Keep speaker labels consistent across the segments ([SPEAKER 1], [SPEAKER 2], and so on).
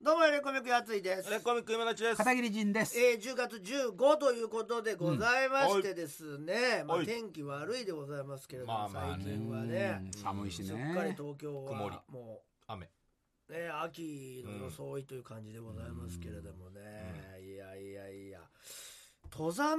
[SPEAKER 1] どうもレコミックやついです。
[SPEAKER 2] レコミック今立ちです。
[SPEAKER 3] 片桐仁です。
[SPEAKER 1] えー、10月15ということでございましてですね、まあ
[SPEAKER 2] はい
[SPEAKER 1] 天気悪いでございますけれども、
[SPEAKER 2] まあまあね
[SPEAKER 1] 最近はね、
[SPEAKER 3] 寒いし
[SPEAKER 1] すっ
[SPEAKER 3] ね。
[SPEAKER 1] かり東京は
[SPEAKER 2] 曇り
[SPEAKER 1] も
[SPEAKER 2] 雨。
[SPEAKER 1] うね秋の装いという感じでございますけれどもね、いやいやいや登山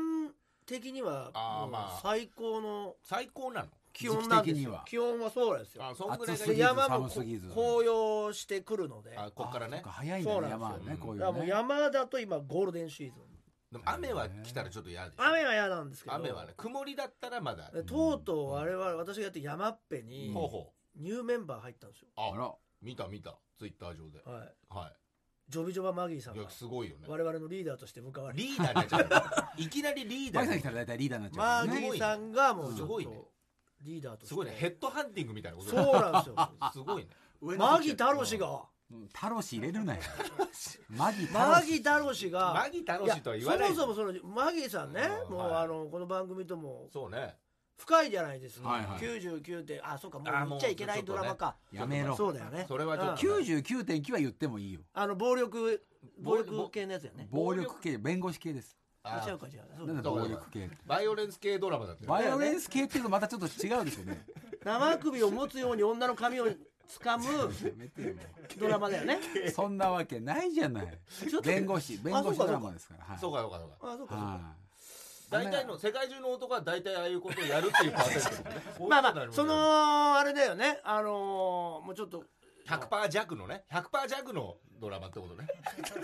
[SPEAKER 1] 的には
[SPEAKER 2] あー
[SPEAKER 1] もう
[SPEAKER 2] まあ
[SPEAKER 1] 最高の
[SPEAKER 2] 最高なの。
[SPEAKER 1] 気温なんで
[SPEAKER 3] 時期的
[SPEAKER 1] す
[SPEAKER 3] に
[SPEAKER 1] よ
[SPEAKER 3] は
[SPEAKER 1] 気温はそうなんですよ
[SPEAKER 2] あ、そんぐらいが
[SPEAKER 3] 暑
[SPEAKER 2] い
[SPEAKER 3] す
[SPEAKER 2] い
[SPEAKER 3] ぎ。
[SPEAKER 1] 山も
[SPEAKER 3] 寒すぎず
[SPEAKER 1] 紅葉してくるので
[SPEAKER 2] あ、こっからね
[SPEAKER 3] あそっ。早い
[SPEAKER 1] そ
[SPEAKER 3] ね
[SPEAKER 1] うなんですよ
[SPEAKER 3] 山はねこうい
[SPEAKER 1] だから
[SPEAKER 3] う
[SPEAKER 1] もう
[SPEAKER 3] ね。
[SPEAKER 1] 山だと今ゴールデンシーズン
[SPEAKER 2] でも雨は来たらちょっと嫌でしょ。
[SPEAKER 1] 雨は嫌なんですけど
[SPEAKER 2] 雨はね、曇りだったらまだ。
[SPEAKER 1] でとうとう我々私がやってる山っぺに
[SPEAKER 2] ほうほ
[SPEAKER 1] ニューメンバー入ったんですよ、
[SPEAKER 2] う。あ
[SPEAKER 3] あら
[SPEAKER 2] 見た見た。ツイッター上で。
[SPEAKER 1] はい、
[SPEAKER 2] は
[SPEAKER 1] ジョビジョバマギーさ
[SPEAKER 2] い。
[SPEAKER 1] ん
[SPEAKER 2] い
[SPEAKER 1] が
[SPEAKER 2] や、すごいよね。
[SPEAKER 1] 我々のリーダーとして迎わり
[SPEAKER 2] リーダーになっちゃう。いきなりリーダ
[SPEAKER 3] マ
[SPEAKER 2] ーに
[SPEAKER 3] キさん 来たら大体リーダーになっち
[SPEAKER 1] マ
[SPEAKER 3] ゃう
[SPEAKER 1] ギ
[SPEAKER 3] もんね。
[SPEAKER 1] ーさんがもうち
[SPEAKER 2] す
[SPEAKER 1] ょ
[SPEAKER 2] ご
[SPEAKER 1] っ
[SPEAKER 2] いね
[SPEAKER 1] とリーダーとして
[SPEAKER 2] すごいね。ヘッドハンティングみたいなこと
[SPEAKER 1] そうな
[SPEAKER 2] だね。
[SPEAKER 1] ん ですよ
[SPEAKER 2] すごいね。
[SPEAKER 1] マギー太郎氏が
[SPEAKER 3] うんタロシ入れる なよ。マギタ
[SPEAKER 1] マ
[SPEAKER 3] ロ
[SPEAKER 1] ギー
[SPEAKER 3] シ。
[SPEAKER 1] 太郎氏が
[SPEAKER 2] マギ太郎氏とは言わない
[SPEAKER 1] やそもそもそのマギーさんね
[SPEAKER 2] うん
[SPEAKER 1] もう
[SPEAKER 2] はい
[SPEAKER 1] あのこの番組とも
[SPEAKER 2] そうね。
[SPEAKER 1] 深いじゃないです
[SPEAKER 3] は
[SPEAKER 1] か
[SPEAKER 3] いはい
[SPEAKER 1] 99点あそうかもう
[SPEAKER 2] あ
[SPEAKER 1] 言っちゃいけない
[SPEAKER 2] もうち
[SPEAKER 1] ド
[SPEAKER 2] ょっとね
[SPEAKER 1] ラマか
[SPEAKER 3] やめろ。
[SPEAKER 1] そうだよね
[SPEAKER 2] それはちょっと
[SPEAKER 1] うん
[SPEAKER 3] 99.9は言ってもいいよ。
[SPEAKER 1] あの暴力暴
[SPEAKER 2] 暴力
[SPEAKER 1] 力系のやつよね
[SPEAKER 3] 暴力系弁護士系です。
[SPEAKER 1] あ
[SPEAKER 2] あ
[SPEAKER 1] 違うか違うそう
[SPEAKER 3] なんだ
[SPEAKER 2] そう
[SPEAKER 3] 暴
[SPEAKER 2] だ
[SPEAKER 3] 力系って。
[SPEAKER 2] バイオレンス系ドラマだったよ
[SPEAKER 3] バ
[SPEAKER 2] ね。
[SPEAKER 3] イオレンス系っていうのまたちょっと違うで すよね。
[SPEAKER 1] 生首を持つように女の髪を掴む
[SPEAKER 3] やめてよも
[SPEAKER 1] ドラマだよね。
[SPEAKER 3] うそんなわけないじゃない。弁護士弁護士ドラマですから。はい
[SPEAKER 2] そうかそうかそうか。
[SPEAKER 1] あ、そうかそうか。
[SPEAKER 3] は
[SPEAKER 2] 大体の、世界中の男は大体ああいうことをやるっていうパーセントだよね
[SPEAKER 1] まあまあ、そ、の、あれだよね。あのー、もうちょっと。
[SPEAKER 2] 100%弱のね、100%弱のドラマってこと ね。
[SPEAKER 3] い言って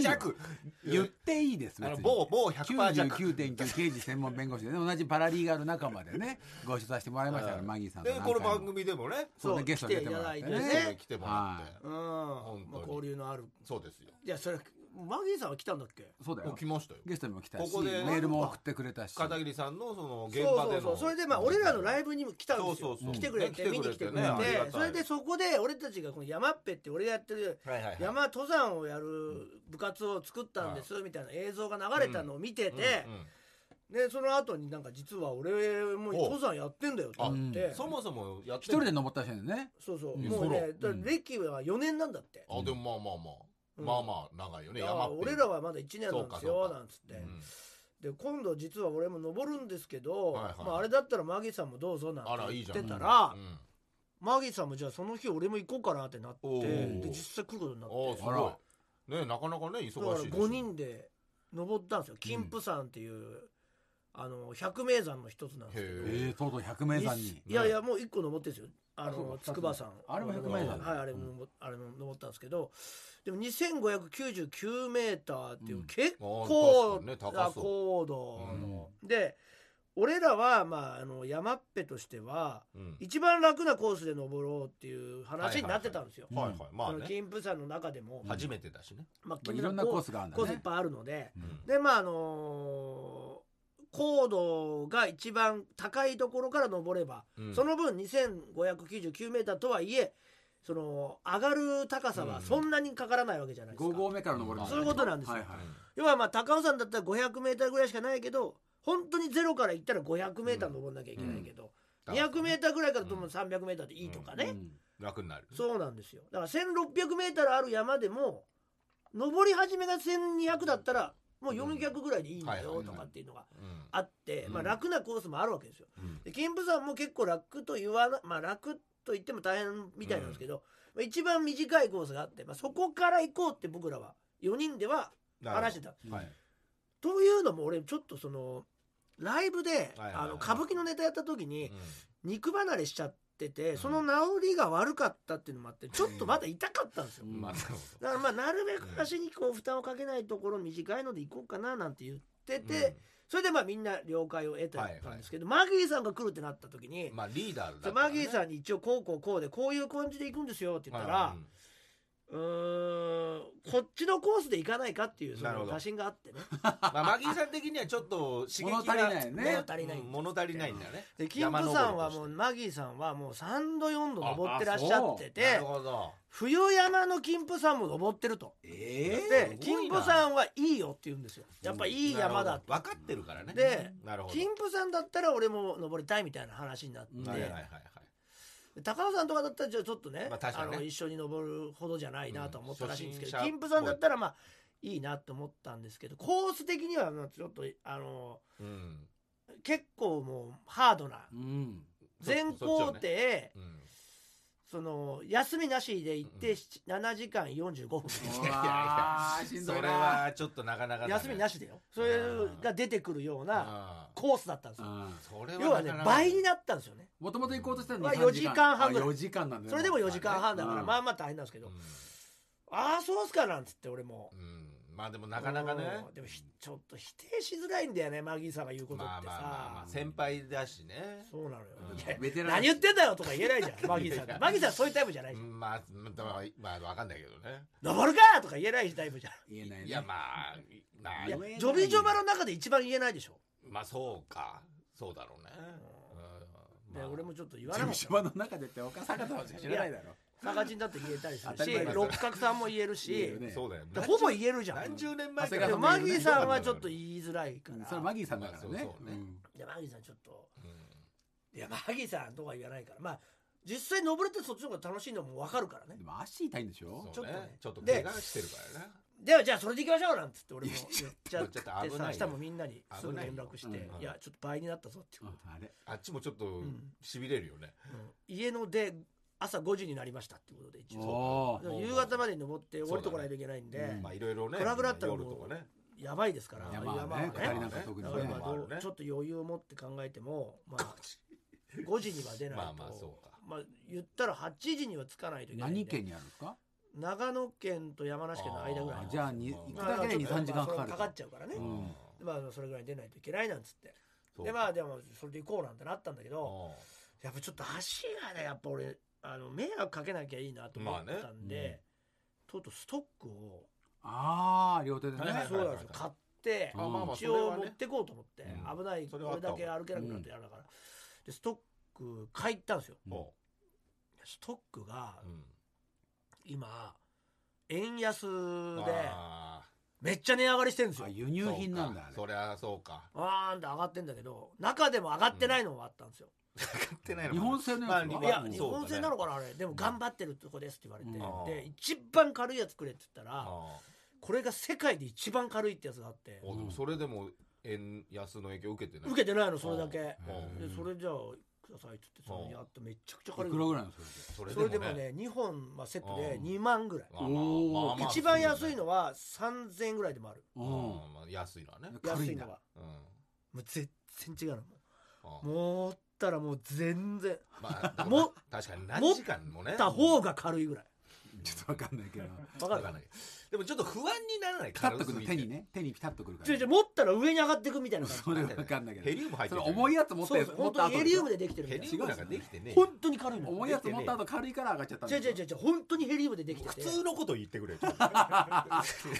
[SPEAKER 2] 100%
[SPEAKER 3] いよ
[SPEAKER 2] 弱。
[SPEAKER 3] 言っていいです
[SPEAKER 2] あの
[SPEAKER 3] 別に
[SPEAKER 2] 某、某100%弱。
[SPEAKER 3] 99.9刑事専門弁護士でね同じパラリーガル仲間でねご一緒させてもらいましたからマギーさんと
[SPEAKER 2] で、
[SPEAKER 3] 何回
[SPEAKER 2] こ
[SPEAKER 3] も
[SPEAKER 2] の番組でもね、
[SPEAKER 3] そ
[SPEAKER 1] そ
[SPEAKER 3] う
[SPEAKER 1] う
[SPEAKER 3] ねゲストに出てもらっ
[SPEAKER 1] 来
[SPEAKER 3] て
[SPEAKER 1] ていただい
[SPEAKER 3] ね
[SPEAKER 1] てね
[SPEAKER 2] 来てもらって。
[SPEAKER 1] うん。
[SPEAKER 2] 当に
[SPEAKER 1] まあ、交流のある。
[SPEAKER 2] そうですよ。
[SPEAKER 1] いや、それ、マギーさんは来たんだっけ
[SPEAKER 3] そうだ
[SPEAKER 2] もう
[SPEAKER 3] よ
[SPEAKER 2] 来ましたよ。
[SPEAKER 3] ゲストにも来た
[SPEAKER 2] こ
[SPEAKER 3] し
[SPEAKER 2] こ
[SPEAKER 3] メ
[SPEAKER 2] で
[SPEAKER 3] ールも送ってくれたし
[SPEAKER 2] 片桐さんのその現
[SPEAKER 1] そう
[SPEAKER 2] 場
[SPEAKER 1] そ
[SPEAKER 2] で
[SPEAKER 1] うそう
[SPEAKER 2] の。
[SPEAKER 1] それでまあ俺らのライ
[SPEAKER 2] ブ。
[SPEAKER 1] ブにも来たんです
[SPEAKER 2] そ
[SPEAKER 1] よ
[SPEAKER 2] うそうそう
[SPEAKER 1] 来てくれて
[SPEAKER 2] ね
[SPEAKER 1] 見に来てくれ
[SPEAKER 2] 来てくれてねあ
[SPEAKER 1] て
[SPEAKER 2] りがたい
[SPEAKER 1] それでそこで俺たちがこの山っぺって俺がやってる
[SPEAKER 2] はいはいはい。
[SPEAKER 1] 山登山をやる部活を作ったんですみたいな映像が流れたのを見てて
[SPEAKER 2] うんうん
[SPEAKER 1] でその後になんか実は俺も登山やってんだよって言っ
[SPEAKER 3] お
[SPEAKER 1] て
[SPEAKER 2] そもそもやって
[SPEAKER 3] 一人で登った人だよね
[SPEAKER 1] そうそう、
[SPEAKER 3] うん
[SPEAKER 1] もうね、
[SPEAKER 3] ソロ
[SPEAKER 1] だから歴は4年なんだって、
[SPEAKER 2] あ、でもまあま
[SPEAKER 1] うん
[SPEAKER 2] あまあ。まあまあ長いよね、
[SPEAKER 1] だから
[SPEAKER 2] 山って。
[SPEAKER 1] 俺らはまだ1年なんです
[SPEAKER 2] そう
[SPEAKER 1] よ
[SPEAKER 2] かそうか
[SPEAKER 1] なんつって、
[SPEAKER 2] うん
[SPEAKER 1] で今度実は俺も登るんですけど、
[SPEAKER 2] はいはい
[SPEAKER 1] まあ、あれだったらマギさんもどうぞなん
[SPEAKER 2] あら、
[SPEAKER 1] て
[SPEAKER 2] い
[SPEAKER 1] 言っ
[SPEAKER 2] いじゃん。
[SPEAKER 1] てたら
[SPEAKER 2] うん
[SPEAKER 1] マギさんもじゃあその日俺も行こうかなってなって
[SPEAKER 2] おー
[SPEAKER 1] で実際来ることにな
[SPEAKER 2] お
[SPEAKER 1] っ
[SPEAKER 2] ー
[SPEAKER 1] て
[SPEAKER 2] す
[SPEAKER 3] あ
[SPEAKER 2] ご
[SPEAKER 3] ら
[SPEAKER 2] い。ね、なかなかね、忙しいでし
[SPEAKER 1] だ
[SPEAKER 2] ょ。
[SPEAKER 1] から5人で登ったんですよ金峰山っていう、あの百名山の一つなんですけど
[SPEAKER 2] へ
[SPEAKER 3] ええとうとう百名山に
[SPEAKER 1] いやいやもう1個登ってるんですよあ
[SPEAKER 3] そう
[SPEAKER 1] の
[SPEAKER 3] か
[SPEAKER 1] 筑波山
[SPEAKER 3] あれも100
[SPEAKER 2] メーターだ
[SPEAKER 1] はいあれも、あれも登ったんですけどでも2599メーターっていう結構
[SPEAKER 2] うんあー確かにね
[SPEAKER 1] な
[SPEAKER 2] 高そう
[SPEAKER 1] 高度の、で俺らは、まあ、あの山っぺとしては
[SPEAKER 2] うん
[SPEAKER 1] 一番楽なコースで登ろうっていう話になってたんですよ、
[SPEAKER 3] い
[SPEAKER 2] はいはい。まあ
[SPEAKER 1] あの
[SPEAKER 2] ね。
[SPEAKER 1] 金峰山の中でも、
[SPEAKER 2] 初めてだしね。
[SPEAKER 1] まあ
[SPEAKER 3] まあいろんなコースがあるん
[SPEAKER 1] コ
[SPEAKER 3] だ
[SPEAKER 1] ースいっ
[SPEAKER 3] ね
[SPEAKER 1] ぱいあるので、
[SPEAKER 3] うん
[SPEAKER 1] でまああのー高度が一番高いところから登れば、
[SPEAKER 2] うん
[SPEAKER 1] その分 2599m とはいえその上がる高さはそんなにかからないわけじゃないです
[SPEAKER 3] 五
[SPEAKER 1] か、
[SPEAKER 3] 合目から登るんだ
[SPEAKER 1] そういうことなんですよ
[SPEAKER 3] はいはい
[SPEAKER 1] 要はまあ高尾山だったら 500m ぐらいしかないけど本当にゼロから行ったら 500m 登んなきゃいけないけど、
[SPEAKER 2] うん
[SPEAKER 1] 200m ぐらいからとも 300m でいいとかね、
[SPEAKER 3] うん
[SPEAKER 2] 楽になる。
[SPEAKER 1] そうなんですよだから 1600m ある山でも登り始めが1200だったらもう400ぐらいでいいんだ
[SPEAKER 2] うんは
[SPEAKER 1] よ
[SPEAKER 2] い
[SPEAKER 1] と
[SPEAKER 2] はい
[SPEAKER 1] か
[SPEAKER 2] はい
[SPEAKER 1] っていうのが
[SPEAKER 2] うん
[SPEAKER 1] あって、
[SPEAKER 2] うん
[SPEAKER 1] まあ、楽なコースもあるわけですよ。
[SPEAKER 2] うん
[SPEAKER 1] で金峰山も結構楽と言わな、まあ、楽と言っても大変みたいなんですけど、まあ一番短いコースがあって、まあ、そこから行こうって僕らは4人では話してた。
[SPEAKER 2] はい。
[SPEAKER 1] というのも俺ちょっとそのライブで、
[SPEAKER 2] はいはいはい
[SPEAKER 1] あの歌舞伎のネタやった時
[SPEAKER 2] う
[SPEAKER 1] に
[SPEAKER 2] ん
[SPEAKER 1] 肉離れしちゃっててその治りが悪かったっていうのもあってちょっとまだ痛かったんですよ。
[SPEAKER 3] うん
[SPEAKER 2] まあ、なるほ
[SPEAKER 1] だからまあなるべく足にこう負担をかけないところ短いので行こうかななんて言って
[SPEAKER 2] ど
[SPEAKER 1] て、それでまあみんな了解を得てたんですけど、マギーさんが来るってなった時に、
[SPEAKER 2] うんまあ、リーダーだ
[SPEAKER 1] そ
[SPEAKER 2] か
[SPEAKER 1] う
[SPEAKER 2] ら
[SPEAKER 1] マ
[SPEAKER 2] ね
[SPEAKER 1] ギーさんに一応こうこうこうでこういう感じで行くんですよって言ったら、
[SPEAKER 2] はいは
[SPEAKER 1] うーんこっちのコースで行かないかっていうそ
[SPEAKER 2] なる
[SPEAKER 1] の
[SPEAKER 2] ほど
[SPEAKER 1] 打診があ ってね
[SPEAKER 2] いまあ、マギーさん的にはちょっと刺激が
[SPEAKER 3] 物足りないね
[SPEAKER 1] 物足りない
[SPEAKER 2] うん物足りないんだよね。
[SPEAKER 1] で金峰さんはもうマギーさんはもう3度4度登ってらっしゃって
[SPEAKER 2] 山登りとしてな
[SPEAKER 1] て
[SPEAKER 2] るほど。
[SPEAKER 1] 冬山の金峰さんも登ってると。
[SPEAKER 3] え
[SPEAKER 1] で
[SPEAKER 2] ー
[SPEAKER 1] 金峰さんはいいよって言うんですよやっぱいい山だって
[SPEAKER 2] なるほど分かってるからね。
[SPEAKER 1] で
[SPEAKER 2] なるほど。
[SPEAKER 1] 金峰山だったら俺も登りたいみたいな話になって、
[SPEAKER 3] うん
[SPEAKER 2] はいはいはいはい。
[SPEAKER 1] 高尾さんとかだったらじゃあちょっとね,、
[SPEAKER 2] まあ確か
[SPEAKER 1] あ
[SPEAKER 2] にね
[SPEAKER 1] の一緒に登るほどじゃないなとは思ったらしいんですけど、
[SPEAKER 2] うん初心者
[SPEAKER 1] 金峰さんだったらまあいいなと思ったんですけどコース的にはまあちょっとあの
[SPEAKER 2] うん
[SPEAKER 1] 結構もうハードな
[SPEAKER 3] うん。
[SPEAKER 1] 全工程、
[SPEAKER 2] うん
[SPEAKER 1] その休みなしで行って、
[SPEAKER 2] うん
[SPEAKER 1] 七7時間45分
[SPEAKER 2] やいやいうや
[SPEAKER 3] わーしん
[SPEAKER 2] そ
[SPEAKER 3] どい
[SPEAKER 2] れ
[SPEAKER 3] な。
[SPEAKER 2] はちょっとなかなかだね
[SPEAKER 1] 休みなしでよそれが出てくるような
[SPEAKER 2] ああ
[SPEAKER 1] コースだったんですよ
[SPEAKER 2] それは
[SPEAKER 1] 要はね
[SPEAKER 2] なかなか
[SPEAKER 1] 倍になったんですよね
[SPEAKER 3] もともと行こうとしたら
[SPEAKER 1] まあ
[SPEAKER 3] 2 3
[SPEAKER 1] 4時間半ぐ
[SPEAKER 3] あ
[SPEAKER 1] らい
[SPEAKER 3] 4時間なんだ
[SPEAKER 1] それでも4時間半だから、まあ
[SPEAKER 3] あ
[SPEAKER 1] まあ大変なんですけど、
[SPEAKER 2] うん
[SPEAKER 1] ああそうっすかなんつって俺も
[SPEAKER 2] うんまあでもなかなかね
[SPEAKER 1] うんでもひちょっと否定しづらいんだよねマギーさんが言うことってさ
[SPEAKER 2] まあまあ、まあまあ先輩だしね
[SPEAKER 1] そうなのよ、
[SPEAKER 2] うん
[SPEAKER 1] いや
[SPEAKER 3] ベテラン
[SPEAKER 1] 何言ってんだよとか言えないじゃんマギーさん
[SPEAKER 2] いやいや
[SPEAKER 1] マギーさんそういうタイプじゃないうじゃん
[SPEAKER 2] んまあまあまあわかんないけどね
[SPEAKER 1] 登るかとか言えないタイプじゃん
[SPEAKER 3] 言えないね
[SPEAKER 2] いやまあまあ
[SPEAKER 1] いや
[SPEAKER 3] 言えない
[SPEAKER 1] ジョビジョバの中で一番言えないでしょ、
[SPEAKER 2] まあそうかそうだろうねうん
[SPEAKER 1] で
[SPEAKER 2] まあ
[SPEAKER 1] 俺もちょっと言
[SPEAKER 3] 事
[SPEAKER 1] わなかっ
[SPEAKER 3] 務
[SPEAKER 1] た
[SPEAKER 3] 所場の中でってお母さん方はしか知らないだろ
[SPEAKER 1] サガチンだって言えたりする
[SPEAKER 3] 当たり
[SPEAKER 1] し
[SPEAKER 3] 前だ
[SPEAKER 1] 六角さんも言えるし
[SPEAKER 3] 言えるね
[SPEAKER 2] そうだよね
[SPEAKER 1] だからほぼ言えるじゃん
[SPEAKER 2] 何
[SPEAKER 1] で
[SPEAKER 2] 十年前
[SPEAKER 3] 長谷川
[SPEAKER 1] も
[SPEAKER 3] さん
[SPEAKER 1] マギ
[SPEAKER 3] も言
[SPEAKER 1] ー
[SPEAKER 3] えるね
[SPEAKER 1] さんはちょっと言いづらいか
[SPEAKER 3] う
[SPEAKER 1] ら
[SPEAKER 3] んそれはマギーさんだから
[SPEAKER 2] まあ
[SPEAKER 3] ね
[SPEAKER 2] そうそうね
[SPEAKER 3] うん
[SPEAKER 1] でマギーさんちょっと
[SPEAKER 2] う
[SPEAKER 1] いやマギーさんとか言わないからまあ実際登れてそっちの方が楽しいのも分かるからね
[SPEAKER 3] でも足痛いんでし
[SPEAKER 2] ん
[SPEAKER 3] ょ
[SPEAKER 2] そう
[SPEAKER 1] ちょっとね
[SPEAKER 2] ねちょっと
[SPEAKER 1] で
[SPEAKER 2] 怪我してるからね
[SPEAKER 1] ではじゃあそれでいきましょうなんつって俺も言っちゃっ
[SPEAKER 2] 言っちゃって
[SPEAKER 1] て
[SPEAKER 2] 危ない
[SPEAKER 1] さ
[SPEAKER 2] よ
[SPEAKER 1] 下もみんなにすぐ連絡して
[SPEAKER 3] 危ないよ
[SPEAKER 2] うん
[SPEAKER 1] いやちょっと倍になったぞっていうことで
[SPEAKER 3] あれ
[SPEAKER 2] あっちもちょっと
[SPEAKER 1] ん
[SPEAKER 2] しびれるよね
[SPEAKER 1] うん家ので朝5時になりましたっていうことで一応
[SPEAKER 3] お
[SPEAKER 1] だ
[SPEAKER 3] ー
[SPEAKER 1] から夕方までに登って
[SPEAKER 2] そ
[SPEAKER 1] 降り
[SPEAKER 2] うだね
[SPEAKER 1] てこないといけないんで、
[SPEAKER 3] うん
[SPEAKER 2] まあいろいろね
[SPEAKER 1] クラブだったらもう
[SPEAKER 2] 夜とかね
[SPEAKER 1] やばいですから
[SPEAKER 3] 山はね
[SPEAKER 1] は
[SPEAKER 3] 下りなんか特に
[SPEAKER 1] だ
[SPEAKER 3] ね
[SPEAKER 1] からまあ
[SPEAKER 2] まあ
[SPEAKER 1] どう
[SPEAKER 2] ね
[SPEAKER 1] ちょっと余裕を持って考えても、まあ、5時には出ないと、
[SPEAKER 2] まあまあそうか
[SPEAKER 1] まあ言ったら8時には着かないといけないんで
[SPEAKER 3] 何県にあるんですか
[SPEAKER 1] 長野県と山梨県の間ぐらい
[SPEAKER 3] あ
[SPEAKER 1] の
[SPEAKER 3] じゃあに
[SPEAKER 2] まあ
[SPEAKER 3] 行く
[SPEAKER 1] まあ
[SPEAKER 3] だけで
[SPEAKER 1] ちょっとまあ
[SPEAKER 3] 23時間か
[SPEAKER 1] それ
[SPEAKER 3] かる
[SPEAKER 1] かかっちゃうからね、
[SPEAKER 3] うん
[SPEAKER 1] まあそれぐらいに出ないといけないなんつって
[SPEAKER 2] そう
[SPEAKER 1] でまあでもそれで行こうなんてなったんだけど
[SPEAKER 2] うん
[SPEAKER 1] やっぱちょっと足がねやっぱ俺あの迷惑かけなきゃいいなと思ったんで、
[SPEAKER 3] まあね
[SPEAKER 1] とうとうストックを、
[SPEAKER 3] ああ両手でね
[SPEAKER 2] はいはいはい
[SPEAKER 1] そうなんですよ買って、
[SPEAKER 2] あまあまあそ
[SPEAKER 1] 一
[SPEAKER 2] れは
[SPEAKER 1] 応持
[SPEAKER 2] ね
[SPEAKER 1] ってこうと思って、
[SPEAKER 2] うん
[SPEAKER 1] 危ない
[SPEAKER 2] そ
[SPEAKER 1] こ
[SPEAKER 2] れはあ
[SPEAKER 1] れ
[SPEAKER 2] った
[SPEAKER 1] だ
[SPEAKER 2] わ
[SPEAKER 1] け歩けなくなると嫌だから、でストック買い行ったんですよ
[SPEAKER 2] も
[SPEAKER 1] ストックが
[SPEAKER 2] ううん
[SPEAKER 1] 今円安で
[SPEAKER 2] ああ
[SPEAKER 1] めっちゃ値上がりしてるんですよ
[SPEAKER 3] あ輸入品なんだあれ
[SPEAKER 2] そうかそりゃそう か
[SPEAKER 1] わーんと上がってんだけど中でも上がってないのもあったんですよ、
[SPEAKER 2] 買ってないの
[SPEAKER 3] 日
[SPEAKER 2] かな
[SPEAKER 3] 本製のやつ
[SPEAKER 2] ま
[SPEAKER 1] い
[SPEAKER 2] あ
[SPEAKER 1] や
[SPEAKER 2] うん
[SPEAKER 1] 日
[SPEAKER 2] そうだね
[SPEAKER 1] 本製なのかなあれでも頑張ってるとこですって言われて、
[SPEAKER 3] うん
[SPEAKER 1] で一番軽いやつくれって言ったら、
[SPEAKER 2] あ
[SPEAKER 1] これが世界で一番軽いってやつがあって
[SPEAKER 2] あおでもそれでも円安の影響受けてない
[SPEAKER 1] 受けてないのそれだけ、
[SPEAKER 2] うん
[SPEAKER 1] でそれじゃあくださいって言ってそれやっためちゃくちゃ軽い
[SPEAKER 3] いくらぐらいのそれ
[SPEAKER 2] そ
[SPEAKER 1] それでもね2本、まあ、セットで2万ぐらい、
[SPEAKER 2] まあまあ
[SPEAKER 3] おー
[SPEAKER 2] まあまあ
[SPEAKER 1] 一番安いのは3000円ぐらいでもある
[SPEAKER 3] で
[SPEAKER 2] うんまあ安いのはね
[SPEAKER 3] うん
[SPEAKER 1] 安
[SPEAKER 3] 軽
[SPEAKER 1] い
[SPEAKER 3] いんだ
[SPEAKER 1] のは
[SPEAKER 2] うん
[SPEAKER 1] もう全然違うの
[SPEAKER 2] ああ
[SPEAKER 1] 持ったらもう全然
[SPEAKER 2] まあ
[SPEAKER 1] も
[SPEAKER 2] 確かに何時間もね
[SPEAKER 1] た方が軽いぐらい
[SPEAKER 3] うんちょっとわかんないけど
[SPEAKER 1] わか
[SPEAKER 2] わ
[SPEAKER 1] る
[SPEAKER 2] か
[SPEAKER 1] か
[SPEAKER 2] んないでもちょっと不安にならない
[SPEAKER 3] ピタッとく
[SPEAKER 2] 軽す ぎて
[SPEAKER 3] る手にね手にピタッとくるから
[SPEAKER 1] ちょいちょい持ったら上に上がっていくみたいな感じ
[SPEAKER 3] それわかんないけど
[SPEAKER 2] ヘリウム入って
[SPEAKER 3] そ
[SPEAKER 2] る
[SPEAKER 3] れ
[SPEAKER 2] じゃん
[SPEAKER 3] 重いやつ持っ
[SPEAKER 1] そう
[SPEAKER 3] て
[SPEAKER 1] そう
[SPEAKER 3] 持
[SPEAKER 1] 本
[SPEAKER 3] った
[SPEAKER 1] 当
[SPEAKER 3] 後
[SPEAKER 1] にヘリウムでできてるみ
[SPEAKER 2] ヘ
[SPEAKER 1] た
[SPEAKER 2] リ
[SPEAKER 1] い
[SPEAKER 2] ウムなんかできてね
[SPEAKER 1] な
[SPEAKER 2] えよ
[SPEAKER 1] 本当に軽いの
[SPEAKER 3] 重いやつ持った後軽いから上がっちゃったん
[SPEAKER 1] 違う
[SPEAKER 3] でし
[SPEAKER 1] 違う違
[SPEAKER 3] ょ
[SPEAKER 1] う違う本当にヘリウムでできて
[SPEAKER 2] 普
[SPEAKER 1] て
[SPEAKER 2] 通のこと言ってくれ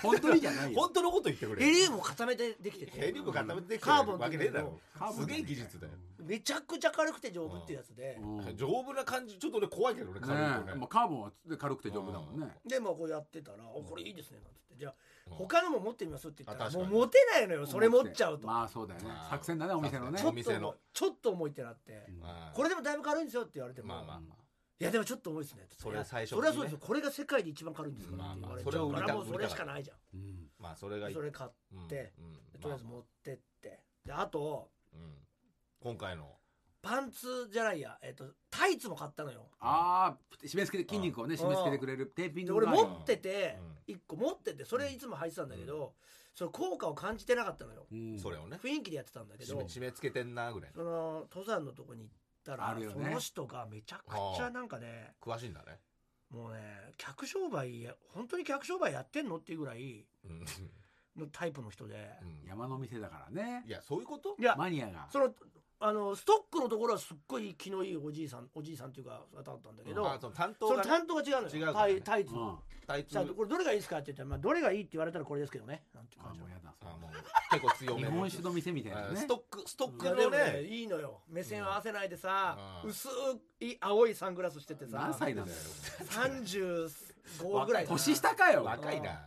[SPEAKER 3] 本当にじゃないよ
[SPEAKER 2] 本当のこと言ってくれ
[SPEAKER 1] ヘリウムを固めてできて
[SPEAKER 2] ヘ
[SPEAKER 1] て
[SPEAKER 2] リウム固めてできて
[SPEAKER 1] カーボン
[SPEAKER 2] わけねえだろ
[SPEAKER 3] カーボ
[SPEAKER 2] す
[SPEAKER 3] ン
[SPEAKER 2] げえ技術だよ
[SPEAKER 1] めちゃくちゃ軽くて丈夫っていうやつで
[SPEAKER 3] うんね
[SPEAKER 2] 丈夫な感じちょっと俺怖いけどね軽いと
[SPEAKER 3] え
[SPEAKER 2] ね
[SPEAKER 3] まあカーボンは軽くて丈夫だもんね
[SPEAKER 1] でまあこうやってたら「おこれいいですね」なんつって「じゃあ
[SPEAKER 2] うん
[SPEAKER 1] 他のも持ってみます」って言った
[SPEAKER 2] あ
[SPEAKER 1] らも
[SPEAKER 2] 確
[SPEAKER 1] う
[SPEAKER 2] かに
[SPEAKER 1] 持てないのよそれ持っちゃうと
[SPEAKER 3] まあそうだよね
[SPEAKER 2] まあ
[SPEAKER 3] 作戦だねお店のね
[SPEAKER 1] ちょ
[SPEAKER 2] お
[SPEAKER 1] っと
[SPEAKER 2] 店
[SPEAKER 1] 重い
[SPEAKER 2] の
[SPEAKER 1] ちょっと重いってなって、
[SPEAKER 3] うん
[SPEAKER 2] ああ
[SPEAKER 1] これでもだいぶ軽いんですよって言われても、
[SPEAKER 2] まあまあまあ
[SPEAKER 1] いやでもちょっと重いですねって
[SPEAKER 2] それは最初
[SPEAKER 1] そ
[SPEAKER 2] に
[SPEAKER 1] れ
[SPEAKER 2] ね
[SPEAKER 1] はそうですよこれが世界で一番軽いんですからって言われちゃう
[SPEAKER 2] ま
[SPEAKER 1] か
[SPEAKER 2] あまあ
[SPEAKER 1] らもう
[SPEAKER 2] そ
[SPEAKER 1] そ
[SPEAKER 2] れを売りた
[SPEAKER 1] れしかないじゃん、
[SPEAKER 3] うん
[SPEAKER 2] まあそれがいい
[SPEAKER 1] それ買って
[SPEAKER 2] うんうん
[SPEAKER 1] でとりあえず持ってってであと
[SPEAKER 2] うん今回の
[SPEAKER 1] パンツじゃないや、えっと、タイツも買ったのよ
[SPEAKER 3] ああ締め付けて筋肉をね締め付けてくれるテーピン
[SPEAKER 1] で
[SPEAKER 3] グ
[SPEAKER 1] 俺
[SPEAKER 3] があ
[SPEAKER 1] 持
[SPEAKER 3] る
[SPEAKER 1] ってて
[SPEAKER 2] うん
[SPEAKER 1] 一個持っててそれいつも履いてたんだけど、その効果を感じてなかったのよ
[SPEAKER 3] うん
[SPEAKER 2] それをね
[SPEAKER 1] 雰囲気でやってたんだけ
[SPEAKER 2] 締
[SPEAKER 1] ど
[SPEAKER 2] め締め付けてんなぐらい
[SPEAKER 1] その登山のとこに行ったら、
[SPEAKER 3] あるよ
[SPEAKER 1] そ
[SPEAKER 3] ね
[SPEAKER 1] の人がめちゃくちゃなんかね
[SPEAKER 2] 詳しいんだね
[SPEAKER 1] もうね客商売や本当に客商売やってんのっていうぐらい
[SPEAKER 2] うん
[SPEAKER 1] のタイプの人で、
[SPEAKER 2] うん
[SPEAKER 3] 山の店だからね
[SPEAKER 2] いやそういうこと
[SPEAKER 1] いや
[SPEAKER 3] マニアが
[SPEAKER 1] そのあのストックのところはすっごい気のいいおじいさんおじいさんっていうかだったんだけど、
[SPEAKER 2] まあその担当
[SPEAKER 1] そ
[SPEAKER 2] が
[SPEAKER 1] の
[SPEAKER 2] ね
[SPEAKER 1] 担当が違うのよ
[SPEAKER 2] 違うから
[SPEAKER 1] タ
[SPEAKER 2] ね
[SPEAKER 1] イタイツ
[SPEAKER 3] うん
[SPEAKER 1] の、
[SPEAKER 2] あい
[SPEAKER 1] じゃあこれどれがいいですかって言ったら、まあ、どれがいいって言われたらこれですけどねなんていう
[SPEAKER 3] あ
[SPEAKER 1] 感じの
[SPEAKER 3] もう
[SPEAKER 1] い
[SPEAKER 3] やだそれ
[SPEAKER 2] もう結構強め
[SPEAKER 3] 日
[SPEAKER 2] の
[SPEAKER 3] 本酒の店みたいな
[SPEAKER 2] あ
[SPEAKER 3] ね
[SPEAKER 2] ストックストック
[SPEAKER 1] やで
[SPEAKER 2] の
[SPEAKER 1] もね
[SPEAKER 2] ね
[SPEAKER 1] いいのよ目線合わせないでさ、
[SPEAKER 2] うん
[SPEAKER 1] 薄い青いサングラスしててさ
[SPEAKER 3] 何 歳なんだよ
[SPEAKER 1] 35ぐらいかな
[SPEAKER 3] 年下かよ
[SPEAKER 2] 若いな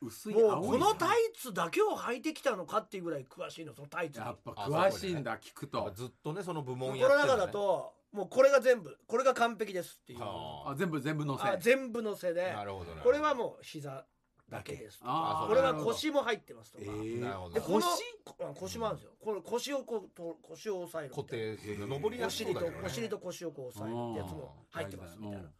[SPEAKER 3] 薄い
[SPEAKER 1] もう
[SPEAKER 3] 青
[SPEAKER 1] こ
[SPEAKER 3] い
[SPEAKER 1] のタイツだけを履いてきたのかっていうぐらい詳しいのそのタイツに
[SPEAKER 3] やっぱ
[SPEAKER 2] あ
[SPEAKER 3] 詳しいんだ聞くと
[SPEAKER 2] ずっとねその部門
[SPEAKER 1] こ
[SPEAKER 2] やっ
[SPEAKER 1] の
[SPEAKER 2] てる
[SPEAKER 1] 中
[SPEAKER 2] ね
[SPEAKER 1] だともうこれが全部これが完璧ですっていう
[SPEAKER 2] は
[SPEAKER 3] あ全部全部乗せ
[SPEAKER 1] あ全部乗せで
[SPEAKER 2] なるほどな
[SPEAKER 1] これはもう膝だけですとか
[SPEAKER 3] あー
[SPEAKER 1] これ
[SPEAKER 3] な
[SPEAKER 1] は
[SPEAKER 3] るほど
[SPEAKER 1] 腰も入ってますと
[SPEAKER 3] え
[SPEAKER 1] か、
[SPEAKER 3] ー
[SPEAKER 2] なるほど
[SPEAKER 1] でこの
[SPEAKER 3] 腰
[SPEAKER 1] こ腰もあるんですよこの腰をこうと腰を押さえる
[SPEAKER 2] 固
[SPEAKER 1] みたいな
[SPEAKER 2] 定する登りや
[SPEAKER 1] お
[SPEAKER 2] すい
[SPEAKER 1] 尻
[SPEAKER 2] だ
[SPEAKER 1] と
[SPEAKER 2] けどね
[SPEAKER 1] お尻と腰をこう押さえるってやつも入ってますみたいな
[SPEAKER 3] う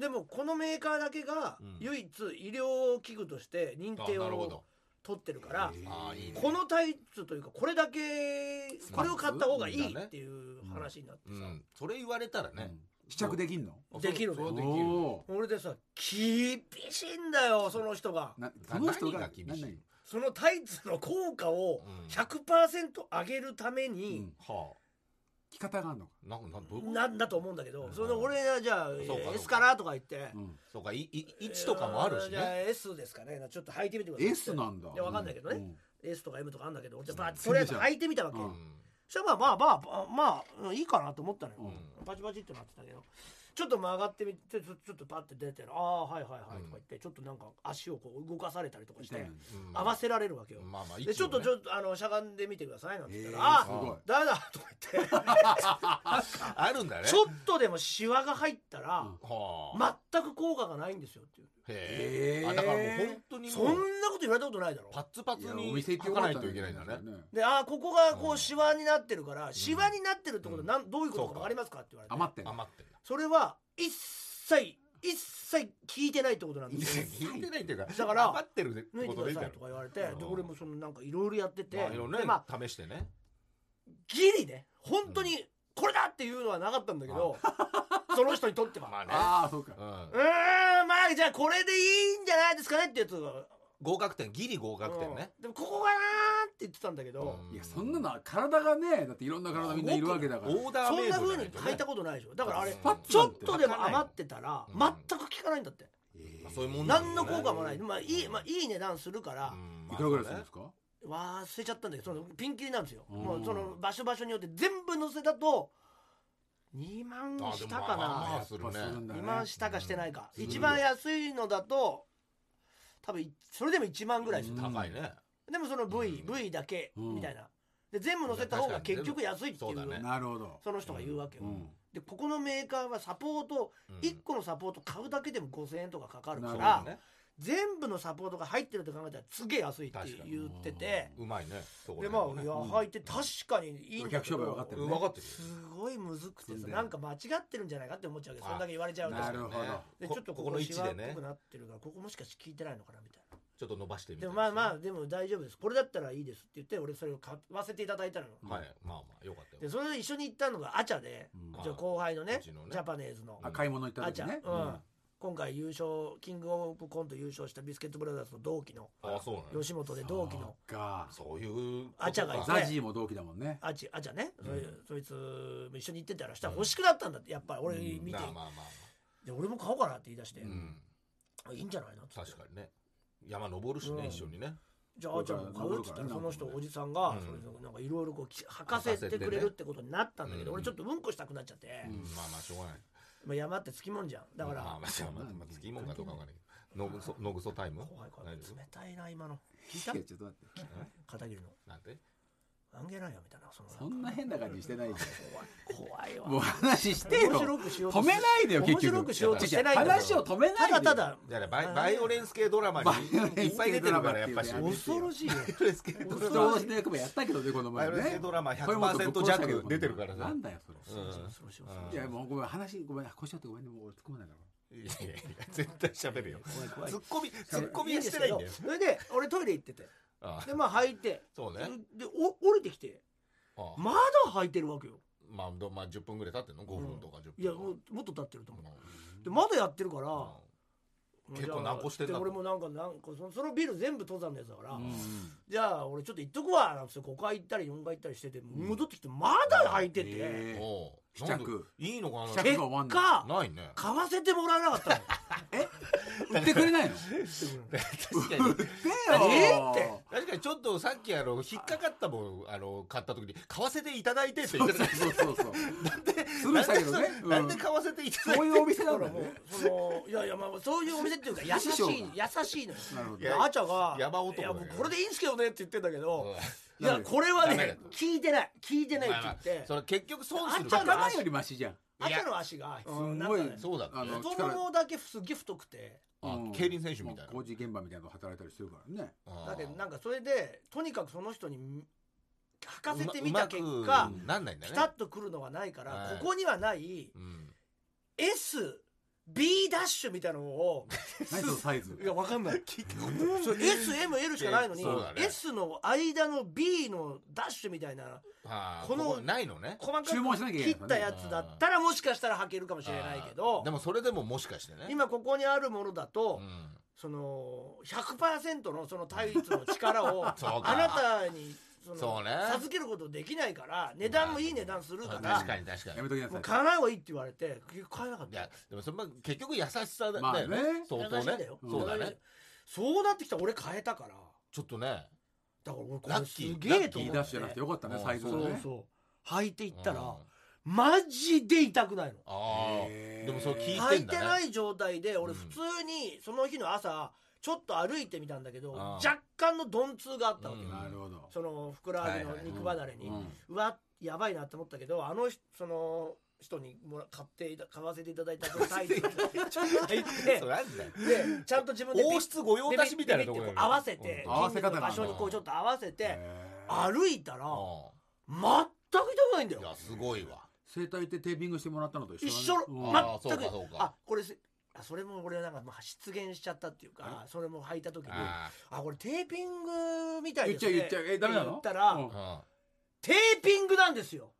[SPEAKER 1] でもこのメーカーだけが
[SPEAKER 2] うん
[SPEAKER 1] 唯一医療器具として認
[SPEAKER 2] あ
[SPEAKER 1] 定
[SPEAKER 2] なるほ
[SPEAKER 1] を
[SPEAKER 2] ど
[SPEAKER 1] 取ってるから
[SPEAKER 3] えー
[SPEAKER 2] あーいいね
[SPEAKER 1] このタイツというかこれだけ
[SPEAKER 2] スナップ
[SPEAKER 1] これを買った方がいいっていう話になって
[SPEAKER 2] う
[SPEAKER 1] さ
[SPEAKER 2] んそれ言われたらね
[SPEAKER 3] 試着できんの
[SPEAKER 1] うんできるね
[SPEAKER 2] そうそうできる
[SPEAKER 3] お
[SPEAKER 1] 俺でさ厳しいんだよその人が
[SPEAKER 3] ーなそ
[SPEAKER 2] な
[SPEAKER 3] の人が
[SPEAKER 2] 何が厳しい
[SPEAKER 3] 何
[SPEAKER 1] そのタイツの効果を
[SPEAKER 2] うん
[SPEAKER 1] 100%上げるため
[SPEAKER 3] 々
[SPEAKER 1] に
[SPEAKER 3] うん
[SPEAKER 2] は
[SPEAKER 3] 着方があるのか、
[SPEAKER 2] あなんなんどういうこと
[SPEAKER 1] なんだと思うんだけど
[SPEAKER 2] うん
[SPEAKER 1] その俺がじゃあえ
[SPEAKER 2] そうかそう
[SPEAKER 1] ー
[SPEAKER 2] か
[SPEAKER 1] S かなとか言って
[SPEAKER 3] うん、
[SPEAKER 2] そうかいい位置とかもあるし
[SPEAKER 1] えーじゃあ
[SPEAKER 2] ね
[SPEAKER 1] S ですかねちょっと履いてみてください
[SPEAKER 3] S なんだ
[SPEAKER 1] いやわかんないけどね
[SPEAKER 3] う
[SPEAKER 1] S とか M とかあんだけど俺
[SPEAKER 2] うん
[SPEAKER 1] バッとりあえず履いてみたわけ
[SPEAKER 3] う
[SPEAKER 2] うん
[SPEAKER 1] そしたらまあまあまあまあ、まあ、いいかなと思ったのよ、
[SPEAKER 2] うん
[SPEAKER 1] パチパチってなってたけどちょっと曲がってみてちょちょっとパッて出てああはいはいはいとか言って、ちょっとなんか足をこう動かされたりとかして、
[SPEAKER 3] 痛いのに
[SPEAKER 2] うん
[SPEAKER 1] 合わせられるわけよ、
[SPEAKER 2] まあまあ
[SPEAKER 1] でちょっとちょ
[SPEAKER 2] っ
[SPEAKER 1] っとあのしゃがんでみてくださいなんて言ったら、
[SPEAKER 3] ー
[SPEAKER 1] ああ
[SPEAKER 3] すごい
[SPEAKER 1] ダメだとか言って
[SPEAKER 2] と あるんだね
[SPEAKER 1] ちょっとでもシワが入ったら、
[SPEAKER 3] うん
[SPEAKER 2] はあ
[SPEAKER 1] 全く効果がないんですよっていう
[SPEAKER 2] へ
[SPEAKER 3] へ
[SPEAKER 2] え
[SPEAKER 3] ー
[SPEAKER 2] あだからもう本当に
[SPEAKER 1] そんな
[SPEAKER 2] もう
[SPEAKER 1] こと言われたことないだろ
[SPEAKER 2] パッツパツ
[SPEAKER 3] いや
[SPEAKER 2] に
[SPEAKER 3] お店行っ
[SPEAKER 2] 履
[SPEAKER 3] てよ
[SPEAKER 2] か
[SPEAKER 3] か
[SPEAKER 2] な
[SPEAKER 3] っ
[SPEAKER 2] い
[SPEAKER 3] た
[SPEAKER 2] と
[SPEAKER 3] ね
[SPEAKER 2] いけないんだね
[SPEAKER 1] でああここがこ
[SPEAKER 2] う
[SPEAKER 1] うんシワになってるから、シワになってるってことはなんどういうことか
[SPEAKER 2] そうか
[SPEAKER 1] 分かりますかって言われて
[SPEAKER 3] 余ってんの
[SPEAKER 2] 余ってんだ
[SPEAKER 1] それは一切一切聞いてないってことなんですよ
[SPEAKER 2] 聞いてないっていうか
[SPEAKER 1] だから
[SPEAKER 2] 余ってる って
[SPEAKER 1] 抜い
[SPEAKER 2] こ
[SPEAKER 1] て
[SPEAKER 2] と
[SPEAKER 1] く
[SPEAKER 2] でい
[SPEAKER 1] ださい
[SPEAKER 2] いんだよ
[SPEAKER 1] とか言われてで
[SPEAKER 2] うん
[SPEAKER 1] 俺もそのなんかいろいろやってて、
[SPEAKER 2] まあいろいろね
[SPEAKER 1] でま
[SPEAKER 2] 試してね
[SPEAKER 1] あギリね本当にこれだっていうのはなかったんだけど、 その人にとっては、
[SPEAKER 2] まあね
[SPEAKER 3] ああそうか
[SPEAKER 2] うん
[SPEAKER 1] うーんまあじゃあこれでいいんじゃないですかねってやつが
[SPEAKER 2] 合格点ギリ合格点ね
[SPEAKER 1] うんでもここがなーって言ってたんだけど、
[SPEAKER 2] う
[SPEAKER 3] いやそんなのは体がねだっていろんな体みんないるわけだから
[SPEAKER 2] オーダー
[SPEAKER 1] そ
[SPEAKER 2] メ
[SPEAKER 1] ん
[SPEAKER 2] イ
[SPEAKER 1] な
[SPEAKER 2] ド
[SPEAKER 1] 風
[SPEAKER 2] じゃい
[SPEAKER 1] に
[SPEAKER 2] とね
[SPEAKER 1] 履いたことないでしょだからあれ
[SPEAKER 2] うん
[SPEAKER 3] スパッ
[SPEAKER 1] ち
[SPEAKER 3] ツな
[SPEAKER 1] ょ
[SPEAKER 3] ん
[SPEAKER 1] ってとでも余ってたら
[SPEAKER 2] うん
[SPEAKER 1] 全く効かないんだって、
[SPEAKER 2] まあそういうもん
[SPEAKER 1] 何の効果もない、
[SPEAKER 2] うん
[SPEAKER 1] まあいいまあ、いい値段するから、
[SPEAKER 2] うん
[SPEAKER 3] いくらぐらいするんですか
[SPEAKER 1] 忘れちゃったんだけどそのピンキリなんですよ、
[SPEAKER 3] うん
[SPEAKER 1] もうその場所場所によって全部載せたと2万
[SPEAKER 2] あで
[SPEAKER 1] し
[SPEAKER 2] も
[SPEAKER 1] たか
[SPEAKER 2] まあまあ
[SPEAKER 1] な
[SPEAKER 2] まあするね
[SPEAKER 3] んだ
[SPEAKER 1] 2
[SPEAKER 3] ね
[SPEAKER 1] 万したかしてないか、
[SPEAKER 3] うん
[SPEAKER 1] 一番安いのだと多分いそれでも1万ぐらいでする、
[SPEAKER 3] うん
[SPEAKER 2] 高いね
[SPEAKER 1] でもその V、
[SPEAKER 2] うん
[SPEAKER 1] V だけ
[SPEAKER 3] うん
[SPEAKER 1] みたいなで全部載せた方が結局安いっていう
[SPEAKER 2] そうだね
[SPEAKER 3] なるほど
[SPEAKER 1] その人が言うわけよ、
[SPEAKER 3] うん
[SPEAKER 1] でここのメーカーはサポート
[SPEAKER 2] うん
[SPEAKER 1] 1個のサポート買うだけでも5000円とかかかるか
[SPEAKER 2] そう
[SPEAKER 1] ら、
[SPEAKER 2] だね
[SPEAKER 1] 全部のサポートが入ってると考えたらすげえ安いって言ってて
[SPEAKER 2] うまいねそこ
[SPEAKER 1] で
[SPEAKER 2] ら
[SPEAKER 1] ま
[SPEAKER 2] 辺も
[SPEAKER 1] あ
[SPEAKER 2] ね
[SPEAKER 1] いや履いて確かにいいんだけど
[SPEAKER 3] 客商売分かってる
[SPEAKER 2] うん分かってる
[SPEAKER 1] すごいむずくて
[SPEAKER 3] 積ん
[SPEAKER 1] さ
[SPEAKER 3] で
[SPEAKER 1] なんか間違ってるんじゃないかって思っちゃうけど
[SPEAKER 2] あ
[SPEAKER 1] そんだけ言われちゃうと
[SPEAKER 3] なるほど
[SPEAKER 1] でちょっとここ
[SPEAKER 2] この
[SPEAKER 1] の
[SPEAKER 2] 位
[SPEAKER 1] シ
[SPEAKER 2] 置
[SPEAKER 1] ワっ
[SPEAKER 2] で
[SPEAKER 1] ぽ
[SPEAKER 2] ね
[SPEAKER 1] くなってるからここもしかして聞いてないのかなみたいな
[SPEAKER 2] ちょっと伸ばしてみ
[SPEAKER 1] で
[SPEAKER 2] た
[SPEAKER 1] もまあま
[SPEAKER 2] あ
[SPEAKER 1] あでも大丈夫ですこれだったらいいですって言って俺それを買わせていただいたのよ
[SPEAKER 2] はいまあまあよかった
[SPEAKER 1] で
[SPEAKER 2] よ
[SPEAKER 1] それで一緒に行ったのがアチャで
[SPEAKER 3] うん
[SPEAKER 1] じゃあ後輩のね
[SPEAKER 2] うちのね
[SPEAKER 1] ジャパネーズの
[SPEAKER 3] あ買い物行った
[SPEAKER 1] ア
[SPEAKER 3] 時
[SPEAKER 1] チャ
[SPEAKER 3] ね
[SPEAKER 1] うん今回優勝キングオブコント優勝したビスケットブラザーズの同期の
[SPEAKER 2] あそうなんだ
[SPEAKER 1] 吉本で同期の
[SPEAKER 3] そうか
[SPEAKER 2] そういう
[SPEAKER 1] アチャがい
[SPEAKER 2] い
[SPEAKER 1] て
[SPEAKER 3] ザジーも同期だもんね
[SPEAKER 1] あちあちゃね、それ
[SPEAKER 2] うん
[SPEAKER 1] そいつも一緒に行ってたらしたら欲しくなったんだってやっぱり俺見て、
[SPEAKER 2] まあまあまあ
[SPEAKER 1] で俺も買おうかなって言い出して、
[SPEAKER 2] うん
[SPEAKER 1] あいいんじゃないのって言って
[SPEAKER 2] 確かにね山登るし
[SPEAKER 1] うん
[SPEAKER 2] ね一緒にね
[SPEAKER 1] じゃああちゃんも買うって言ったらそ
[SPEAKER 3] こ
[SPEAKER 1] の
[SPEAKER 3] れから登るからね
[SPEAKER 1] 人おじさんが
[SPEAKER 2] うん
[SPEAKER 1] それでなんかいろいろこうき履かせてくれるってことになったんだけど、
[SPEAKER 2] う
[SPEAKER 1] 俺
[SPEAKER 2] ん
[SPEAKER 1] ちょっとうんこしたくなっちゃって、
[SPEAKER 3] うん
[SPEAKER 2] まあまあしょうがない
[SPEAKER 1] まあ、山ってつきもんじゃんだから、
[SPEAKER 2] まあまあまあまあ月いいもんかどうかわかんないけどのぐそのぐそタイム
[SPEAKER 1] 怖い怖い
[SPEAKER 2] 大
[SPEAKER 1] 冷
[SPEAKER 2] 丈
[SPEAKER 1] たいな今の聞い
[SPEAKER 3] い
[SPEAKER 1] た
[SPEAKER 3] やちょっと待って
[SPEAKER 1] 片桐の
[SPEAKER 2] 夫なんて
[SPEAKER 1] あんげないよみたいなその
[SPEAKER 3] そんな変な感じしてないじ
[SPEAKER 1] 怖い怖い
[SPEAKER 3] ゃ
[SPEAKER 1] わ
[SPEAKER 3] んもう話して
[SPEAKER 1] 面
[SPEAKER 3] よ
[SPEAKER 1] 白くしようと
[SPEAKER 3] 止
[SPEAKER 1] し
[SPEAKER 3] めないでよ結
[SPEAKER 1] 面
[SPEAKER 3] 局
[SPEAKER 1] 白くしようとしてないんだけ
[SPEAKER 3] 話
[SPEAKER 1] ど
[SPEAKER 3] を止め
[SPEAKER 1] た
[SPEAKER 3] ないでよ
[SPEAKER 1] だただ
[SPEAKER 2] だからバイバイオレンス系ドラマにいっぱい出てるからやっぱし
[SPEAKER 3] バイオレンス
[SPEAKER 1] 恐ろしいよ
[SPEAKER 2] バイオレンス系ド
[SPEAKER 3] ち
[SPEAKER 2] ラ
[SPEAKER 3] ょう
[SPEAKER 2] マ
[SPEAKER 3] どして役もやったけどねこの
[SPEAKER 2] バイ
[SPEAKER 3] 前
[SPEAKER 2] オレンス系
[SPEAKER 3] ね
[SPEAKER 2] ドラマ
[SPEAKER 3] 声もっとぶ
[SPEAKER 2] 100%
[SPEAKER 3] っ殺したけど
[SPEAKER 2] 弱出てるから
[SPEAKER 3] な
[SPEAKER 2] さ
[SPEAKER 3] んだよそれ
[SPEAKER 1] 恐ろしい恐ろしい恐ろしい
[SPEAKER 2] うん
[SPEAKER 3] いやもうごめん話ごめん腰折ってごめんねもう俺突っ込まないから
[SPEAKER 2] いやいやいや絶対喋るよ
[SPEAKER 1] 怖い怖い
[SPEAKER 2] ツッコミツッコミはしてないんだよ
[SPEAKER 1] それで俺トイレ行ってて
[SPEAKER 2] あ
[SPEAKER 1] でまあ履いて
[SPEAKER 2] そうね
[SPEAKER 1] でお降りてきて
[SPEAKER 2] あ
[SPEAKER 1] まだ履いてるわけよ
[SPEAKER 2] まあどまあ10分ぐらい経ってんの5分とか10分
[SPEAKER 1] いや
[SPEAKER 2] とか
[SPEAKER 1] もうもっと経ってると思
[SPEAKER 2] う
[SPEAKER 1] うでまだやってるから
[SPEAKER 2] ん結構難航してん
[SPEAKER 1] る
[SPEAKER 2] なと
[SPEAKER 1] 俺もなんかなんかそのそのビル全部登山のやつだから、
[SPEAKER 3] うん
[SPEAKER 1] じゃあ俺ちょっと行っとくわなんつって5階行ったり4階行ったりしてて戻ってきてまだ履いてて、
[SPEAKER 3] ええ
[SPEAKER 2] おう
[SPEAKER 3] 試着
[SPEAKER 2] いいのか
[SPEAKER 3] 試
[SPEAKER 1] 結
[SPEAKER 3] 着が終わん
[SPEAKER 1] 果
[SPEAKER 2] なな いね
[SPEAKER 1] 買わせてもらえなか ったの
[SPEAKER 3] 売ってく れないの
[SPEAKER 2] 確かに
[SPEAKER 1] え
[SPEAKER 3] ー
[SPEAKER 1] ーって
[SPEAKER 2] 確かにちょっとさっきあの引っかかったもんあの買った時に買わせていただいてって言ってた
[SPEAKER 3] そうそうそうスルー
[SPEAKER 2] な
[SPEAKER 3] し
[SPEAKER 2] ん
[SPEAKER 3] た
[SPEAKER 2] で
[SPEAKER 3] けどね
[SPEAKER 2] なんで
[SPEAKER 3] うん
[SPEAKER 2] 買わせていただい
[SPEAKER 3] そういうお店
[SPEAKER 1] だ
[SPEAKER 3] な
[SPEAKER 1] か
[SPEAKER 3] んだ
[SPEAKER 1] らも
[SPEAKER 3] よ
[SPEAKER 1] う
[SPEAKER 3] ね
[SPEAKER 1] そのいやいやまあそういうお店っていうか優し
[SPEAKER 3] 師匠
[SPEAKER 1] い優しいのよ
[SPEAKER 3] なるほ
[SPEAKER 1] で
[SPEAKER 2] いや
[SPEAKER 1] アチャが「
[SPEAKER 2] 山男
[SPEAKER 1] い
[SPEAKER 2] だ
[SPEAKER 1] や
[SPEAKER 2] よ
[SPEAKER 1] もうこれでいいんすけどね」って言ってんだけど、
[SPEAKER 2] て
[SPEAKER 1] いやこれは
[SPEAKER 2] ダメだ
[SPEAKER 1] ね聞いてない聞いてないって言って、
[SPEAKER 2] それ結局損する
[SPEAKER 1] じゃあ
[SPEAKER 3] 頭よりマシじゃん。
[SPEAKER 2] いや
[SPEAKER 1] 赤の足が
[SPEAKER 3] す
[SPEAKER 1] うんなん
[SPEAKER 3] ご
[SPEAKER 1] か
[SPEAKER 3] い
[SPEAKER 1] ね。
[SPEAKER 2] そうだっけ
[SPEAKER 3] あの
[SPEAKER 1] 太ももだけすげえ太くて
[SPEAKER 2] あ
[SPEAKER 3] うん
[SPEAKER 2] 競輪選手みたいな
[SPEAKER 3] 工事現場みたいなの働いたりしてるからね。
[SPEAKER 1] だけどなん
[SPEAKER 2] か
[SPEAKER 1] んかそれでとにかくその人に履かせてみた結果
[SPEAKER 2] なんないんだ
[SPEAKER 1] ピ
[SPEAKER 2] ね
[SPEAKER 1] タッとくるのがないから、
[SPEAKER 2] はい
[SPEAKER 1] ここにはない
[SPEAKER 2] うん
[SPEAKER 1] SB ダッシュみたいなのを
[SPEAKER 3] 何そのサイズ
[SPEAKER 1] い。やわかんない
[SPEAKER 2] 聞いたことない
[SPEAKER 1] SML しかないのに、
[SPEAKER 2] そうだね
[SPEAKER 1] S の間の B のダッシュみたいな
[SPEAKER 2] あー
[SPEAKER 1] この
[SPEAKER 2] ここないのね
[SPEAKER 1] 細かく
[SPEAKER 3] 注文しなきゃいけな
[SPEAKER 1] 切
[SPEAKER 3] い
[SPEAKER 1] っ
[SPEAKER 3] から
[SPEAKER 1] た
[SPEAKER 3] ね
[SPEAKER 1] やつだったらもしかしたら履けるかもしれないけ
[SPEAKER 2] あー
[SPEAKER 1] ど
[SPEAKER 2] でもそれでももしかしてね
[SPEAKER 1] 今ここにあるものだと、
[SPEAKER 2] うん
[SPEAKER 1] その100%のそのタイツの力をあ
[SPEAKER 2] そうか
[SPEAKER 1] なたにその
[SPEAKER 2] そうね
[SPEAKER 1] 授けることできないから値段もいい値段するか
[SPEAKER 2] 確
[SPEAKER 1] ら
[SPEAKER 2] かに確か
[SPEAKER 3] や
[SPEAKER 2] に
[SPEAKER 3] めときな
[SPEAKER 1] もう
[SPEAKER 3] さい。
[SPEAKER 1] 買わない方がいいって言われて結局買えなかっ
[SPEAKER 2] い
[SPEAKER 1] た
[SPEAKER 2] やでもそれまあ結局優しさだ
[SPEAKER 3] まあ
[SPEAKER 2] よね
[SPEAKER 3] ね
[SPEAKER 2] 相
[SPEAKER 1] 流
[SPEAKER 2] 当
[SPEAKER 1] しだ
[SPEAKER 2] ね
[SPEAKER 1] よ
[SPEAKER 2] そうだ
[SPEAKER 1] 流し
[SPEAKER 2] ね
[SPEAKER 1] よそうなってきたら俺変えたからだか
[SPEAKER 2] ちょっとね
[SPEAKER 1] ら俺こ
[SPEAKER 2] ラ
[SPEAKER 1] れ
[SPEAKER 2] ッ
[SPEAKER 1] す
[SPEAKER 2] キー
[SPEAKER 1] げえと
[SPEAKER 3] い
[SPEAKER 1] 思っ
[SPEAKER 3] いダッ
[SPEAKER 1] て
[SPEAKER 3] シュじゃなくてよかったね、サイズが
[SPEAKER 1] そ
[SPEAKER 3] ね。
[SPEAKER 1] うそう履いていったら、
[SPEAKER 2] うん
[SPEAKER 1] マジで痛くないの
[SPEAKER 2] ああ
[SPEAKER 3] へー
[SPEAKER 2] でもそれ聞い
[SPEAKER 1] 履
[SPEAKER 2] て
[SPEAKER 1] い
[SPEAKER 2] ん
[SPEAKER 1] て
[SPEAKER 2] だ
[SPEAKER 1] な
[SPEAKER 2] ね
[SPEAKER 1] い状態で俺
[SPEAKER 2] うん
[SPEAKER 1] 普通にその日の朝ちょっと歩いてみたんだけど、
[SPEAKER 2] ああ
[SPEAKER 1] 若干の鈍痛があったわけよ、
[SPEAKER 2] うん
[SPEAKER 3] なるほど。
[SPEAKER 1] そのふくらはぎの
[SPEAKER 3] はいはい
[SPEAKER 1] 肉離れに、
[SPEAKER 3] うん
[SPEAKER 1] うわやばいなって思ったけどあの人その人にもら買っていた買わせていただいたそのサイズを履いて
[SPEAKER 2] それなんだよ
[SPEAKER 1] でちゃんと自分で
[SPEAKER 2] 王室御用達みたいなところ
[SPEAKER 1] でビビってこう
[SPEAKER 2] だよ
[SPEAKER 1] 合わせて
[SPEAKER 3] うん合わ
[SPEAKER 1] 筋
[SPEAKER 3] せ
[SPEAKER 1] 肉
[SPEAKER 3] 方
[SPEAKER 1] の
[SPEAKER 3] なんだ
[SPEAKER 1] 場所にこうちょっと合わせて
[SPEAKER 3] へー
[SPEAKER 1] 歩いたら
[SPEAKER 2] う
[SPEAKER 1] 全く
[SPEAKER 2] ん
[SPEAKER 1] 痛くないんだ
[SPEAKER 2] い
[SPEAKER 1] よ
[SPEAKER 2] やすごいわ
[SPEAKER 3] 整体ってテーピングしてもらったのと一
[SPEAKER 1] 一緒
[SPEAKER 3] 緒だね
[SPEAKER 2] ん
[SPEAKER 3] うん
[SPEAKER 2] あ
[SPEAKER 1] の
[SPEAKER 2] ーそ
[SPEAKER 1] 全
[SPEAKER 2] う
[SPEAKER 1] く
[SPEAKER 2] かそうか
[SPEAKER 1] あこれせあそれも俺なんかまあ失言しちゃったっていうかそれも履いた時にあ
[SPEAKER 2] あ
[SPEAKER 1] これテーピングみたいですね
[SPEAKER 3] 言っちゃう言っちゃうえダメなの
[SPEAKER 1] って言ったら、
[SPEAKER 3] うん
[SPEAKER 2] あうん
[SPEAKER 1] テーピングなんですよ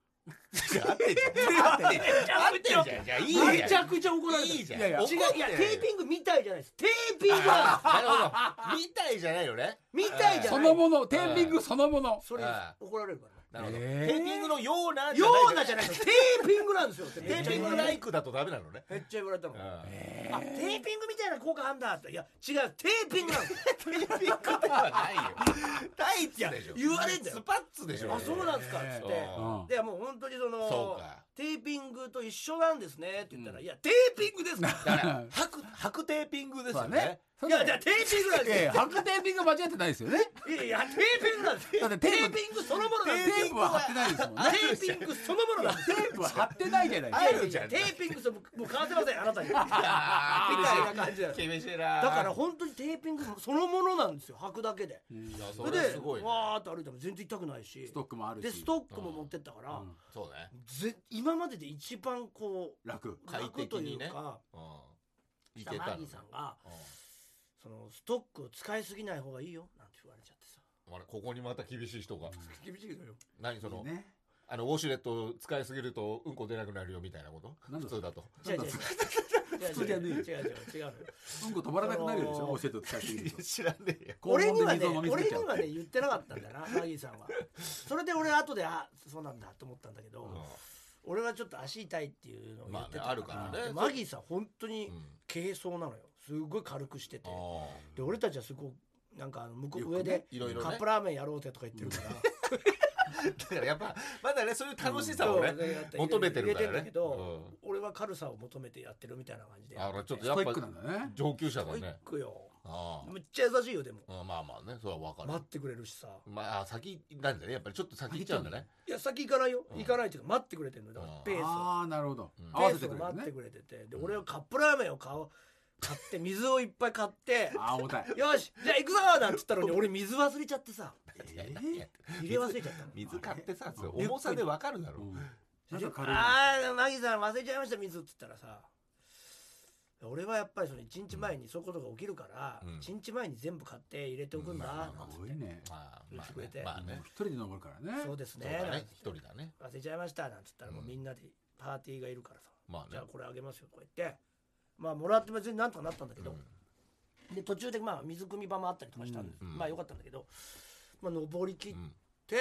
[SPEAKER 2] じゃあ合ってんじゃん合ってんじゃん合ってんじゃんじゃあいい
[SPEAKER 1] めち
[SPEAKER 2] じゃ
[SPEAKER 1] ゃ
[SPEAKER 2] ん
[SPEAKER 1] くちゃ怒られてる
[SPEAKER 2] いいじゃん
[SPEAKER 3] いやいや
[SPEAKER 1] 違
[SPEAKER 2] 怒
[SPEAKER 1] う
[SPEAKER 2] って
[SPEAKER 1] いやテーピングみたいじゃないですテーピングなん
[SPEAKER 2] あ
[SPEAKER 1] で
[SPEAKER 2] ーなるほどみたいじゃないよね
[SPEAKER 1] すみたいじゃない
[SPEAKER 3] そのもの、テーピングそのもの。
[SPEAKER 1] それ
[SPEAKER 2] あ
[SPEAKER 1] 怒られるから
[SPEAKER 2] なるほど
[SPEAKER 3] え
[SPEAKER 2] テ
[SPEAKER 3] ー
[SPEAKER 2] ーピングのような
[SPEAKER 1] ようなじゃないですテーピングなんですよって
[SPEAKER 2] テ
[SPEAKER 1] めっち
[SPEAKER 2] ー
[SPEAKER 1] ゃ
[SPEAKER 2] ピ
[SPEAKER 1] 言
[SPEAKER 2] ン
[SPEAKER 1] われ
[SPEAKER 2] グ
[SPEAKER 1] た
[SPEAKER 2] ライクだとダメなのね
[SPEAKER 1] めっちゃ言われたのあ
[SPEAKER 2] うん
[SPEAKER 1] テーピングみたいな効果あんだっていや違うテーピングなんですよ
[SPEAKER 2] テーピングではないよタイツでしょ
[SPEAKER 1] 言われんだよ
[SPEAKER 2] スパッツでしょ
[SPEAKER 1] あそうなんですかっつって
[SPEAKER 2] うん
[SPEAKER 1] でもう本当にその
[SPEAKER 2] そうか
[SPEAKER 1] テーピングと一緒なんですねって言ったら、
[SPEAKER 3] うん
[SPEAKER 1] いやテーピングですか
[SPEAKER 2] だから白白テーピングです
[SPEAKER 3] そ
[SPEAKER 2] よ
[SPEAKER 3] うだ
[SPEAKER 2] ね
[SPEAKER 3] ね。そ
[SPEAKER 1] い
[SPEAKER 3] れ
[SPEAKER 1] やじゃあテーピングなんです
[SPEAKER 3] ええ
[SPEAKER 1] よ
[SPEAKER 3] 履くテーピング間違ってないですよね。
[SPEAKER 1] いやいやテーピングなんですよ
[SPEAKER 3] だってテ
[SPEAKER 1] テ
[SPEAKER 3] ー
[SPEAKER 1] ー
[SPEAKER 3] プ
[SPEAKER 1] ピングそのもの
[SPEAKER 3] テ
[SPEAKER 1] なんですよ
[SPEAKER 3] ープは貼ってないですもんね。
[SPEAKER 1] テーピングそのものなんです
[SPEAKER 3] テ
[SPEAKER 1] よ
[SPEAKER 3] ープは貼ってないじゃないです
[SPEAKER 2] あ
[SPEAKER 3] か。
[SPEAKER 2] るじゃん
[SPEAKER 1] いやいやテーピングそもう買わせませんあなたにみたい
[SPEAKER 2] あー
[SPEAKER 1] な感じだよだ
[SPEAKER 2] 厳しいな
[SPEAKER 1] から本当にテーピングそのものなんですよ履くだけで
[SPEAKER 2] いや
[SPEAKER 1] そ
[SPEAKER 2] そ
[SPEAKER 1] れ
[SPEAKER 2] れ
[SPEAKER 1] です
[SPEAKER 2] ごいね
[SPEAKER 1] わーっと歩いても全然痛くないし
[SPEAKER 3] ストックもあるし。
[SPEAKER 1] でストックも持ってったから、
[SPEAKER 3] うん
[SPEAKER 2] そうね
[SPEAKER 1] ぜ今までで一番こ
[SPEAKER 3] 楽。
[SPEAKER 1] う
[SPEAKER 2] 快
[SPEAKER 1] 楽
[SPEAKER 2] 適
[SPEAKER 1] とい
[SPEAKER 2] に
[SPEAKER 1] う
[SPEAKER 2] ね
[SPEAKER 1] か、
[SPEAKER 2] うんい
[SPEAKER 1] 下
[SPEAKER 2] けた
[SPEAKER 1] マ
[SPEAKER 2] の
[SPEAKER 1] ギ
[SPEAKER 2] ね
[SPEAKER 1] ーさんが
[SPEAKER 2] う
[SPEAKER 1] そのストックを使いすぎない方がいいよなんて言われちゃってさ
[SPEAKER 2] んあれここにまた厳しい人が
[SPEAKER 1] 厳しいのよ
[SPEAKER 2] 何その
[SPEAKER 3] ね。
[SPEAKER 2] あのウォシュレット使いすぎるとうんこ出なくなるよみたいなこと
[SPEAKER 3] なん
[SPEAKER 2] 普
[SPEAKER 3] だ
[SPEAKER 2] 通だと。
[SPEAKER 1] 違う違う
[SPEAKER 3] 普通じ
[SPEAKER 1] 違
[SPEAKER 3] ゃ
[SPEAKER 1] う違う違う違う違
[SPEAKER 3] ねえ
[SPEAKER 1] う違う違うのよ
[SPEAKER 3] うんこ止まらなくなるでし
[SPEAKER 1] そ
[SPEAKER 3] ょ。
[SPEAKER 1] の
[SPEAKER 3] 教えてと使いすぎる と
[SPEAKER 2] 知らねえよ
[SPEAKER 1] 俺にはね
[SPEAKER 3] 肛門で水を飲み
[SPEAKER 1] 俺に
[SPEAKER 3] すぎちゃう
[SPEAKER 1] はね言ってなかったんだなマギーさんはそれで俺後であそうなんだと思ったんだけど、俺はちょっと足痛いっていうのを言ってた
[SPEAKER 2] まあねあるからね
[SPEAKER 1] でマギーさん本当
[SPEAKER 2] う
[SPEAKER 1] に
[SPEAKER 2] ん
[SPEAKER 1] 軽装なのよすごい軽くしてて
[SPEAKER 2] あ
[SPEAKER 1] で俺たちはすごいなんかあの向こう上
[SPEAKER 3] よくね
[SPEAKER 1] で
[SPEAKER 2] いろいろね
[SPEAKER 1] カップラーメンやろうぜとか言ってるから
[SPEAKER 2] ーだからやっぱまだねそういう楽しさをね
[SPEAKER 1] そうやって
[SPEAKER 2] 求めてるか
[SPEAKER 1] 入
[SPEAKER 2] ら
[SPEAKER 1] れんだけ
[SPEAKER 2] ね
[SPEAKER 1] ど俺は軽さを求めてやってるみたいな感じで
[SPEAKER 2] あのちょっと
[SPEAKER 3] ス
[SPEAKER 2] やっ
[SPEAKER 3] トイックな
[SPEAKER 2] ぱ
[SPEAKER 3] んだね。
[SPEAKER 2] 上級者だ
[SPEAKER 1] トイッ
[SPEAKER 2] ね
[SPEAKER 1] クよ
[SPEAKER 2] あ
[SPEAKER 1] むっちゃ優しいよでも
[SPEAKER 2] あうんまあまあねそれはわか
[SPEAKER 1] 待
[SPEAKER 2] る
[SPEAKER 1] ってくれるしさ
[SPEAKER 2] まあ先なんだねやっぱりちょっと先行っちゃうんだね
[SPEAKER 1] いや先行かないよ
[SPEAKER 2] うん
[SPEAKER 1] 行かないっていうか待ってくれてるのだから
[SPEAKER 2] うん
[SPEAKER 1] ペースを
[SPEAKER 3] ああ、なるほど
[SPEAKER 2] うん。
[SPEAKER 3] 合わ
[SPEAKER 1] ペ
[SPEAKER 3] せ
[SPEAKER 1] ースを
[SPEAKER 3] てくれる
[SPEAKER 1] 待っ
[SPEAKER 3] ね
[SPEAKER 1] て。くれててで俺はカップラーメンを買おう買って水をいっぱい買 って
[SPEAKER 3] ああ、重たい。
[SPEAKER 1] よしじゃあ行くぞなんつったのに俺水忘れちゃってさ
[SPEAKER 2] いやいやいや
[SPEAKER 1] 入れ忘れちゃったの
[SPEAKER 2] 水買ってさそれ重さでわかるだろ
[SPEAKER 3] うん
[SPEAKER 1] あ
[SPEAKER 3] なんか軽いな。
[SPEAKER 1] あーマギさん忘れちゃいました水って言ったらさ俺はやっぱりその1日前にそういうことが起きるから、
[SPEAKER 2] うん
[SPEAKER 1] 一1日前に全部買って入れておくんだ、
[SPEAKER 2] うんまあまあま
[SPEAKER 1] な
[SPEAKER 2] あ
[SPEAKER 1] んつ
[SPEAKER 3] す
[SPEAKER 1] って
[SPEAKER 3] ごいね。
[SPEAKER 2] まあ
[SPEAKER 1] 言っ
[SPEAKER 2] ま
[SPEAKER 1] て
[SPEAKER 2] あ
[SPEAKER 1] くれ
[SPEAKER 2] ね
[SPEAKER 1] て
[SPEAKER 2] まあ
[SPEAKER 3] もう
[SPEAKER 2] ね
[SPEAKER 3] 一人で登るからね。
[SPEAKER 1] そうです
[SPEAKER 2] そう
[SPEAKER 1] ね
[SPEAKER 2] だ
[SPEAKER 1] なん
[SPEAKER 2] ね
[SPEAKER 1] つ
[SPEAKER 2] 一
[SPEAKER 1] って
[SPEAKER 2] 人だね
[SPEAKER 1] 忘れちゃいましたなんつったらもううんみんなでパーティーがいるからさ、
[SPEAKER 2] まあ
[SPEAKER 1] じ
[SPEAKER 2] ね
[SPEAKER 1] ゃあこれあげますよとか言ってまあもらっても全然なんとかなったんだけ
[SPEAKER 2] う
[SPEAKER 1] ど、
[SPEAKER 2] ん
[SPEAKER 1] で途中でまあ水汲み場もあったりとかしたんで、
[SPEAKER 2] うん
[SPEAKER 1] まあよかったんだけど、まあ、登り切っ
[SPEAKER 2] うん
[SPEAKER 1] て、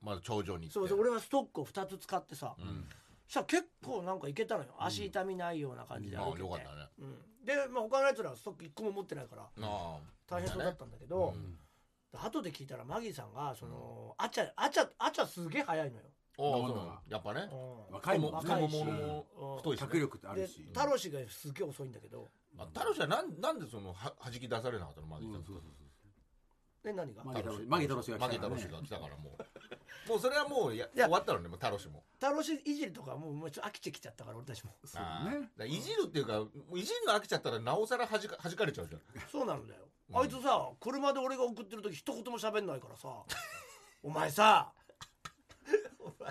[SPEAKER 2] まだ頂上に
[SPEAKER 1] そ
[SPEAKER 2] 行
[SPEAKER 1] う
[SPEAKER 2] っ
[SPEAKER 1] そう
[SPEAKER 2] て
[SPEAKER 1] 俺はストックを2つ使ってさ、
[SPEAKER 2] うん
[SPEAKER 1] そしたら結構なんかいけたのよ足痛みないような感じで
[SPEAKER 2] まあ
[SPEAKER 1] 歩
[SPEAKER 2] よ
[SPEAKER 1] けて、
[SPEAKER 2] かったね
[SPEAKER 1] うん、で、まあ、他のやつらはストック1個も持ってないから
[SPEAKER 2] ああ
[SPEAKER 1] 大変そうだったんだけど、
[SPEAKER 2] うん
[SPEAKER 1] 後で聞いたらマギーさんがその、あちゃあちゃあちゃすげえ早いのよ、
[SPEAKER 2] ああ
[SPEAKER 3] 飲む
[SPEAKER 2] そ
[SPEAKER 3] の
[SPEAKER 2] うな
[SPEAKER 3] が
[SPEAKER 2] のやっぱね
[SPEAKER 1] うん
[SPEAKER 3] 若いもん
[SPEAKER 1] 若いし
[SPEAKER 2] 太もも
[SPEAKER 1] うん
[SPEAKER 2] も太いしね
[SPEAKER 3] 脚力ってあ
[SPEAKER 1] で
[SPEAKER 3] るし。
[SPEAKER 1] タロシがすげえ遅いんだけど
[SPEAKER 2] あタロシはなんなんでそのは弾き出されなかったのマ
[SPEAKER 3] う
[SPEAKER 2] ギ
[SPEAKER 3] ん
[SPEAKER 2] ーさ
[SPEAKER 3] そ
[SPEAKER 2] ん
[SPEAKER 3] うそうそう
[SPEAKER 1] え何が
[SPEAKER 3] マギタロシマギタロシが来た
[SPEAKER 2] マ
[SPEAKER 3] か
[SPEAKER 2] ギ
[SPEAKER 3] ら
[SPEAKER 2] タロシ
[SPEAKER 3] ね
[SPEAKER 2] が来たからもう もうそれはもうや
[SPEAKER 1] いや
[SPEAKER 2] 終わったのねもうタロシも
[SPEAKER 1] タロシいじりとかもうもうちょっと飽きてきちゃったから俺たちも
[SPEAKER 3] そう
[SPEAKER 2] あーだ
[SPEAKER 3] ね
[SPEAKER 2] からいじるっていうかもういじるの飽きちゃったらなおさらはじかはじかれちゃうじゃん
[SPEAKER 1] そうなのだよ、
[SPEAKER 2] うん
[SPEAKER 1] あいつさ車で俺が送ってる時一言も喋んないからさお前さ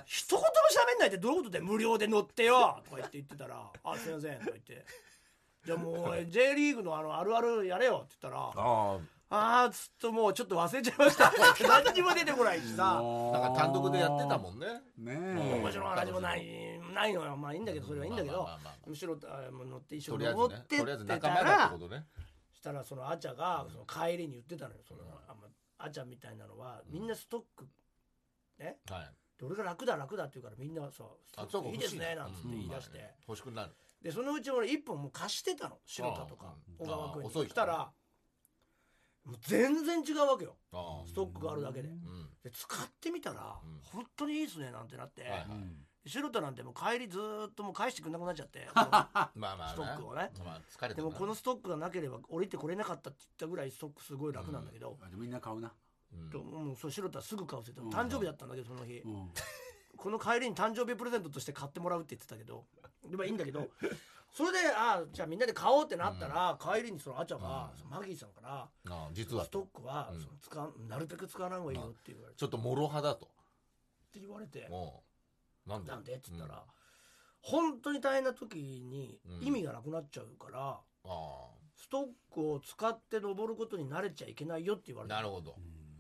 [SPEAKER 1] 一言も喋んないってどういうことだよ無料で乗ってよとか言って言ってたら「あすいません」とか言って「じゃあもう俺 J リーグのあのあるあるやれよ」って言ったら「あ
[SPEAKER 2] あ
[SPEAKER 1] あーっつっともうちょっと忘れちゃいました」何にも出てこないしさ
[SPEAKER 3] な
[SPEAKER 2] なんか単独でやってた
[SPEAKER 3] ん
[SPEAKER 2] もんね
[SPEAKER 3] ね
[SPEAKER 2] ん
[SPEAKER 1] 面
[SPEAKER 3] え
[SPEAKER 1] 白い話もないないのよまあいいんだけどそれはいいんだけど
[SPEAKER 2] まあまあまあまあ
[SPEAKER 1] むしろあもう乗って一緒
[SPEAKER 2] と
[SPEAKER 1] に
[SPEAKER 2] りあえ
[SPEAKER 1] 登
[SPEAKER 2] ず
[SPEAKER 1] っ
[SPEAKER 2] ね
[SPEAKER 1] てっ
[SPEAKER 2] とりあえず
[SPEAKER 1] てた
[SPEAKER 2] 仲間だっ
[SPEAKER 1] ら
[SPEAKER 2] てことね
[SPEAKER 1] したらそのアチャがその帰りに言ってたのよそのあまあアチャみたいなのは
[SPEAKER 2] うん
[SPEAKER 1] みんなストック
[SPEAKER 2] はい
[SPEAKER 1] で俺が楽だ楽だって言うからみんなさスト
[SPEAKER 2] あ
[SPEAKER 1] ッ
[SPEAKER 2] そう
[SPEAKER 1] ク
[SPEAKER 2] か
[SPEAKER 1] いい
[SPEAKER 2] 欲
[SPEAKER 1] で
[SPEAKER 2] し
[SPEAKER 1] す
[SPEAKER 2] い
[SPEAKER 1] ねなんつって言い出して
[SPEAKER 2] うん欲しくなる
[SPEAKER 1] でそのうち俺一本もう貸してたの白田とか
[SPEAKER 2] うん
[SPEAKER 1] 小川君
[SPEAKER 2] あ
[SPEAKER 1] に
[SPEAKER 2] 遅い
[SPEAKER 1] そした
[SPEAKER 2] から
[SPEAKER 1] らもう全然違うわけよ
[SPEAKER 2] ああ
[SPEAKER 1] ストックがあるだけで
[SPEAKER 2] うん
[SPEAKER 1] で使ってみたら
[SPEAKER 2] うん
[SPEAKER 1] 本当にいいですねなんてなって
[SPEAKER 2] はい
[SPEAKER 3] うん
[SPEAKER 1] 白田なんてもう帰りずーっともう返してくれなくなっちゃって も
[SPEAKER 2] まあまあ
[SPEAKER 1] ストックをね
[SPEAKER 2] まあ疲
[SPEAKER 1] う
[SPEAKER 2] れて
[SPEAKER 1] で
[SPEAKER 2] るな
[SPEAKER 1] もこのストックがなければ降りてこれなかったって言ったぐらいストックすごい楽なんだけど
[SPEAKER 3] あでもみんな買うな
[SPEAKER 2] うん
[SPEAKER 1] ともうそう白田すぐ買うって言って
[SPEAKER 3] う
[SPEAKER 1] た
[SPEAKER 3] ん
[SPEAKER 1] 誕生日だったんだけどその日
[SPEAKER 3] うん
[SPEAKER 1] この帰りに誕生日プレゼントとして買ってもらうって言ってたけどでまあいいんだけど それであじゃあみんなで買おうってなったら、帰りにそのあちゃが、
[SPEAKER 2] うん
[SPEAKER 1] そのマギーさんから
[SPEAKER 2] ああ
[SPEAKER 1] 「
[SPEAKER 2] 実は
[SPEAKER 1] スト
[SPEAKER 2] と
[SPEAKER 1] ックは、
[SPEAKER 2] うん
[SPEAKER 1] その使わなるべく使わない方がいいよ」って言われて
[SPEAKER 2] ちょっと諸派だと
[SPEAKER 1] って言われて
[SPEAKER 2] もうな
[SPEAKER 1] 「
[SPEAKER 2] んで
[SPEAKER 1] なんで?」って言ったら、本当に大変な時に
[SPEAKER 2] うん
[SPEAKER 1] 意味がなくなっちゃうから、
[SPEAKER 2] あ
[SPEAKER 1] ストックを使って登ることに慣れちゃいけないよって言わ
[SPEAKER 2] あ
[SPEAKER 1] れ
[SPEAKER 2] な
[SPEAKER 1] て
[SPEAKER 2] るほど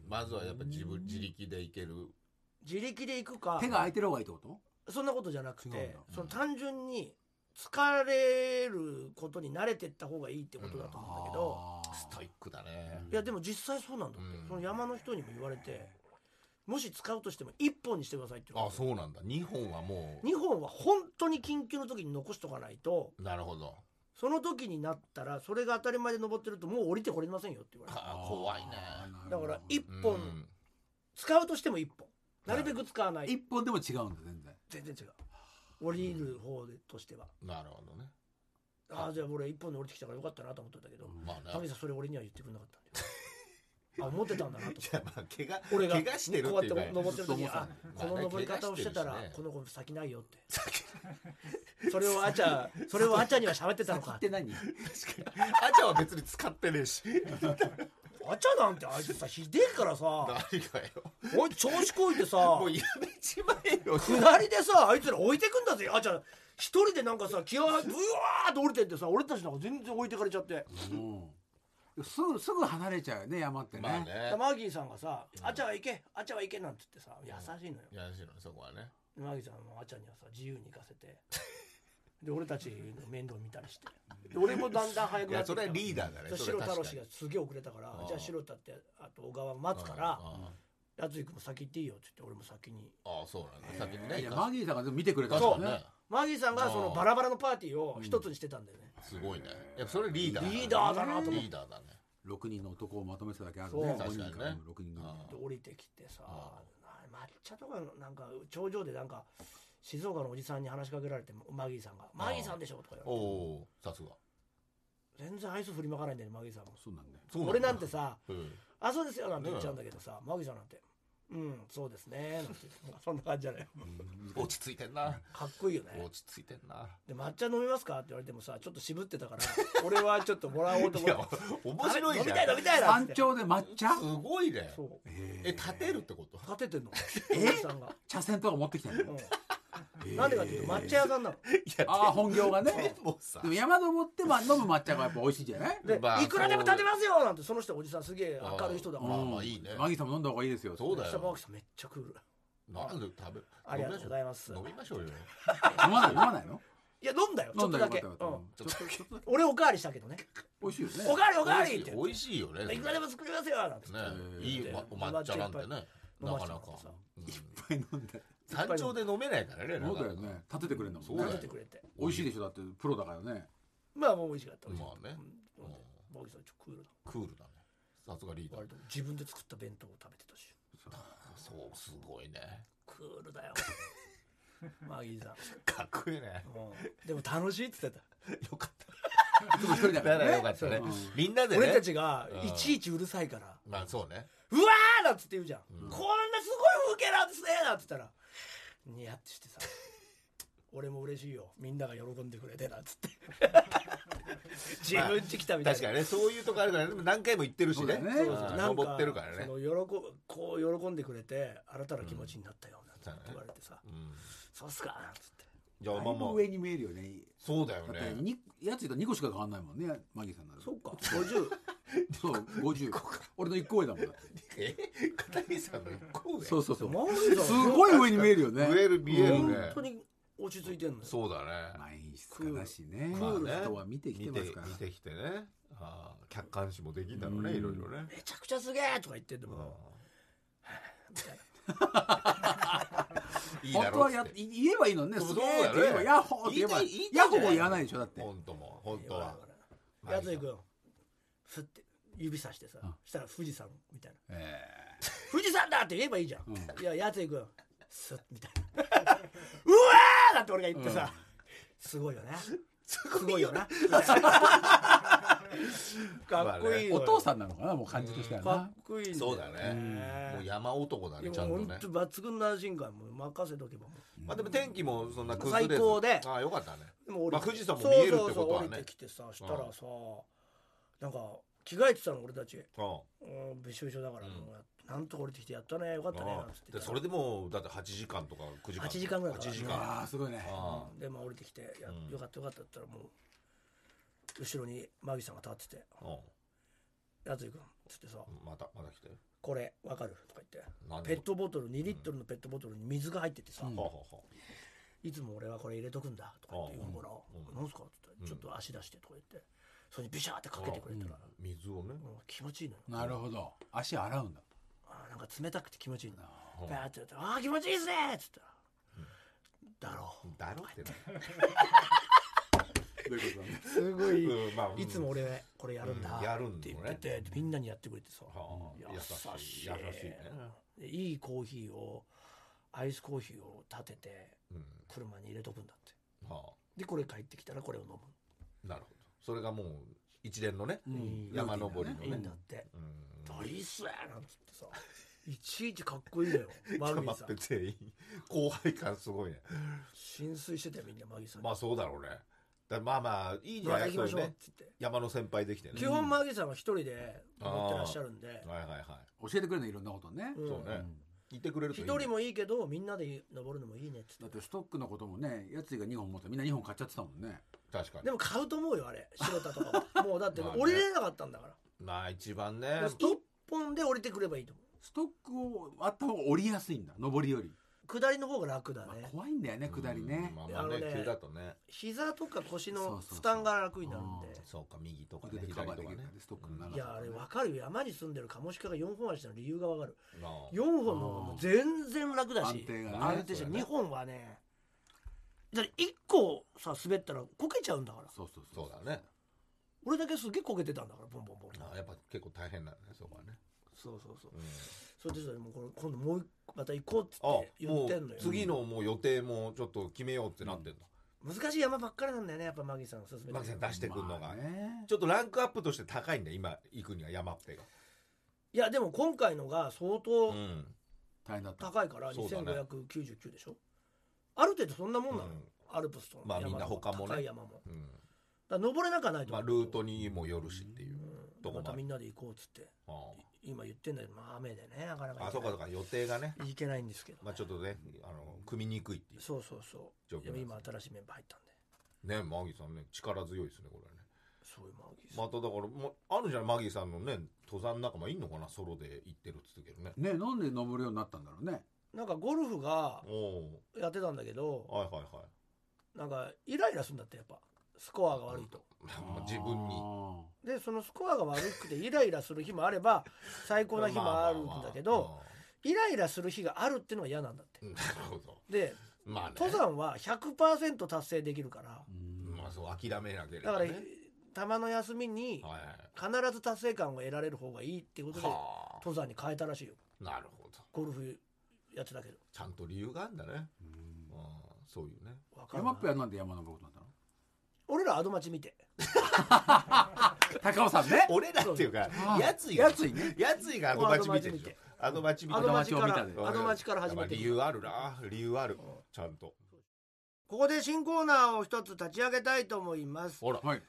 [SPEAKER 2] まずはやっぱ自分自力でいける
[SPEAKER 1] 自力で行くか
[SPEAKER 3] 手が空いてる方がいいってこと
[SPEAKER 1] そんなことじゃなく
[SPEAKER 3] 違うん
[SPEAKER 1] て
[SPEAKER 3] だ
[SPEAKER 1] その単純に疲れることに慣れてった方がいいってことだと思うんだけど、
[SPEAKER 2] ストイックだね
[SPEAKER 1] いやでも実際そうなんだって、
[SPEAKER 2] うん
[SPEAKER 1] その山の人にも言われてもし使うとしても1本にしてくださいって言
[SPEAKER 2] あ
[SPEAKER 1] わ
[SPEAKER 2] あ
[SPEAKER 1] れ
[SPEAKER 2] そうなんだ2本はも
[SPEAKER 1] 2本は本当に緊急の時に残しとかないと
[SPEAKER 2] うなるほど
[SPEAKER 1] その時になったらそれが当たり前で登ってるともう降りてこれませんよって言われて
[SPEAKER 2] ああ怖いね
[SPEAKER 1] だから
[SPEAKER 3] 一
[SPEAKER 1] 1
[SPEAKER 2] う
[SPEAKER 1] 本
[SPEAKER 2] ん
[SPEAKER 1] 使うとしても1本なるべく使わない
[SPEAKER 3] 本でも違うんだ全
[SPEAKER 1] 全然
[SPEAKER 3] 然
[SPEAKER 1] 違う降りる方でとしては
[SPEAKER 2] なるほどね
[SPEAKER 1] ああじゃあ俺1本で降りてきたからよかったなと思ったんだけど
[SPEAKER 2] まあ
[SPEAKER 1] 神
[SPEAKER 2] ね
[SPEAKER 1] さんそれ俺には言ってくれなかったんだよ あ思ってたんだなと思って
[SPEAKER 2] じゃあまあ怪我
[SPEAKER 1] 俺が
[SPEAKER 2] 怪我してる
[SPEAKER 1] こ
[SPEAKER 2] っ
[SPEAKER 1] う
[SPEAKER 2] てい
[SPEAKER 1] や
[SPEAKER 2] う
[SPEAKER 1] っ
[SPEAKER 2] か
[SPEAKER 1] て登ってる時に
[SPEAKER 3] ずっと
[SPEAKER 1] あ
[SPEAKER 3] 思って
[SPEAKER 2] た
[SPEAKER 1] この登り方をしてたら
[SPEAKER 2] まあね
[SPEAKER 1] この子先ないよって それをあちゃそれをあちゃには喋ってたのか
[SPEAKER 3] っ
[SPEAKER 1] あ
[SPEAKER 3] て何
[SPEAKER 2] あちゃは別に使ってねえし
[SPEAKER 1] ちゃなんてあいつさひでえ からさ
[SPEAKER 2] 何かよ
[SPEAKER 1] おい調子こいてさ
[SPEAKER 2] もうやめちまえよ
[SPEAKER 1] 下りでさあいつら置いてくんだぜあちゃ一人でなんかさ気合がブワーって降りてってさ俺たちなんか全然置いてかれちゃって
[SPEAKER 3] うんすぐすぐ離れちゃうよね山って
[SPEAKER 2] まあ
[SPEAKER 3] ね
[SPEAKER 2] ね
[SPEAKER 1] マーギーさんがさ「あちゃは行けあちゃは行け」なんて言ってさ優しいのよ
[SPEAKER 2] いやむしろそこはね
[SPEAKER 1] マーギーさんもあちゃんにはさ自由に行かせてで俺たちの面倒見たりして で俺もだんだん早
[SPEAKER 2] い
[SPEAKER 1] くな
[SPEAKER 2] や
[SPEAKER 1] って
[SPEAKER 2] そ
[SPEAKER 1] きた
[SPEAKER 2] れはリーダーだね
[SPEAKER 1] そ
[SPEAKER 2] そ
[SPEAKER 1] した
[SPEAKER 2] れ
[SPEAKER 1] ら
[SPEAKER 2] は
[SPEAKER 1] 白太郎
[SPEAKER 2] 確か
[SPEAKER 1] 氏
[SPEAKER 2] に
[SPEAKER 1] がすげえ遅れたから
[SPEAKER 2] ああ
[SPEAKER 1] じゃあ白太ってあと小川待つから
[SPEAKER 2] ああ
[SPEAKER 1] やついくも先行っていいよって言って俺も先に
[SPEAKER 2] ああそうなんだ先にね
[SPEAKER 3] いやマギーさんがでも見てくれた
[SPEAKER 2] 確か
[SPEAKER 3] から
[SPEAKER 2] にね
[SPEAKER 3] ね
[SPEAKER 1] マギーさんがそ
[SPEAKER 2] あ
[SPEAKER 1] の
[SPEAKER 2] あ
[SPEAKER 1] バラバラのパーティーを一つにしてたんだよね
[SPEAKER 2] すごいねやっぱそれリーダーね
[SPEAKER 1] リーダーだなと思って
[SPEAKER 2] リーダーだね
[SPEAKER 3] 6人の男をまとめてただけある
[SPEAKER 1] そ
[SPEAKER 3] ね
[SPEAKER 1] う
[SPEAKER 3] 5人
[SPEAKER 2] 確
[SPEAKER 3] か
[SPEAKER 2] かに
[SPEAKER 3] ら
[SPEAKER 2] ね
[SPEAKER 3] 6人組
[SPEAKER 2] あ
[SPEAKER 1] で降りてきてさ
[SPEAKER 2] あ
[SPEAKER 1] な抹茶とかのなんか頂上でなんか静岡のおじさんに話しかけられてマギーさんが「マギーさんでしょ」とか言
[SPEAKER 2] お
[SPEAKER 1] われて
[SPEAKER 2] おさすが
[SPEAKER 1] 全然愛想振りまかないんだよねマギーさんも
[SPEAKER 3] そうなんだよ
[SPEAKER 2] そうだね
[SPEAKER 1] 俺なんてさ
[SPEAKER 2] うん
[SPEAKER 1] 「あそうですよ」なんて言っちゃうんだけどさマギーさんなんて「うんそうですね」なんて言ってなんかそんな感じじゃ ない
[SPEAKER 2] 落ち着いてんな
[SPEAKER 1] かっこいいよね
[SPEAKER 2] 落ち着いてんな
[SPEAKER 1] で抹茶飲みますかって言われてもさちょっと渋ってたから俺はちょっともらおうと
[SPEAKER 2] い
[SPEAKER 1] 思
[SPEAKER 2] や
[SPEAKER 1] って
[SPEAKER 2] 面白いじゃ
[SPEAKER 1] 飲
[SPEAKER 2] ん
[SPEAKER 1] みたい飲みたいなん
[SPEAKER 3] 山
[SPEAKER 1] て
[SPEAKER 3] 頂で抹茶
[SPEAKER 2] すごいね
[SPEAKER 1] そう
[SPEAKER 2] え立てるってこと
[SPEAKER 1] 立ててんのおじさんが、
[SPEAKER 3] 茶せんとか持ってきたの
[SPEAKER 1] うん、なんでかっていうと抹茶屋さんなの
[SPEAKER 2] いや
[SPEAKER 3] ああ本業がね
[SPEAKER 2] でもさ
[SPEAKER 3] でも山登ってまあ飲む抹茶がやっぱ美味しいんじゃない
[SPEAKER 1] で、
[SPEAKER 2] まあ
[SPEAKER 1] いくらでも立てますよなんてその人おじさんすげえ明るい人だから
[SPEAKER 2] まあまあいいね
[SPEAKER 3] マギーさんも飲んだ方がいいですよ
[SPEAKER 2] そうだ
[SPEAKER 1] 下
[SPEAKER 2] よ
[SPEAKER 1] 牧さんめっちゃクール
[SPEAKER 2] なんで食べ
[SPEAKER 1] ありがとうございます
[SPEAKER 2] 飲みましょうよ
[SPEAKER 3] 飲まない飲まないの
[SPEAKER 1] いや飲んだよちょ
[SPEAKER 3] 飲
[SPEAKER 1] っ
[SPEAKER 3] ん
[SPEAKER 1] と
[SPEAKER 3] だ
[SPEAKER 1] だけ、
[SPEAKER 3] よか
[SPEAKER 1] う
[SPEAKER 3] っ
[SPEAKER 1] ん
[SPEAKER 3] たよかったちょっとちょっと
[SPEAKER 1] 俺おかわりしたけどね
[SPEAKER 3] 美味しいよね
[SPEAKER 1] おかわりおかわり
[SPEAKER 2] 美
[SPEAKER 1] って
[SPEAKER 2] 味しい
[SPEAKER 1] 言っ
[SPEAKER 2] 美味しいよね
[SPEAKER 1] ていくらでも作りますよなんて
[SPEAKER 2] ね
[SPEAKER 1] 言って、
[SPEAKER 2] いいおお抹茶なんてねな
[SPEAKER 1] 飲ま
[SPEAKER 2] か
[SPEAKER 1] せ
[SPEAKER 2] な
[SPEAKER 1] て
[SPEAKER 2] か
[SPEAKER 1] もらってさ
[SPEAKER 2] うん
[SPEAKER 3] いっぱい飲んだ
[SPEAKER 2] 山頂で飲めないからね
[SPEAKER 3] そうだよ
[SPEAKER 2] なかな
[SPEAKER 3] ね
[SPEAKER 2] か
[SPEAKER 3] 立ててくれるんだもん
[SPEAKER 2] そ
[SPEAKER 3] ね
[SPEAKER 2] うだよ
[SPEAKER 1] 立ててくれて
[SPEAKER 3] 美味しいでしょだってプロだから ね
[SPEAKER 1] まあもう美味しかった
[SPEAKER 2] まあね
[SPEAKER 1] うん牧さんちょっとクールだ
[SPEAKER 2] クールだねさすがリーダー
[SPEAKER 1] 割と自分で作った弁当を食べてたし
[SPEAKER 2] そうすごいね
[SPEAKER 1] クールだよマギーさん、
[SPEAKER 2] かっこいいね
[SPEAKER 1] うんでも楽しいって言ってた
[SPEAKER 2] よかっ
[SPEAKER 3] いつも一人だか
[SPEAKER 2] だからら
[SPEAKER 3] ね
[SPEAKER 2] よかったね
[SPEAKER 3] うん。
[SPEAKER 2] みんなでね。
[SPEAKER 1] 俺たちが
[SPEAKER 2] うん
[SPEAKER 1] いちいちうるさいから
[SPEAKER 2] まあそうね。
[SPEAKER 1] 「うわー!」なんつって言うじゃん、こんなすごい風景なんですねなんつったらニヤってして さ俺も嬉しいよみんなが喜んでくれてなん つって自分ち来たみたいな、
[SPEAKER 2] 確かにね、そういうとこあるからね。でも何回も行ってるし
[SPEAKER 3] そうだ
[SPEAKER 2] ね。
[SPEAKER 3] よね
[SPEAKER 2] そう
[SPEAKER 3] そう
[SPEAKER 2] そ
[SPEAKER 1] なん
[SPEAKER 2] う
[SPEAKER 1] か
[SPEAKER 2] 登ってるからね
[SPEAKER 1] そ。の喜ぶこう喜んでくれて新たな気持ちになったよなんて言われてさ「
[SPEAKER 2] うん
[SPEAKER 1] そうっすか」なんつって
[SPEAKER 2] じゃあ
[SPEAKER 3] だい
[SPEAKER 2] まあまあ
[SPEAKER 3] ぶ上に見えるよね。
[SPEAKER 2] そうだよ
[SPEAKER 3] だって
[SPEAKER 2] ね。
[SPEAKER 3] にやついたら2個しか変わんないもんねマギーさんなら
[SPEAKER 1] そうか50
[SPEAKER 3] そう50俺の1個上だもんだって
[SPEAKER 2] え片桐さんの一個上
[SPEAKER 3] そうそうそう
[SPEAKER 1] マジだ
[SPEAKER 3] すごい上に見えるよね
[SPEAKER 2] 見える見える
[SPEAKER 1] 本
[SPEAKER 2] ね
[SPEAKER 1] 当。に落ち着いてんのよ
[SPEAKER 2] そうだね。
[SPEAKER 3] 毎日だしね
[SPEAKER 2] まあね
[SPEAKER 3] 人は見てきて
[SPEAKER 2] 見
[SPEAKER 3] ま
[SPEAKER 2] て
[SPEAKER 3] すから
[SPEAKER 2] 見てきてね。あー客観視もできんだろうね、
[SPEAKER 3] うん
[SPEAKER 2] いろいろね。
[SPEAKER 1] めちゃくちゃすげえとか言ってんで
[SPEAKER 2] う
[SPEAKER 1] も
[SPEAKER 2] んいいだ
[SPEAKER 3] 本当
[SPEAKER 2] ろ
[SPEAKER 3] は
[SPEAKER 2] うっ
[SPEAKER 3] や
[SPEAKER 2] つって。
[SPEAKER 3] 言えばいいのにね
[SPEAKER 2] そう
[SPEAKER 3] すげえって言えば
[SPEAKER 2] そうだよね
[SPEAKER 3] ヤッホーって言えば
[SPEAKER 2] 言いたい言いたい
[SPEAKER 3] ヤッホーは言わないでしょだって
[SPEAKER 2] 本当も本当
[SPEAKER 1] ほら
[SPEAKER 2] は
[SPEAKER 1] ほ。らやついくんふって指さしてさ
[SPEAKER 3] うん
[SPEAKER 1] したら富士山みたいな
[SPEAKER 3] え
[SPEAKER 1] 「富士山だ!」って言えばいいじゃん、
[SPEAKER 3] う
[SPEAKER 1] いややついくんスッみたいな 「うわー!」なんて俺が言ってさ、すごいよねすごいよなみたいなかっこいい
[SPEAKER 3] え
[SPEAKER 1] のよ
[SPEAKER 3] お父さんなのかなもう感じとしては
[SPEAKER 1] か
[SPEAKER 3] な
[SPEAKER 1] っこいいん
[SPEAKER 2] そうだね。もう
[SPEAKER 1] ね
[SPEAKER 2] 山男だ
[SPEAKER 1] い
[SPEAKER 2] ね、
[SPEAKER 1] や
[SPEAKER 2] ちゃん
[SPEAKER 1] も
[SPEAKER 2] と
[SPEAKER 1] う本
[SPEAKER 2] ね
[SPEAKER 1] 当。抜群の安心感もう任せとけばもう
[SPEAKER 2] まあでも天気もそんな崩れず
[SPEAKER 1] 最高で
[SPEAKER 2] ああ、よかったね。
[SPEAKER 1] でも降りて
[SPEAKER 2] まあ富士山も見えるってことはね
[SPEAKER 1] そうそうそう降りてきてさしたらさ、なんか着替えてたの俺たち
[SPEAKER 2] う
[SPEAKER 1] うんびしょびしょだから、
[SPEAKER 2] うん
[SPEAKER 1] もうやなんとか降りてきてやったねよかった
[SPEAKER 2] ん。
[SPEAKER 1] ね
[SPEAKER 2] あ
[SPEAKER 1] な
[SPEAKER 2] あ
[SPEAKER 1] んつって
[SPEAKER 2] でそれでもうだって8時間とか9時間
[SPEAKER 1] 8時間ぐらいかか
[SPEAKER 2] 8
[SPEAKER 1] る
[SPEAKER 2] 時
[SPEAKER 3] う
[SPEAKER 1] う
[SPEAKER 2] 間
[SPEAKER 3] わーすごいね
[SPEAKER 2] あ
[SPEAKER 1] でまあ降りてきてや
[SPEAKER 2] うん
[SPEAKER 1] よかったよかったって言ったらもう後ろにマギさんが立ってて
[SPEAKER 2] あ
[SPEAKER 1] 「やついくん」つってさ
[SPEAKER 2] う
[SPEAKER 1] 「
[SPEAKER 2] んまたまた来て
[SPEAKER 1] これわかる?」とか言って
[SPEAKER 2] 何
[SPEAKER 1] ペットボトル2リットルのペットボトルに水が入っててさ「
[SPEAKER 3] うん
[SPEAKER 2] はあはあはい
[SPEAKER 1] つも俺はこれ入れとくんだ」とか言って言うから「
[SPEAKER 2] うん
[SPEAKER 1] なんすか?」っつって「ちょっと足出して」とか言ってそれにビシャーってかけてくれたら
[SPEAKER 2] ああ水をね
[SPEAKER 1] もう気持ちいいのよ
[SPEAKER 3] なるほど足洗うんだ
[SPEAKER 1] あーなんか冷たくて気持ちいいんだ
[SPEAKER 2] うん
[SPEAKER 1] バーってやって「ああ気持ちいいっすね」っつったら「だろう」
[SPEAKER 2] だろってね
[SPEAKER 3] どういうこと
[SPEAKER 1] すごい
[SPEAKER 2] うんまあうん
[SPEAKER 1] いつも俺これやるんだ
[SPEAKER 2] うんやる
[SPEAKER 1] っ
[SPEAKER 2] んだ
[SPEAKER 1] て
[SPEAKER 2] よ
[SPEAKER 1] 言
[SPEAKER 2] ね
[SPEAKER 1] っててみんなにやってくれてさ
[SPEAKER 2] はあ優しい優
[SPEAKER 1] 優
[SPEAKER 2] し
[SPEAKER 1] し
[SPEAKER 2] い
[SPEAKER 1] い
[SPEAKER 2] ね
[SPEAKER 1] でいいコーヒーをアイスコーヒーを立てて
[SPEAKER 2] うん
[SPEAKER 1] 車に入れとくんだって
[SPEAKER 2] は
[SPEAKER 1] でこれ帰ってきたらこれを飲む
[SPEAKER 2] あなるほどそれがもう一連のね
[SPEAKER 3] うん
[SPEAKER 2] 山登りの
[SPEAKER 1] いいん
[SPEAKER 2] ね
[SPEAKER 1] だって
[SPEAKER 2] うん
[SPEAKER 1] 「どういいっすね」なんつってさいちいちかっこいい のよマギーさ
[SPEAKER 2] 黙って
[SPEAKER 1] ん
[SPEAKER 2] 全員後輩感すごいね
[SPEAKER 1] 浸水してたよみんなマギーさんに
[SPEAKER 2] まあそうだろうねだまあまあいいんじゃ
[SPEAKER 1] ま
[SPEAKER 2] な
[SPEAKER 1] た
[SPEAKER 2] い
[SPEAKER 1] 行きましょうっ
[SPEAKER 2] そういうね
[SPEAKER 1] つって
[SPEAKER 2] 山の先輩できてね
[SPEAKER 1] 基本マギーさんは一人で登ってらっしゃるんで
[SPEAKER 2] はいはいは
[SPEAKER 3] 教えてくれるのいろんなことね
[SPEAKER 2] い
[SPEAKER 1] うん
[SPEAKER 2] そう
[SPEAKER 3] う
[SPEAKER 2] ね
[SPEAKER 3] ん
[SPEAKER 2] いてくれるとい
[SPEAKER 1] 一
[SPEAKER 2] いね
[SPEAKER 1] 人もいいけどみんなで登るのもいいねっつって
[SPEAKER 3] だってストックのこともねやついが2本持ってみんな2本買っちゃってたもんね
[SPEAKER 2] 確かに
[SPEAKER 1] でも買うと思うよあれ白田とか ももうだって
[SPEAKER 2] まあね
[SPEAKER 1] 降りれなかったんだから
[SPEAKER 2] まあ一番ね
[SPEAKER 1] 一、本で降りてくればいいと思
[SPEAKER 3] ストックをあった方が降りやすいんだ上りより
[SPEAKER 1] う下りの方が楽だ
[SPEAKER 3] ま
[SPEAKER 1] ね
[SPEAKER 3] あ怖いんだよね下り
[SPEAKER 2] う
[SPEAKER 3] ね
[SPEAKER 2] んまあまあね
[SPEAKER 1] あのね
[SPEAKER 2] 急だとね
[SPEAKER 1] 膝とか腰
[SPEAKER 3] そうそ
[SPEAKER 1] の
[SPEAKER 3] うそう
[SPEAKER 1] 負担が楽になるんで
[SPEAKER 2] そうか右とか
[SPEAKER 3] 腕
[SPEAKER 2] ね
[SPEAKER 3] でカ
[SPEAKER 2] 左
[SPEAKER 3] バー
[SPEAKER 2] と
[SPEAKER 3] で
[SPEAKER 2] か
[SPEAKER 3] きる
[SPEAKER 2] ね
[SPEAKER 3] からねストックの長
[SPEAKER 1] いや
[SPEAKER 3] さ
[SPEAKER 1] あ
[SPEAKER 3] をね
[SPEAKER 1] れ分かるよ山に住んでるカモシカが4本足の理由が分かる
[SPEAKER 2] なあ
[SPEAKER 1] 4本の方がもう全然楽だし
[SPEAKER 3] 安定がね
[SPEAKER 1] 安定して
[SPEAKER 2] そうだね
[SPEAKER 1] 2本はねだって1個さ滑ったらこけちゃうんだから
[SPEAKER 3] そうそう
[SPEAKER 2] そうだね
[SPEAKER 1] 俺だけすげえこけてたんだからボンボンボン
[SPEAKER 2] あやっぱ結構大変なんだねそこはね、
[SPEAKER 1] そうそうそう
[SPEAKER 2] うん
[SPEAKER 1] それでさもうこれ今度もう一個また行こうっつ
[SPEAKER 2] あ
[SPEAKER 1] って言
[SPEAKER 2] も
[SPEAKER 1] ってんの
[SPEAKER 2] う
[SPEAKER 1] よ
[SPEAKER 2] 次のもう予定もちょっと決めようってなってんの、
[SPEAKER 1] 難しい山ばっかりなんだよねやっぱマギさんが勧めて
[SPEAKER 2] マキさん出してくるのが、
[SPEAKER 3] まあね
[SPEAKER 2] ちょっとランクアップとして高いんだ今行くには山っぺが
[SPEAKER 1] いやでも今回のが相当
[SPEAKER 2] ん、
[SPEAKER 3] 大変だった
[SPEAKER 1] 高いから
[SPEAKER 2] そうだね
[SPEAKER 1] 2599でしょ、ある程度そんなもんなのよ、アルプスとの
[SPEAKER 2] まあ
[SPEAKER 1] 山
[SPEAKER 2] みんな他もね
[SPEAKER 1] 高い山もだか
[SPEAKER 2] うん
[SPEAKER 1] ら登れなくはないと
[SPEAKER 2] まあ
[SPEAKER 1] 思う、
[SPEAKER 2] ルートにもよるしっていう、
[SPEAKER 1] うん
[SPEAKER 2] どこ
[SPEAKER 1] また
[SPEAKER 2] まで
[SPEAKER 1] みんなで行こうっつって今言ってんだけどまあ雨でねなかなか
[SPEAKER 2] あ
[SPEAKER 1] 行
[SPEAKER 2] あ
[SPEAKER 1] け
[SPEAKER 2] そ
[SPEAKER 1] な
[SPEAKER 2] うか
[SPEAKER 1] い
[SPEAKER 2] そうか予定がね
[SPEAKER 1] 行けないんですけど、
[SPEAKER 2] まあちょっとねあの組みにくいっていう
[SPEAKER 1] そうそうそう
[SPEAKER 2] 状況
[SPEAKER 1] で
[SPEAKER 2] なん
[SPEAKER 1] も
[SPEAKER 2] です
[SPEAKER 1] 今新しいメンバー入ったんで
[SPEAKER 2] ねマギさんね力強いですねこれはね
[SPEAKER 1] そういうマギさん、
[SPEAKER 2] まただからもうあるじゃんマギーさんのね登山仲間いんのかなソロで行ってるっつってけどね
[SPEAKER 3] ねなんで登るようになったんだろうね
[SPEAKER 1] なんかゴルフが
[SPEAKER 2] お
[SPEAKER 1] やってたんだけど
[SPEAKER 2] おはいはいはい
[SPEAKER 1] なんかイライラするんだってやっぱスコアが悪いと、
[SPEAKER 2] まあ自分に
[SPEAKER 1] でそのスコアが悪くてイライラする日もあれば最高な日もあるんだけどイライラする日があるっていうのは嫌なんだって
[SPEAKER 2] まあまあまあなるほど
[SPEAKER 1] で
[SPEAKER 2] まあね
[SPEAKER 1] 登山は100%達成できるから
[SPEAKER 3] うん
[SPEAKER 2] まあそう諦めなけれ
[SPEAKER 1] だか
[SPEAKER 2] ば
[SPEAKER 1] ら
[SPEAKER 2] ね
[SPEAKER 1] たまの休みに
[SPEAKER 2] はい
[SPEAKER 1] 必ず達成感を得られる方がいいってことで
[SPEAKER 2] は
[SPEAKER 1] 登山に変えたらしいよ
[SPEAKER 2] あなるほど
[SPEAKER 1] ゴルフやってたけど
[SPEAKER 2] ちゃんと理由があるんだね
[SPEAKER 3] うん
[SPEAKER 2] うんそういうね
[SPEAKER 1] 分かる
[SPEAKER 3] 山
[SPEAKER 1] な
[SPEAKER 3] っぺはなんで山登ることになっ
[SPEAKER 1] 俺らアドマチ見て
[SPEAKER 3] 高尾さんね。
[SPEAKER 2] 俺らっていうか
[SPEAKER 3] ああ
[SPEAKER 2] やつい
[SPEAKER 3] やついね
[SPEAKER 2] やついがアドバチ見てるでしょアドバチ見て
[SPEAKER 1] ア
[SPEAKER 2] る
[SPEAKER 1] ドマチか
[SPEAKER 3] アド
[SPEAKER 1] ら
[SPEAKER 3] 街を見
[SPEAKER 1] アドマチから始めて
[SPEAKER 2] 理由あるな理由あるちゃんと
[SPEAKER 1] ここで新コーナーを一つ立ち上げたいと思います、
[SPEAKER 2] ほら
[SPEAKER 3] はい。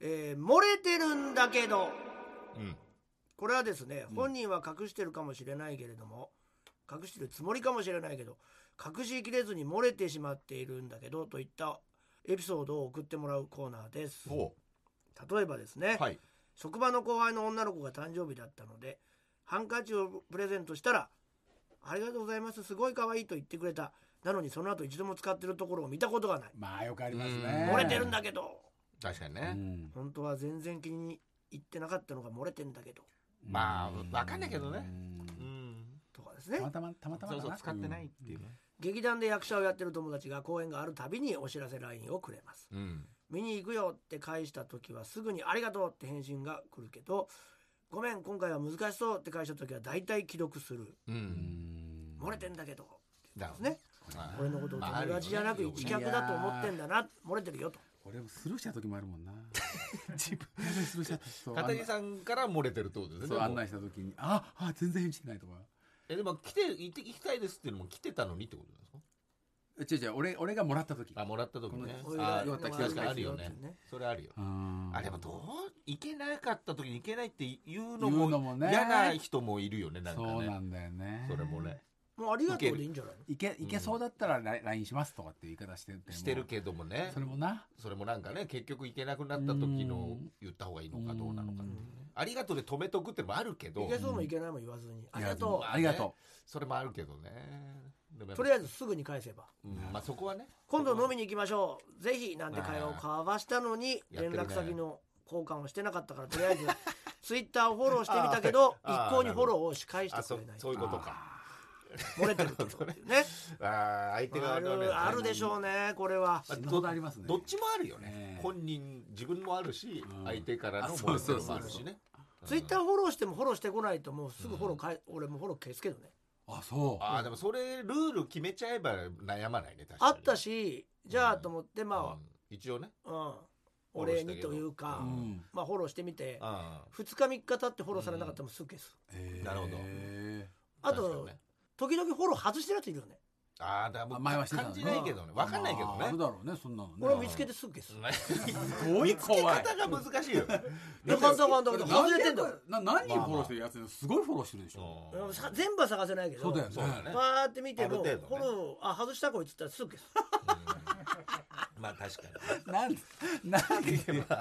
[SPEAKER 1] えー漏れてるんだけど
[SPEAKER 2] うん
[SPEAKER 1] これはですね、
[SPEAKER 2] うん
[SPEAKER 1] 本人は隠してるかもしれないけれども隠してるつもりかもしれないけど隠しきれずに漏れてしまっているんだけどといったエピソードを送ってもらうコーナーです
[SPEAKER 2] お
[SPEAKER 1] 例えばですね、
[SPEAKER 2] はい
[SPEAKER 1] 職場の後輩の女の子が誕生日だったのでハンカチをプレゼントしたら「ありがとうございますすごい可愛いと言ってくれたなのにその後一度も使ってるところを見たことがない
[SPEAKER 3] まあよくあります
[SPEAKER 2] う
[SPEAKER 3] ね。
[SPEAKER 2] ん
[SPEAKER 1] 漏れてるんだけど
[SPEAKER 2] 確かに
[SPEAKER 3] う
[SPEAKER 2] ね
[SPEAKER 3] ん。
[SPEAKER 1] 本当は全然気に入ってなかったのが漏れてんだけど
[SPEAKER 2] まあわかんないけどね
[SPEAKER 3] うん
[SPEAKER 2] うん
[SPEAKER 1] とかですね
[SPEAKER 3] たまたまたまたま
[SPEAKER 2] そう
[SPEAKER 3] だ
[SPEAKER 2] そう
[SPEAKER 3] な。
[SPEAKER 2] 使ってないっていうね
[SPEAKER 1] 劇団で役者をやってる友達が公演があるたびにお知らせ LINE をくれます
[SPEAKER 2] うん
[SPEAKER 1] 見に行くよって返した時はすぐに「ありがとう」って返信が来るけど「ごめん今回は難しそう」って返した時は大体既読する
[SPEAKER 2] う
[SPEAKER 3] うん
[SPEAKER 1] 「
[SPEAKER 3] ん。
[SPEAKER 1] 漏れてんだけど」
[SPEAKER 2] だ
[SPEAKER 1] ですね
[SPEAKER 2] まあ
[SPEAKER 1] 俺のことを友達じゃなく
[SPEAKER 2] まああるよね
[SPEAKER 1] 一客だと思ってんだな漏れてるよと
[SPEAKER 3] 俺もスルーした時もあるもんな。 自分でスルーしちゃった。そう
[SPEAKER 2] 片桐さんから漏れてるってことですね
[SPEAKER 3] そう
[SPEAKER 2] でも
[SPEAKER 3] 案内した時に、あ、あ、全然返事してないとか。
[SPEAKER 2] えでも来て行って行きたいですっていうのも来てたのにってことなんですか
[SPEAKER 3] 違う違う、俺、俺がもらった時。
[SPEAKER 2] あもらった時ね
[SPEAKER 3] こ
[SPEAKER 1] のね
[SPEAKER 2] あ
[SPEAKER 1] お祝い
[SPEAKER 2] 確かにあるよ
[SPEAKER 1] お祝い
[SPEAKER 2] ね
[SPEAKER 1] ですよね
[SPEAKER 2] それあるよ
[SPEAKER 3] うん
[SPEAKER 2] あでもどう行けなかった時に行けないっていうの
[SPEAKER 3] 言うのも
[SPEAKER 2] も
[SPEAKER 3] ね
[SPEAKER 2] 嫌な人もいるよねなんか
[SPEAKER 3] そう
[SPEAKER 2] ね
[SPEAKER 3] なんだよね。
[SPEAKER 2] それもね
[SPEAKER 1] もうありがとうでいいんじゃないの
[SPEAKER 3] いけ、いけそうだったら、ラインラインしますとかっていう言い方してても
[SPEAKER 2] してるけどもね
[SPEAKER 3] それもな。
[SPEAKER 2] それもなんかね結局行けなくなった時
[SPEAKER 3] う
[SPEAKER 2] の
[SPEAKER 3] ん
[SPEAKER 2] 言った方がいいのかどうなのかっていうね
[SPEAKER 1] う
[SPEAKER 2] ありがとうで止めとくってのもあるけど
[SPEAKER 1] いけそうもいけないも言わずに「ありが
[SPEAKER 3] い
[SPEAKER 1] と
[SPEAKER 3] やありがと
[SPEAKER 2] それもあるけどねで
[SPEAKER 1] う」
[SPEAKER 2] もやっぱ
[SPEAKER 1] とりあえずすぐに返せば
[SPEAKER 2] うんまあそこはね
[SPEAKER 1] 「今度飲みに行きましょうぜひ」なんて会話を交わしたのに
[SPEAKER 2] やって
[SPEAKER 1] 連
[SPEAKER 2] るね
[SPEAKER 1] 絡先の交換をしてなかったからとり あえずツイッターをフォローしてみたけど
[SPEAKER 2] あー
[SPEAKER 1] 一向にフォローをし返して
[SPEAKER 2] あ
[SPEAKER 1] く
[SPEAKER 2] そ
[SPEAKER 1] れない
[SPEAKER 2] そういうことか
[SPEAKER 1] 漏れてるってことだよね
[SPEAKER 2] あー相手
[SPEAKER 1] あ
[SPEAKER 2] 側のね
[SPEAKER 1] るあるでしょうねこれは
[SPEAKER 3] 死ぬほどありますね。
[SPEAKER 2] どっちもあるよね、
[SPEAKER 3] ねえ
[SPEAKER 2] 本人自分もあるし、
[SPEAKER 3] うん
[SPEAKER 2] 相手からの
[SPEAKER 3] あ
[SPEAKER 2] もの
[SPEAKER 3] そうそう
[SPEAKER 2] も
[SPEAKER 3] そう
[SPEAKER 2] あるしね
[SPEAKER 1] ツイッター
[SPEAKER 2] うん
[SPEAKER 1] フォローしてもフォローしてこないともうすぐフォローかえ俺もフォロー消すけどね
[SPEAKER 3] あ、そう。
[SPEAKER 2] ああでもそれルール決めちゃえば悩まないね確か
[SPEAKER 1] あ
[SPEAKER 2] に
[SPEAKER 1] ったしじゃあと思って
[SPEAKER 2] うん
[SPEAKER 1] ま
[SPEAKER 2] 一応ね
[SPEAKER 1] あうん
[SPEAKER 2] フォ
[SPEAKER 1] お
[SPEAKER 2] ロー
[SPEAKER 1] 礼
[SPEAKER 2] した
[SPEAKER 1] に
[SPEAKER 2] けど
[SPEAKER 1] というか
[SPEAKER 3] うん
[SPEAKER 1] まあフォローしてみて
[SPEAKER 2] あ
[SPEAKER 1] 2日3日経ってフォローされなかったらもうすぐ消す
[SPEAKER 3] えー
[SPEAKER 2] なるほど
[SPEAKER 1] あと時々フォロー外してるやついるよね
[SPEAKER 2] ああーだから
[SPEAKER 3] あ
[SPEAKER 2] も
[SPEAKER 3] 前
[SPEAKER 2] う
[SPEAKER 3] はしてたの
[SPEAKER 2] 感じないけどね分かんないけど
[SPEAKER 3] まあある
[SPEAKER 2] ね
[SPEAKER 3] だろうね、そんなのね。
[SPEAKER 1] 俺見つけてすぐ消す
[SPEAKER 3] すごい怖い。
[SPEAKER 2] 方が 難しいよね
[SPEAKER 1] いや簡単簡単簡単外れてんだもん
[SPEAKER 3] な何人フォローしてるやつすごいフォローしてるでしょ。
[SPEAKER 2] うん
[SPEAKER 1] うんさ全部は探せないけど
[SPEAKER 3] そうだよね
[SPEAKER 2] そうだね
[SPEAKER 1] パーって見てもフ
[SPEAKER 2] ある程度ね
[SPEAKER 1] ォローあ外したこいつって言ったらすぐ消す
[SPEAKER 2] まあ確かに
[SPEAKER 3] なんで、なんで、なん
[SPEAKER 2] ま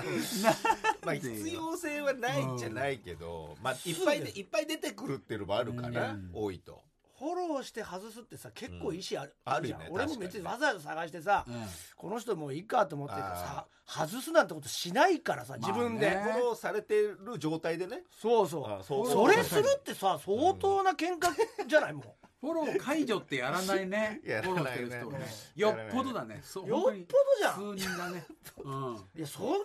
[SPEAKER 2] あ
[SPEAKER 3] で
[SPEAKER 2] 必要性はないんじゃないけど、まあいっぱいでいっぱい出てくるっていうのもあるから、
[SPEAKER 3] うん
[SPEAKER 2] 多いと
[SPEAKER 1] フォローして外すってさ結構意思ある
[SPEAKER 2] うんある
[SPEAKER 1] じ
[SPEAKER 2] よ
[SPEAKER 1] ゃん
[SPEAKER 2] ね
[SPEAKER 1] 俺も
[SPEAKER 2] 確かに
[SPEAKER 1] 別にわざわざ探してさ
[SPEAKER 3] うん
[SPEAKER 1] この人もういいかと思ってさ
[SPEAKER 2] あ
[SPEAKER 1] 外すなんてことしないからさ自分で、
[SPEAKER 3] まあね
[SPEAKER 2] フォローされてる状態でね
[SPEAKER 1] そうそう
[SPEAKER 2] あ
[SPEAKER 1] そ
[SPEAKER 2] そう
[SPEAKER 1] れするってさ相当な喧嘩じ ゃないも
[SPEAKER 3] フォロー解除ってやらないね。フ
[SPEAKER 2] やら
[SPEAKER 3] ォロー
[SPEAKER 2] ない
[SPEAKER 3] して
[SPEAKER 2] ね
[SPEAKER 3] る人はねよ
[SPEAKER 2] や
[SPEAKER 3] っ
[SPEAKER 2] らないね
[SPEAKER 3] ぽどだね。
[SPEAKER 1] う
[SPEAKER 3] そう
[SPEAKER 1] よっぽどじゃん
[SPEAKER 3] 本当に数人だね。うん。
[SPEAKER 1] いやそんな意思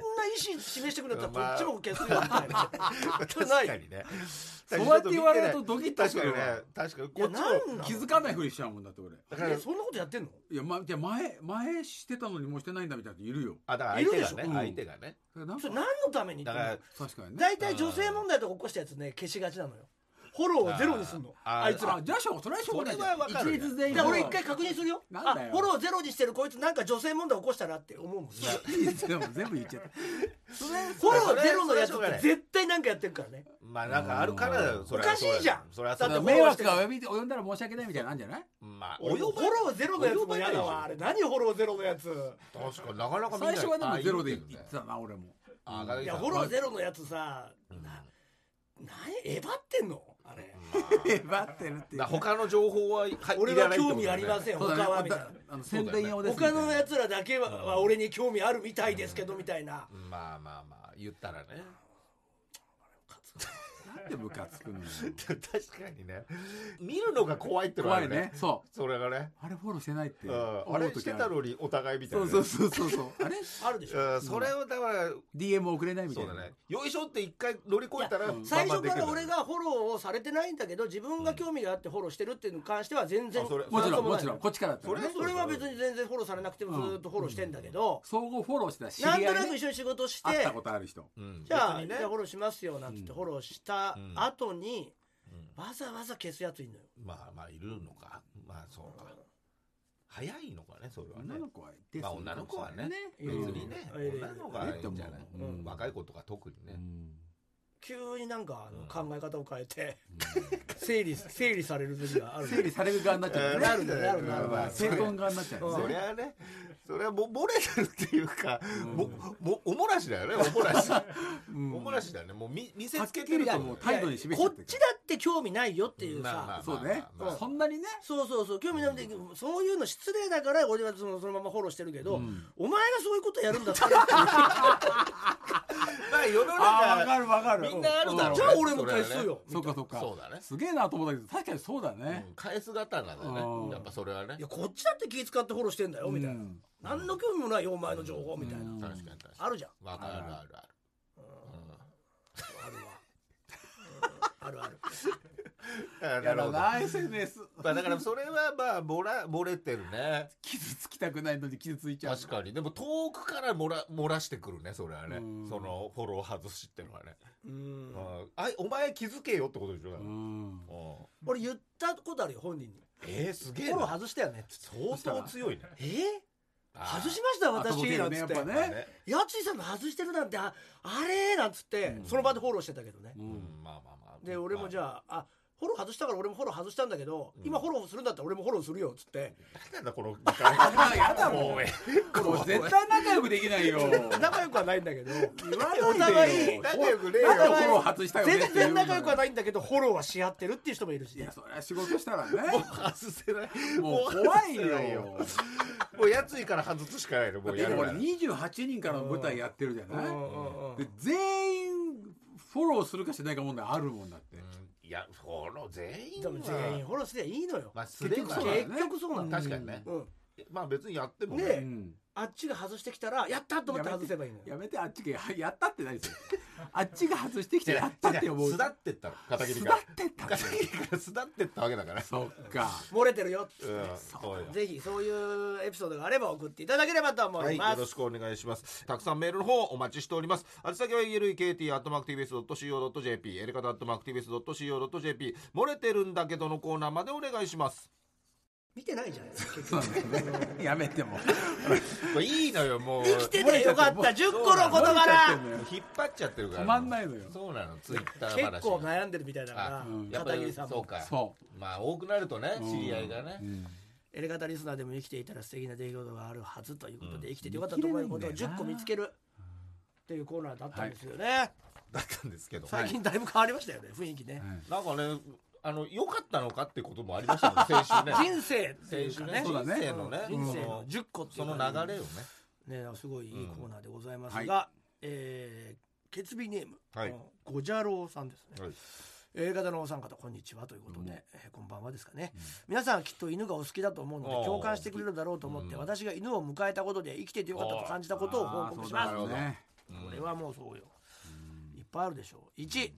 [SPEAKER 1] 示してくれたらこ
[SPEAKER 2] まあ
[SPEAKER 1] っちも消すよみたい な
[SPEAKER 2] 確
[SPEAKER 1] ない
[SPEAKER 2] かにね
[SPEAKER 3] そうやって言われるとドキッと
[SPEAKER 2] 確
[SPEAKER 3] す
[SPEAKER 2] か
[SPEAKER 3] る
[SPEAKER 2] に
[SPEAKER 3] わ
[SPEAKER 2] ね確かに
[SPEAKER 1] い
[SPEAKER 2] こ
[SPEAKER 1] や
[SPEAKER 2] っちも
[SPEAKER 1] なんなの
[SPEAKER 3] 気づかないふりしちゃうもんだって俺。
[SPEAKER 2] だ
[SPEAKER 1] いやそんなことやってんの
[SPEAKER 3] いや、ま、じゃあ前、前してたのにもうしてないんだみたいな人いるよ。
[SPEAKER 2] あだから相手
[SPEAKER 1] いる
[SPEAKER 2] が
[SPEAKER 1] で
[SPEAKER 2] ね
[SPEAKER 1] しょ
[SPEAKER 2] 相手がね
[SPEAKER 3] なん
[SPEAKER 1] そ
[SPEAKER 3] か
[SPEAKER 1] れ何のために
[SPEAKER 2] だから
[SPEAKER 3] 確かにね。
[SPEAKER 1] 大体女性問題とか起こしたやつね消しがちなのよフォローをゼロにすんの
[SPEAKER 2] あー
[SPEAKER 1] あいつら
[SPEAKER 3] あ、じゃあしょう、それはしょうがないじ
[SPEAKER 2] そ
[SPEAKER 3] ゃん。
[SPEAKER 2] れはわかる
[SPEAKER 3] 一律全員。
[SPEAKER 1] じゃあ俺一回確認するよ
[SPEAKER 3] なんだよ
[SPEAKER 1] あフォローゼロにしてるこいつなんか女性問題起こしたなって思うもんすぐ
[SPEAKER 3] いいですよ全部言っちゃった。それ
[SPEAKER 1] フォローゼロのやつっ
[SPEAKER 2] それはしょうがな
[SPEAKER 1] て
[SPEAKER 2] い
[SPEAKER 1] 絶対なんかやってるからね
[SPEAKER 2] まあなんかあるからだよそれはそうだよ
[SPEAKER 1] おかしいじゃん
[SPEAKER 2] それはそうだ
[SPEAKER 1] だ
[SPEAKER 2] よ
[SPEAKER 1] って
[SPEAKER 3] 迷惑が及び及んだら申し訳ないみたいなのあるんじゃない
[SPEAKER 2] まあ
[SPEAKER 1] 俺もフォローゼロのやつも嫌だわあ
[SPEAKER 2] 及
[SPEAKER 1] れ何フォローゼロのやつ
[SPEAKER 2] ばないでしょ確かになかなか
[SPEAKER 3] 最初はで
[SPEAKER 2] ああ
[SPEAKER 3] も
[SPEAKER 2] い
[SPEAKER 3] ゼ
[SPEAKER 2] る
[SPEAKER 3] ロで
[SPEAKER 2] け
[SPEAKER 3] 言
[SPEAKER 2] どね
[SPEAKER 3] ってたな俺も
[SPEAKER 2] あ片
[SPEAKER 1] い
[SPEAKER 2] 桐
[SPEAKER 1] や
[SPEAKER 2] さん
[SPEAKER 1] フォローゼロのやつさ
[SPEAKER 2] うん
[SPEAKER 1] な何えばってんのあれ
[SPEAKER 3] えばってるっていう
[SPEAKER 2] だから他の情報は入
[SPEAKER 1] 俺
[SPEAKER 2] いら
[SPEAKER 1] は
[SPEAKER 2] ないって
[SPEAKER 1] 興
[SPEAKER 2] こと
[SPEAKER 1] 味
[SPEAKER 2] だ
[SPEAKER 1] あ
[SPEAKER 2] よね
[SPEAKER 1] りません
[SPEAKER 3] そ
[SPEAKER 1] 他
[SPEAKER 3] うだね
[SPEAKER 1] は
[SPEAKER 3] ま
[SPEAKER 1] みたい
[SPEAKER 3] た
[SPEAKER 1] な
[SPEAKER 3] あの宣伝用ですみた
[SPEAKER 1] 他
[SPEAKER 3] いな
[SPEAKER 1] のやつらだけはは俺に興味あるみたいですけどみたいな
[SPEAKER 2] まあまあまあ言ったらね
[SPEAKER 1] カツ
[SPEAKER 3] ってムカつくのよ
[SPEAKER 2] 確かにね 見るのが怖いってのはあ
[SPEAKER 3] 怖
[SPEAKER 2] る
[SPEAKER 3] いねそう
[SPEAKER 2] それがね、
[SPEAKER 3] あれフォローしてないって
[SPEAKER 2] う、
[SPEAKER 3] 思うん時
[SPEAKER 2] あ
[SPEAKER 3] ある
[SPEAKER 2] れしてたのにお互いみたいな
[SPEAKER 3] そう
[SPEAKER 2] ね、
[SPEAKER 3] そうそうそうそうあれ
[SPEAKER 1] あるでしょ
[SPEAKER 2] うんそれをだから
[SPEAKER 3] DM 送れないみた
[SPEAKER 2] そ
[SPEAKER 3] いう
[SPEAKER 2] だ
[SPEAKER 3] な
[SPEAKER 2] ねよいしょって一回乗り越えたら
[SPEAKER 3] いや
[SPEAKER 1] 最初から
[SPEAKER 2] バンバン
[SPEAKER 1] 俺
[SPEAKER 2] できるんだ
[SPEAKER 1] が
[SPEAKER 2] よね
[SPEAKER 1] フォローをされてないんだけど自分が興味があってフォローしてるっていうのに関しては全然
[SPEAKER 2] あそれ
[SPEAKER 3] もちろん
[SPEAKER 1] な
[SPEAKER 3] も
[SPEAKER 1] と
[SPEAKER 3] ちろんこっちからだったら
[SPEAKER 1] ない
[SPEAKER 3] ね
[SPEAKER 1] それは別に全然フォローされなくてもずーっとフォローしてんだけど、
[SPEAKER 3] 相互フォローしてた知り
[SPEAKER 1] な
[SPEAKER 3] 合い
[SPEAKER 1] ん
[SPEAKER 3] ね
[SPEAKER 1] となく一緒に仕事して
[SPEAKER 3] 会ったことある人
[SPEAKER 2] うん
[SPEAKER 1] じゃあ、
[SPEAKER 2] 別に
[SPEAKER 1] じゃあフォローしますよなんつってフォローした後に、
[SPEAKER 2] うん
[SPEAKER 1] わざわざ消すやついんのよ
[SPEAKER 2] まあまあいるのかまあそうか早いのかねそれはね
[SPEAKER 3] 女の子はデ
[SPEAKER 2] まあ女の子はね
[SPEAKER 1] うん
[SPEAKER 2] 別にね
[SPEAKER 1] うん
[SPEAKER 2] 女の子がいいんじゃない
[SPEAKER 3] ええと思ううん
[SPEAKER 2] 若い子とか特にね
[SPEAKER 1] 急になんかあの
[SPEAKER 2] う
[SPEAKER 1] 考え方を変えて、整理整理される時がある
[SPEAKER 3] 整理される側になっちゃうね
[SPEAKER 1] なるんだよなるんだよ
[SPEAKER 2] うんまあ
[SPEAKER 3] 整頓側になっちゃう
[SPEAKER 2] そ
[SPEAKER 3] ね
[SPEAKER 2] りゃねそれはも漏れてるっていうか
[SPEAKER 3] うん
[SPEAKER 2] ももおもらしだよねおもらしお
[SPEAKER 3] うん
[SPEAKER 2] もらしだよねもう見見せ
[SPEAKER 3] はっ
[SPEAKER 2] つけ
[SPEAKER 3] き
[SPEAKER 2] て
[SPEAKER 3] り
[SPEAKER 2] ると
[SPEAKER 3] と
[SPEAKER 2] 思
[SPEAKER 3] も
[SPEAKER 2] う
[SPEAKER 3] う 態度に示
[SPEAKER 1] こ
[SPEAKER 3] し
[SPEAKER 1] っ
[SPEAKER 3] ちゃってる
[SPEAKER 1] ちだって興味ないよっていうさ、
[SPEAKER 2] まあまあ
[SPEAKER 3] そうね
[SPEAKER 2] まあまあ
[SPEAKER 3] そんなにね
[SPEAKER 1] そうそうそう興味ないんで、そういうの失礼だから俺はそのそのままフォローしてるけど、お前がそういうことやるんだったら
[SPEAKER 2] まあ世の
[SPEAKER 3] ああわ
[SPEAKER 2] 中
[SPEAKER 3] かるわかる
[SPEAKER 2] みんなあるだろうね
[SPEAKER 1] じゃあ俺も返す
[SPEAKER 2] それはね
[SPEAKER 1] よ、
[SPEAKER 3] そっかそっか
[SPEAKER 2] そうだね
[SPEAKER 3] すげえなと思ったけど確かにそうだね
[SPEAKER 2] うん返す刀だよ
[SPEAKER 3] うん
[SPEAKER 2] ねやっぱそれはね
[SPEAKER 1] いやこっちだって気使ってフォローしてんだよみたいな、
[SPEAKER 3] うん
[SPEAKER 1] 何の興味もないよお前の情報みたいな、
[SPEAKER 3] うん
[SPEAKER 2] 確かに確か
[SPEAKER 1] あ
[SPEAKER 2] に
[SPEAKER 1] るじゃん
[SPEAKER 2] わかるあるある
[SPEAKER 1] あるわ
[SPEAKER 2] ある
[SPEAKER 1] うんあるある
[SPEAKER 2] あ
[SPEAKER 3] や
[SPEAKER 2] なる
[SPEAKER 3] ろ
[SPEAKER 2] ほ
[SPEAKER 3] う
[SPEAKER 2] ど
[SPEAKER 3] な SNS
[SPEAKER 2] まあだからそれはまあ漏ら漏れてるね
[SPEAKER 3] 傷つきたくないのに傷ついちゃう
[SPEAKER 2] 確かにでも遠くから漏ら漏らしてくるねそれはね
[SPEAKER 3] うん
[SPEAKER 2] そのフォロー外しってのはね、
[SPEAKER 1] うん
[SPEAKER 2] うんあいお前気づけよってことでしょ、
[SPEAKER 3] うん
[SPEAKER 2] うん
[SPEAKER 1] 俺言ったことあるよ本人に
[SPEAKER 2] えー、すげえ
[SPEAKER 1] フォロー
[SPEAKER 2] な
[SPEAKER 1] 外したよね
[SPEAKER 2] 相当強いね
[SPEAKER 1] えー、
[SPEAKER 2] あー
[SPEAKER 1] 外しました
[SPEAKER 3] あとぼけ
[SPEAKER 1] 私な
[SPEAKER 3] る
[SPEAKER 1] ん
[SPEAKER 3] ね
[SPEAKER 1] つ
[SPEAKER 3] や
[SPEAKER 1] っ
[SPEAKER 3] ってぱ
[SPEAKER 2] まあ
[SPEAKER 3] ね
[SPEAKER 2] ね
[SPEAKER 1] やついさんの外してるなんてああれーなんつって、
[SPEAKER 2] ん
[SPEAKER 1] その場でフォローしてたけどね
[SPEAKER 3] う
[SPEAKER 2] うんんまあまあまあ
[SPEAKER 1] で俺もじ
[SPEAKER 2] あ、
[SPEAKER 1] ゃああフォロー外したから俺もフォロー外したんだけど、
[SPEAKER 2] うん
[SPEAKER 1] 今フォローするんだったら俺もフォローするよっつって
[SPEAKER 2] なんだこの誤解
[SPEAKER 3] やだもう
[SPEAKER 2] もうえ
[SPEAKER 3] もう絶対仲良くできないよ
[SPEAKER 1] 仲良くはないんだけどお
[SPEAKER 3] お互
[SPEAKER 1] 互い
[SPEAKER 3] い
[SPEAKER 2] 仲良くねえよ
[SPEAKER 1] お互い
[SPEAKER 3] フォロー外したよねっていう
[SPEAKER 1] 全然仲良くはないんだけどフォローはし合ってるっていう人もいるし
[SPEAKER 3] いやそりゃ仕事した らね
[SPEAKER 2] もう外せない
[SPEAKER 3] もう
[SPEAKER 2] 外
[SPEAKER 3] 怖い
[SPEAKER 2] せな
[SPEAKER 3] よ
[SPEAKER 2] もうやついから外すしかないのもう
[SPEAKER 3] で
[SPEAKER 2] やる
[SPEAKER 3] も
[SPEAKER 2] な
[SPEAKER 3] 俺
[SPEAKER 2] ら
[SPEAKER 3] 28人からの舞台やってるじゃ
[SPEAKER 1] うん
[SPEAKER 3] な
[SPEAKER 1] う
[SPEAKER 3] い
[SPEAKER 1] んうん
[SPEAKER 3] で全員フォローするかしないか問題あるもんだって
[SPEAKER 2] うんいやフォロー全員
[SPEAKER 1] で
[SPEAKER 2] は
[SPEAKER 1] も全員フォローすりゃいいのよ、
[SPEAKER 2] まあすれば
[SPEAKER 3] そうだよね
[SPEAKER 1] 結局そうなんだ、
[SPEAKER 2] 確かにね、
[SPEAKER 1] うん、
[SPEAKER 2] まあ別にやっても
[SPEAKER 1] ね
[SPEAKER 3] うん
[SPEAKER 1] あっちが外してきたらやったと思って外せばいいのよ
[SPEAKER 3] やめてあっちがやったってないですよあっちが外してきてやったって思う
[SPEAKER 2] 巣立ってったの片
[SPEAKER 3] 巣
[SPEAKER 2] 桐
[SPEAKER 3] 立
[SPEAKER 2] が
[SPEAKER 3] ってった
[SPEAKER 2] 片桐から巣立ってったわけだから
[SPEAKER 3] そっか
[SPEAKER 1] 漏れてるよ
[SPEAKER 2] うんそうよ
[SPEAKER 1] ぜひそういうエピソードがあれば送っていただければと思
[SPEAKER 2] はいい、よ
[SPEAKER 1] ます、
[SPEAKER 2] ろしくお願いします。たくさんメールの方お待ちしております。宛先は elekt.mactvs.co.jp、エレカタ .mactvs.co.jp、漏れてるんだけどのコーナーまでお願いします。
[SPEAKER 1] 見てないじゃないですか結
[SPEAKER 3] そう
[SPEAKER 1] 局
[SPEAKER 3] なんだよねやめても
[SPEAKER 2] これいいのよ、もう。
[SPEAKER 1] 生きててよかった10個の事
[SPEAKER 3] 漏れちゃって
[SPEAKER 1] 柄
[SPEAKER 3] んのよ
[SPEAKER 2] 引っ張っちゃってるから。
[SPEAKER 3] 止まんないのよ
[SPEAKER 2] そうなの、ツイッター話が。
[SPEAKER 1] 結構悩んでるみたいだ
[SPEAKER 2] あ
[SPEAKER 1] か
[SPEAKER 3] うん
[SPEAKER 1] ら
[SPEAKER 2] やっぱ
[SPEAKER 1] 片
[SPEAKER 2] り
[SPEAKER 1] 桐さん
[SPEAKER 2] そう
[SPEAKER 1] も
[SPEAKER 2] か。
[SPEAKER 3] そ
[SPEAKER 2] まあ多くなるとね、
[SPEAKER 3] うん
[SPEAKER 2] 知り合いがね。
[SPEAKER 3] うん
[SPEAKER 1] エレガタリスナーでも生きていたら素敵な出来事があるはずということで、
[SPEAKER 2] うん
[SPEAKER 1] 生きててよかったと思えることを
[SPEAKER 3] 見切
[SPEAKER 1] 10
[SPEAKER 3] れないんだよな
[SPEAKER 1] 個見つけるっていうコーナーだったんですよね、
[SPEAKER 2] だったんですけど。
[SPEAKER 1] 最近だいぶ変わりましたよね雰囲気ね、
[SPEAKER 3] は
[SPEAKER 2] な
[SPEAKER 3] い
[SPEAKER 2] んかね、あの、良かったのかってこともありました ね、先週ね。
[SPEAKER 1] 人生っていう
[SPEAKER 2] 先週
[SPEAKER 1] か
[SPEAKER 2] ね
[SPEAKER 1] ね
[SPEAKER 3] そうだね
[SPEAKER 2] 人生のね、
[SPEAKER 1] 人生
[SPEAKER 2] そ
[SPEAKER 1] の10個ってい
[SPEAKER 2] そうの
[SPEAKER 1] か
[SPEAKER 2] 流れをね。
[SPEAKER 1] ね、すごいいいコーナーでございますが、
[SPEAKER 3] うん
[SPEAKER 1] えー、ケツビネーム、
[SPEAKER 2] はい
[SPEAKER 1] あのゴジャロウさんですね。
[SPEAKER 2] はい
[SPEAKER 1] A 型のお三方こんにちはということで、
[SPEAKER 3] うん
[SPEAKER 1] えーこんばんはですかね、皆さんはきっと犬がお好きだと思うので
[SPEAKER 2] おー
[SPEAKER 1] 共感してくれるだろうと思って、
[SPEAKER 2] うん
[SPEAKER 1] 私が犬を迎えたことで生きててよかったと感じたことを報告しま
[SPEAKER 3] あー
[SPEAKER 1] す
[SPEAKER 3] そ
[SPEAKER 1] こ
[SPEAKER 3] うだろうね
[SPEAKER 2] うん
[SPEAKER 1] れはもうそうよ、いっぱいあるでしょう1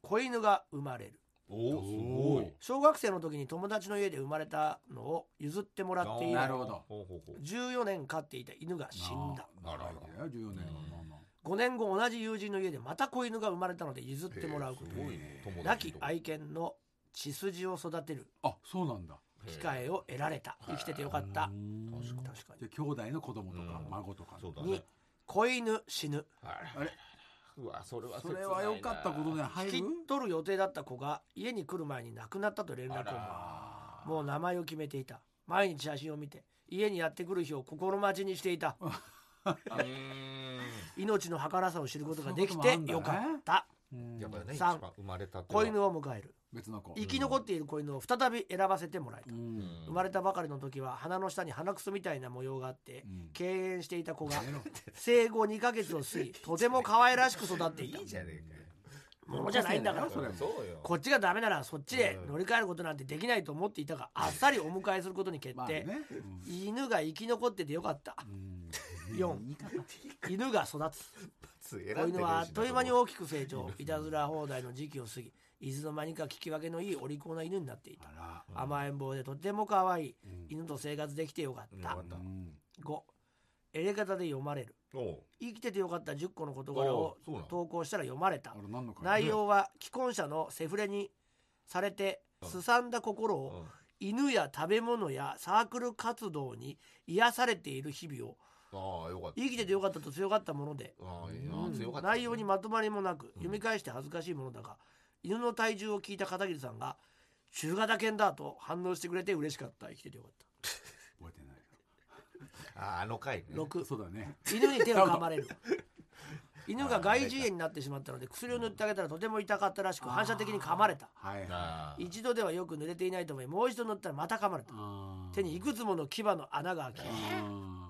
[SPEAKER 1] 子犬が生まれる
[SPEAKER 2] お
[SPEAKER 3] おー
[SPEAKER 2] す
[SPEAKER 1] 小学生の時に友達の家で生まれたのを譲ってもらっ
[SPEAKER 2] ご
[SPEAKER 1] て
[SPEAKER 2] い
[SPEAKER 1] 以
[SPEAKER 3] な
[SPEAKER 1] 来
[SPEAKER 3] るほど
[SPEAKER 2] ほうほうほう
[SPEAKER 1] 14年飼っていた犬が死んだ
[SPEAKER 2] なるほど
[SPEAKER 3] 長いんだよ14年はまあまあ
[SPEAKER 1] 5年後同じ友人の家でまた子犬が生まれたので譲ってもらうこと
[SPEAKER 2] すごい
[SPEAKER 1] に
[SPEAKER 2] ね友達
[SPEAKER 1] 亡き愛犬の血筋を育てる
[SPEAKER 3] あそうなんだ
[SPEAKER 1] 機会を得られた生きててよかった
[SPEAKER 3] うん
[SPEAKER 2] 確か
[SPEAKER 1] 確か
[SPEAKER 3] じゃあ兄弟の子供とか
[SPEAKER 2] うん
[SPEAKER 3] 孫とか
[SPEAKER 2] そうだ
[SPEAKER 1] にに
[SPEAKER 2] ね
[SPEAKER 1] 子犬死ぬ
[SPEAKER 2] あ
[SPEAKER 3] あれ
[SPEAKER 2] うわそれは
[SPEAKER 3] それは良かったことで
[SPEAKER 2] ね
[SPEAKER 3] 入
[SPEAKER 1] 引き
[SPEAKER 3] る
[SPEAKER 1] 取る予定だった子が家に来る前に亡くなったと連絡
[SPEAKER 2] あ
[SPEAKER 1] をもう名前を決めていた毎日写真を見て家にやってくる日を心待ちにしていた
[SPEAKER 2] うー
[SPEAKER 1] 命の儚さを知ることができ
[SPEAKER 3] そうい
[SPEAKER 1] て
[SPEAKER 3] うこと
[SPEAKER 1] よ
[SPEAKER 3] もある
[SPEAKER 1] か
[SPEAKER 3] ん
[SPEAKER 1] った
[SPEAKER 3] うん
[SPEAKER 2] んやっぱね一
[SPEAKER 1] 三
[SPEAKER 2] 番生まれたて
[SPEAKER 1] 子犬を迎える
[SPEAKER 3] 別の子
[SPEAKER 1] 生き残っている子犬を再び選ばせてもらえた
[SPEAKER 3] うん
[SPEAKER 1] 生まれたばかりの時は鼻の下に鼻くそみたいな模様があって、
[SPEAKER 3] うん
[SPEAKER 1] 敬遠していた子が生後2ヶ月を過ぎとても可愛らしく育って
[SPEAKER 2] い
[SPEAKER 1] いた
[SPEAKER 2] いじゃねえかよ
[SPEAKER 1] ものじゃないんだから
[SPEAKER 3] それは
[SPEAKER 2] そうよ
[SPEAKER 1] こっちがダメならそっちで乗り換えることなんてできないと思っていたがあっさりお迎えすることに決
[SPEAKER 3] まあ
[SPEAKER 1] 定、
[SPEAKER 3] ね
[SPEAKER 1] 犬が生き残っててよかった
[SPEAKER 3] うん
[SPEAKER 1] 4
[SPEAKER 3] 言い方
[SPEAKER 1] 犬が育つ
[SPEAKER 2] 選んでねえしな
[SPEAKER 1] 子犬はあっという間に大きく成長いたずら放題の時期を過ぎいつの間にか聞き分けのいいお利口な犬になっていた
[SPEAKER 3] あ
[SPEAKER 1] 甘えん坊でとても可愛い
[SPEAKER 3] らうん
[SPEAKER 1] 犬と生活できてよかった
[SPEAKER 2] うん
[SPEAKER 3] うん
[SPEAKER 1] 5エレ方で読まれる
[SPEAKER 2] おう
[SPEAKER 1] 生きててよかった10個の事柄を
[SPEAKER 2] あそうなの
[SPEAKER 1] 投稿したら読まれた
[SPEAKER 3] あれ何の会
[SPEAKER 1] 内容は既婚者のセフレにされてすさんだ心を
[SPEAKER 2] うん
[SPEAKER 1] 犬や食べ物やサークル活動に癒されている日々を
[SPEAKER 2] ああよかった
[SPEAKER 1] 生きててよかったと強かったもので、
[SPEAKER 2] ああいい
[SPEAKER 1] うん
[SPEAKER 2] な強かった
[SPEAKER 1] 内容にまとまりもなく
[SPEAKER 2] うん
[SPEAKER 1] 読み返して恥ずかしいものだが、犬の体重を聞いた片桐さんが「中型犬だ」と反応してくれて嬉しかった生きててよかっ
[SPEAKER 3] 覚えてない
[SPEAKER 2] ああの回ね
[SPEAKER 1] た6
[SPEAKER 3] そうだね
[SPEAKER 1] 犬に手を噛まれ る犬が外耳炎になってしまったので薬を塗ってあげたらとても痛かったらしく反射的に噛まれた
[SPEAKER 3] はいはい
[SPEAKER 2] ああ
[SPEAKER 1] 一度ではよく濡れていないと思いもう一度塗ったらまた噛まれた
[SPEAKER 3] あー
[SPEAKER 1] 手にいくつもの牙の穴が開き
[SPEAKER 3] あ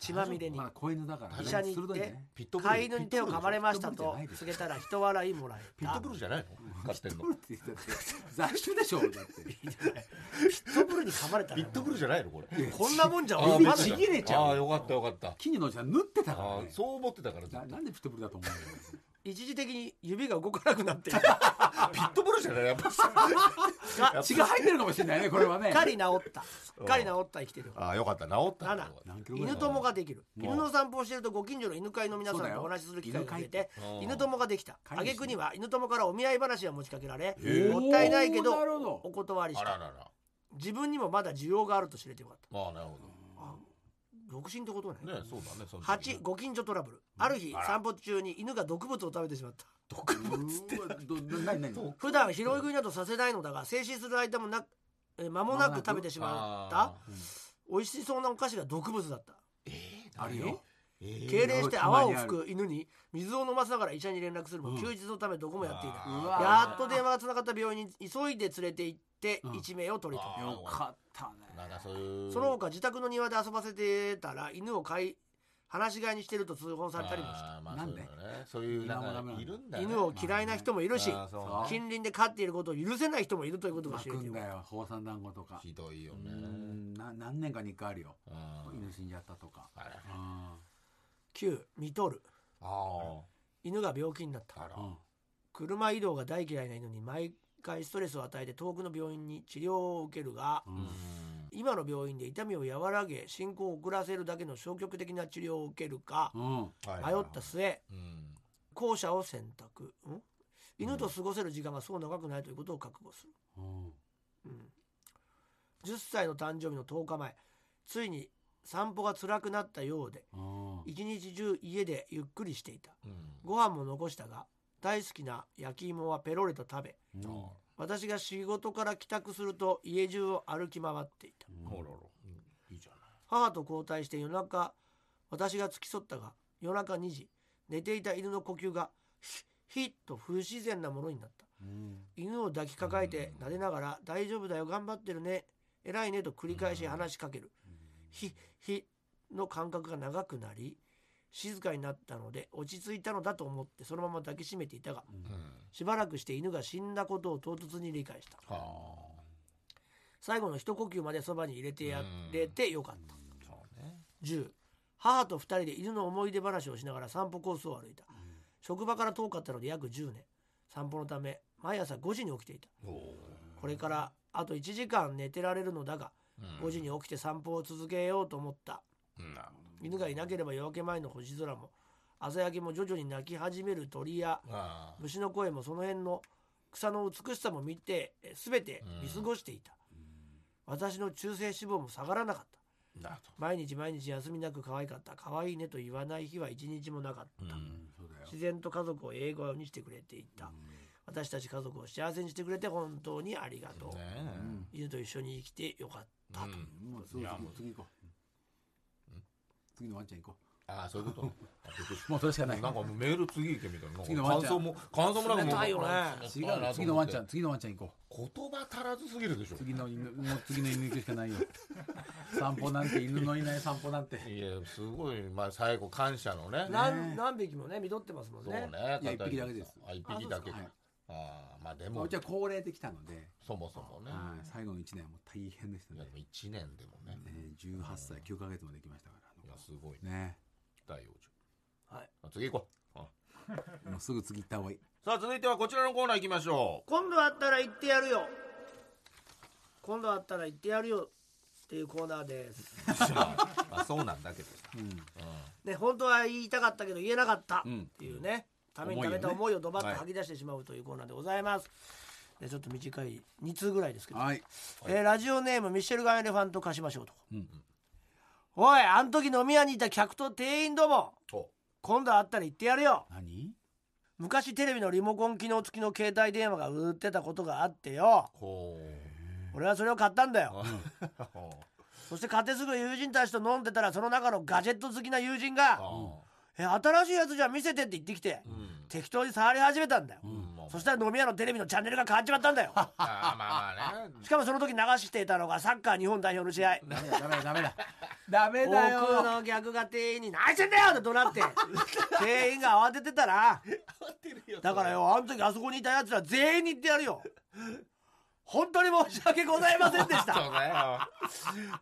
[SPEAKER 1] 血まみれに
[SPEAKER 3] ーまだ子犬だからね
[SPEAKER 1] 医者に行って
[SPEAKER 3] 鋭いね
[SPEAKER 2] ピットブル
[SPEAKER 1] 飼い犬に手を噛まれました
[SPEAKER 3] ピット
[SPEAKER 1] と
[SPEAKER 3] ブルじゃないです
[SPEAKER 1] 告げたら人笑いもらえ
[SPEAKER 2] ピッ
[SPEAKER 1] た
[SPEAKER 2] トブルじゃないの買ってんの
[SPEAKER 3] ピットブルって言ったって雑種でしょ だって
[SPEAKER 1] ピットブルに噛まれたら
[SPEAKER 2] ピットブルじゃないのこれ
[SPEAKER 1] こんなもんじゃ
[SPEAKER 2] あ
[SPEAKER 1] わ
[SPEAKER 2] あ
[SPEAKER 1] かん
[SPEAKER 2] び
[SPEAKER 1] な
[SPEAKER 2] っ
[SPEAKER 1] い
[SPEAKER 2] くりした
[SPEAKER 3] ちぎれちゃう
[SPEAKER 2] ああよかったよかった
[SPEAKER 3] 木にのじゃ縫ってたから
[SPEAKER 2] あ
[SPEAKER 3] ね
[SPEAKER 2] あそう思ってたからずっ
[SPEAKER 3] な
[SPEAKER 2] と
[SPEAKER 3] なんでピットブルだと思うんだよ
[SPEAKER 1] 一時的に指が動かなくなってい る
[SPEAKER 2] ピットブルじゃないやっぱ
[SPEAKER 1] が
[SPEAKER 3] 血が入ってるかもしれないねこれは
[SPEAKER 1] す
[SPEAKER 3] ね
[SPEAKER 1] っかり治ったすっかり治った生きてる
[SPEAKER 2] ああよかった治った
[SPEAKER 1] 七
[SPEAKER 3] 何キロぐらい
[SPEAKER 1] 犬
[SPEAKER 3] だろう
[SPEAKER 1] 友ができる
[SPEAKER 3] うん
[SPEAKER 1] 犬の散歩をしているとご近所の犬飼いの皆さんとお話しする機会が増えて
[SPEAKER 2] そうだよ
[SPEAKER 1] 犬友ができた
[SPEAKER 3] 飼い主
[SPEAKER 1] 挙句には犬友からお見合い話が持ちかけられ
[SPEAKER 2] へえ
[SPEAKER 1] もったいないけど
[SPEAKER 3] おーなるほど
[SPEAKER 1] お断りし
[SPEAKER 2] あらら
[SPEAKER 1] た
[SPEAKER 2] ら
[SPEAKER 1] 自分にもまだ需要があると知れてよかった
[SPEAKER 2] ああなるほ
[SPEAKER 1] あ独身ってことね
[SPEAKER 2] どねそうだねその時
[SPEAKER 1] 8ご近所トラブルある日
[SPEAKER 2] あら
[SPEAKER 1] 散歩中に犬が毒物を食べてしまった
[SPEAKER 3] 毒物ってどど何何
[SPEAKER 2] そう
[SPEAKER 1] 普段拾い食いなどさせないのだが静止する間もなくえー間もなく食べてしまった
[SPEAKER 2] あ
[SPEAKER 1] 美味しそうなお菓子が毒物だった
[SPEAKER 2] ー
[SPEAKER 3] あるよ
[SPEAKER 2] えー
[SPEAKER 1] 痙攣して
[SPEAKER 3] たま
[SPEAKER 1] 泡を
[SPEAKER 3] にある
[SPEAKER 1] 吹く犬に水を飲ませながら医者に連絡するも
[SPEAKER 3] うん
[SPEAKER 1] 休日のためどこもやっていな
[SPEAKER 3] う
[SPEAKER 1] い
[SPEAKER 3] わ
[SPEAKER 1] やっと電話がつながった病院に急いで連れて行って
[SPEAKER 3] うん
[SPEAKER 1] 一命を取り留めた
[SPEAKER 2] あ
[SPEAKER 3] よかったね
[SPEAKER 2] なんかそういう
[SPEAKER 1] その他自宅の庭で遊ばせてたら犬を飼い放し飼いにしてると通報されたりもし
[SPEAKER 2] あーまあ
[SPEAKER 3] なん
[SPEAKER 2] そう
[SPEAKER 3] で
[SPEAKER 2] だねそういうなん
[SPEAKER 3] 今もダメな
[SPEAKER 2] か
[SPEAKER 3] の
[SPEAKER 2] いるんだ
[SPEAKER 1] た
[SPEAKER 2] ね
[SPEAKER 1] 犬を嫌いな人もいるし
[SPEAKER 2] あーそう
[SPEAKER 3] そう
[SPEAKER 2] ね
[SPEAKER 1] 近隣で飼っていることを許せない人もいるということが
[SPEAKER 3] 巻
[SPEAKER 1] 知れ
[SPEAKER 3] く
[SPEAKER 1] てい
[SPEAKER 3] ん
[SPEAKER 1] る
[SPEAKER 3] だよ宝山団子とか
[SPEAKER 2] ひどいよ
[SPEAKER 3] う
[SPEAKER 2] ね
[SPEAKER 3] んな何年かに一回あるよ
[SPEAKER 2] あー
[SPEAKER 3] 犬死んじゃったとか
[SPEAKER 2] あらら
[SPEAKER 3] あ
[SPEAKER 1] 9見とる
[SPEAKER 2] あ
[SPEAKER 1] 犬が病気になった
[SPEAKER 2] ーあら
[SPEAKER 3] ーうん
[SPEAKER 1] 車移動が大嫌いな犬に毎回ストレスを与えて遠くの病院に治療を受けるが、
[SPEAKER 3] うん
[SPEAKER 1] 今の病院で痛みを和らげ進行を遅らせるだけの消極的な治療を受けるか、
[SPEAKER 3] うん
[SPEAKER 1] 迷った末
[SPEAKER 2] うん
[SPEAKER 1] 後者を選択ん犬と過ごせる時間がそう長くないということを覚悟す
[SPEAKER 3] うん
[SPEAKER 1] る、うん、10歳の誕生日の10日前ついに散歩が辛くなったようで
[SPEAKER 3] うん
[SPEAKER 1] 一日中家でゆっくりしていた
[SPEAKER 2] うん
[SPEAKER 1] ご飯も残したが大好きな焼き芋はペロリと食べ
[SPEAKER 3] うん
[SPEAKER 1] 私が仕事から帰宅すると家中を歩き回っていた
[SPEAKER 3] うん
[SPEAKER 2] ほらほらいいじゃない
[SPEAKER 1] 母と交代して夜中私が付き添ったが夜中2時寝ていた犬の呼吸がヒッヒッと不自然なものになった
[SPEAKER 3] うん
[SPEAKER 1] 犬を抱きかかえて撫でながら「大丈夫だよ頑張ってるね偉いね」と繰り返し話しかけるヒッヒッの間隔が長くなり静かになったので落ち着いたのだと思ってそのまま抱きしめていたが
[SPEAKER 2] うん
[SPEAKER 1] しばらくして犬が死んだことを唐突に理解した
[SPEAKER 2] はあ
[SPEAKER 1] 最後の一呼吸までそばに入れてや
[SPEAKER 2] うん
[SPEAKER 1] れてよかった
[SPEAKER 2] そうね
[SPEAKER 1] 10母と2人で犬の思い出話をしながら散歩コースを歩いた職場から遠かったので約10年散歩のため毎朝5時に起きていた
[SPEAKER 2] おー
[SPEAKER 1] これからあと1時間寝てられるのだが5時に起きて散歩を続けようと思った
[SPEAKER 2] うんなるほ
[SPEAKER 1] 犬がいなければ夜明け前の星空も朝焼けも徐々に鳴き始める鳥や
[SPEAKER 2] どあ
[SPEAKER 1] 虫の声もその辺の草の美しさも見てえ全て見過ごしていた、私の中性脂肪も下がらなかった
[SPEAKER 2] あなる
[SPEAKER 1] 毎日毎日休みなく可愛かった可愛いねと言わない日は一日もなかっ
[SPEAKER 2] ほどう
[SPEAKER 1] た、
[SPEAKER 2] ん
[SPEAKER 3] そうだよ
[SPEAKER 1] 自然と家族を英語にしてくれていた、私たち家族を幸せにしてくれて本当にありがとう、
[SPEAKER 2] ね
[SPEAKER 1] 犬と一緒に生きてよかったと、
[SPEAKER 2] うん
[SPEAKER 3] うんもうそう
[SPEAKER 2] いやもう
[SPEAKER 3] 次次行こう次のワンちゃん行こ
[SPEAKER 2] ああそういうこと
[SPEAKER 3] もうそれしかない
[SPEAKER 2] なんかもうメール次行けみたいな
[SPEAKER 3] 次の
[SPEAKER 2] な
[SPEAKER 3] ワ
[SPEAKER 2] ん
[SPEAKER 3] ン
[SPEAKER 2] か
[SPEAKER 3] ちゃん
[SPEAKER 2] 感想も感想もなんかも
[SPEAKER 1] 冷たいよね
[SPEAKER 3] 違う次のワンちゃん
[SPEAKER 2] ん
[SPEAKER 3] 次のワンちゃん行こう
[SPEAKER 2] 言葉足らずすぎるでしょ
[SPEAKER 3] 次の犬もう次の犬行くしかないよ散歩なんて犬のいない散歩なんて
[SPEAKER 2] いやすごいまあ最後感謝のね
[SPEAKER 1] 何何匹もね見とってますもん
[SPEAKER 2] そうね
[SPEAKER 1] ね
[SPEAKER 3] いや一匹だけです
[SPEAKER 2] あ一匹だけか
[SPEAKER 3] はい
[SPEAKER 2] あーまあで
[SPEAKER 3] まあ
[SPEAKER 2] も
[SPEAKER 3] うちは高齢できたので、
[SPEAKER 2] そもそもね
[SPEAKER 3] はい最後の1年はもう大変でした
[SPEAKER 2] い
[SPEAKER 3] ね
[SPEAKER 2] やでも一年でもね
[SPEAKER 3] ね18歳9ヶ月まで行きましたか
[SPEAKER 2] いやすごい
[SPEAKER 3] ら
[SPEAKER 2] ね
[SPEAKER 3] ね
[SPEAKER 2] 大王女
[SPEAKER 1] はい
[SPEAKER 2] あ次行こううん
[SPEAKER 3] もうすぐ次行った方がいい
[SPEAKER 2] さあ続いてはこちらのコーナー行きましょ
[SPEAKER 1] 今度会ったら言ってやるよ今度会ったら言ってやるよっていうコーナーです
[SPEAKER 2] うまあそうなんだけどさ
[SPEAKER 1] ね本当は言いたかったけど言えなかった
[SPEAKER 3] うん
[SPEAKER 1] っていうね、ために
[SPEAKER 3] 思い
[SPEAKER 1] た
[SPEAKER 3] をね
[SPEAKER 1] めた思いをドバッ
[SPEAKER 2] はい
[SPEAKER 1] と吐き出してしまうというコーナーでございます、でちょっと短い2通ぐらいですけど、
[SPEAKER 3] はい
[SPEAKER 1] えーラジオネームミシェルガンエレファント貸しましょうと、おいあん時飲み屋にいた客と店員ども
[SPEAKER 2] お
[SPEAKER 1] 今度会ったら言ってやるよ
[SPEAKER 3] 何
[SPEAKER 1] 昔テレビのリモコン機能付きの携帯電話が売ってたことがあってよ
[SPEAKER 2] ほ
[SPEAKER 1] 俺はそれを買ったんだよ
[SPEAKER 2] うほう
[SPEAKER 1] そして買ってすぐ友人たちと飲んでたらその中のガジェット好きな友人が
[SPEAKER 2] あ
[SPEAKER 1] 「え新しいやつじゃ見せて」って言ってきて、
[SPEAKER 2] ーうん
[SPEAKER 1] 適当に触り始めたんだよ、
[SPEAKER 2] うんまあ
[SPEAKER 1] そしたら飲み屋のテレビのチャンネルが変わっちまったんだよ
[SPEAKER 2] あーまあまあね
[SPEAKER 1] しかもその時流していたのがサッカー日本代表の試合
[SPEAKER 3] ダメだダメだダメだダメだよ
[SPEAKER 1] 奥の客が店員に「何してんだよ!」って怒 鳴って店員が慌ててたらだからよあの時あそこにいたやつら全員に言ってやるよ本当に申し訳ございませんでし た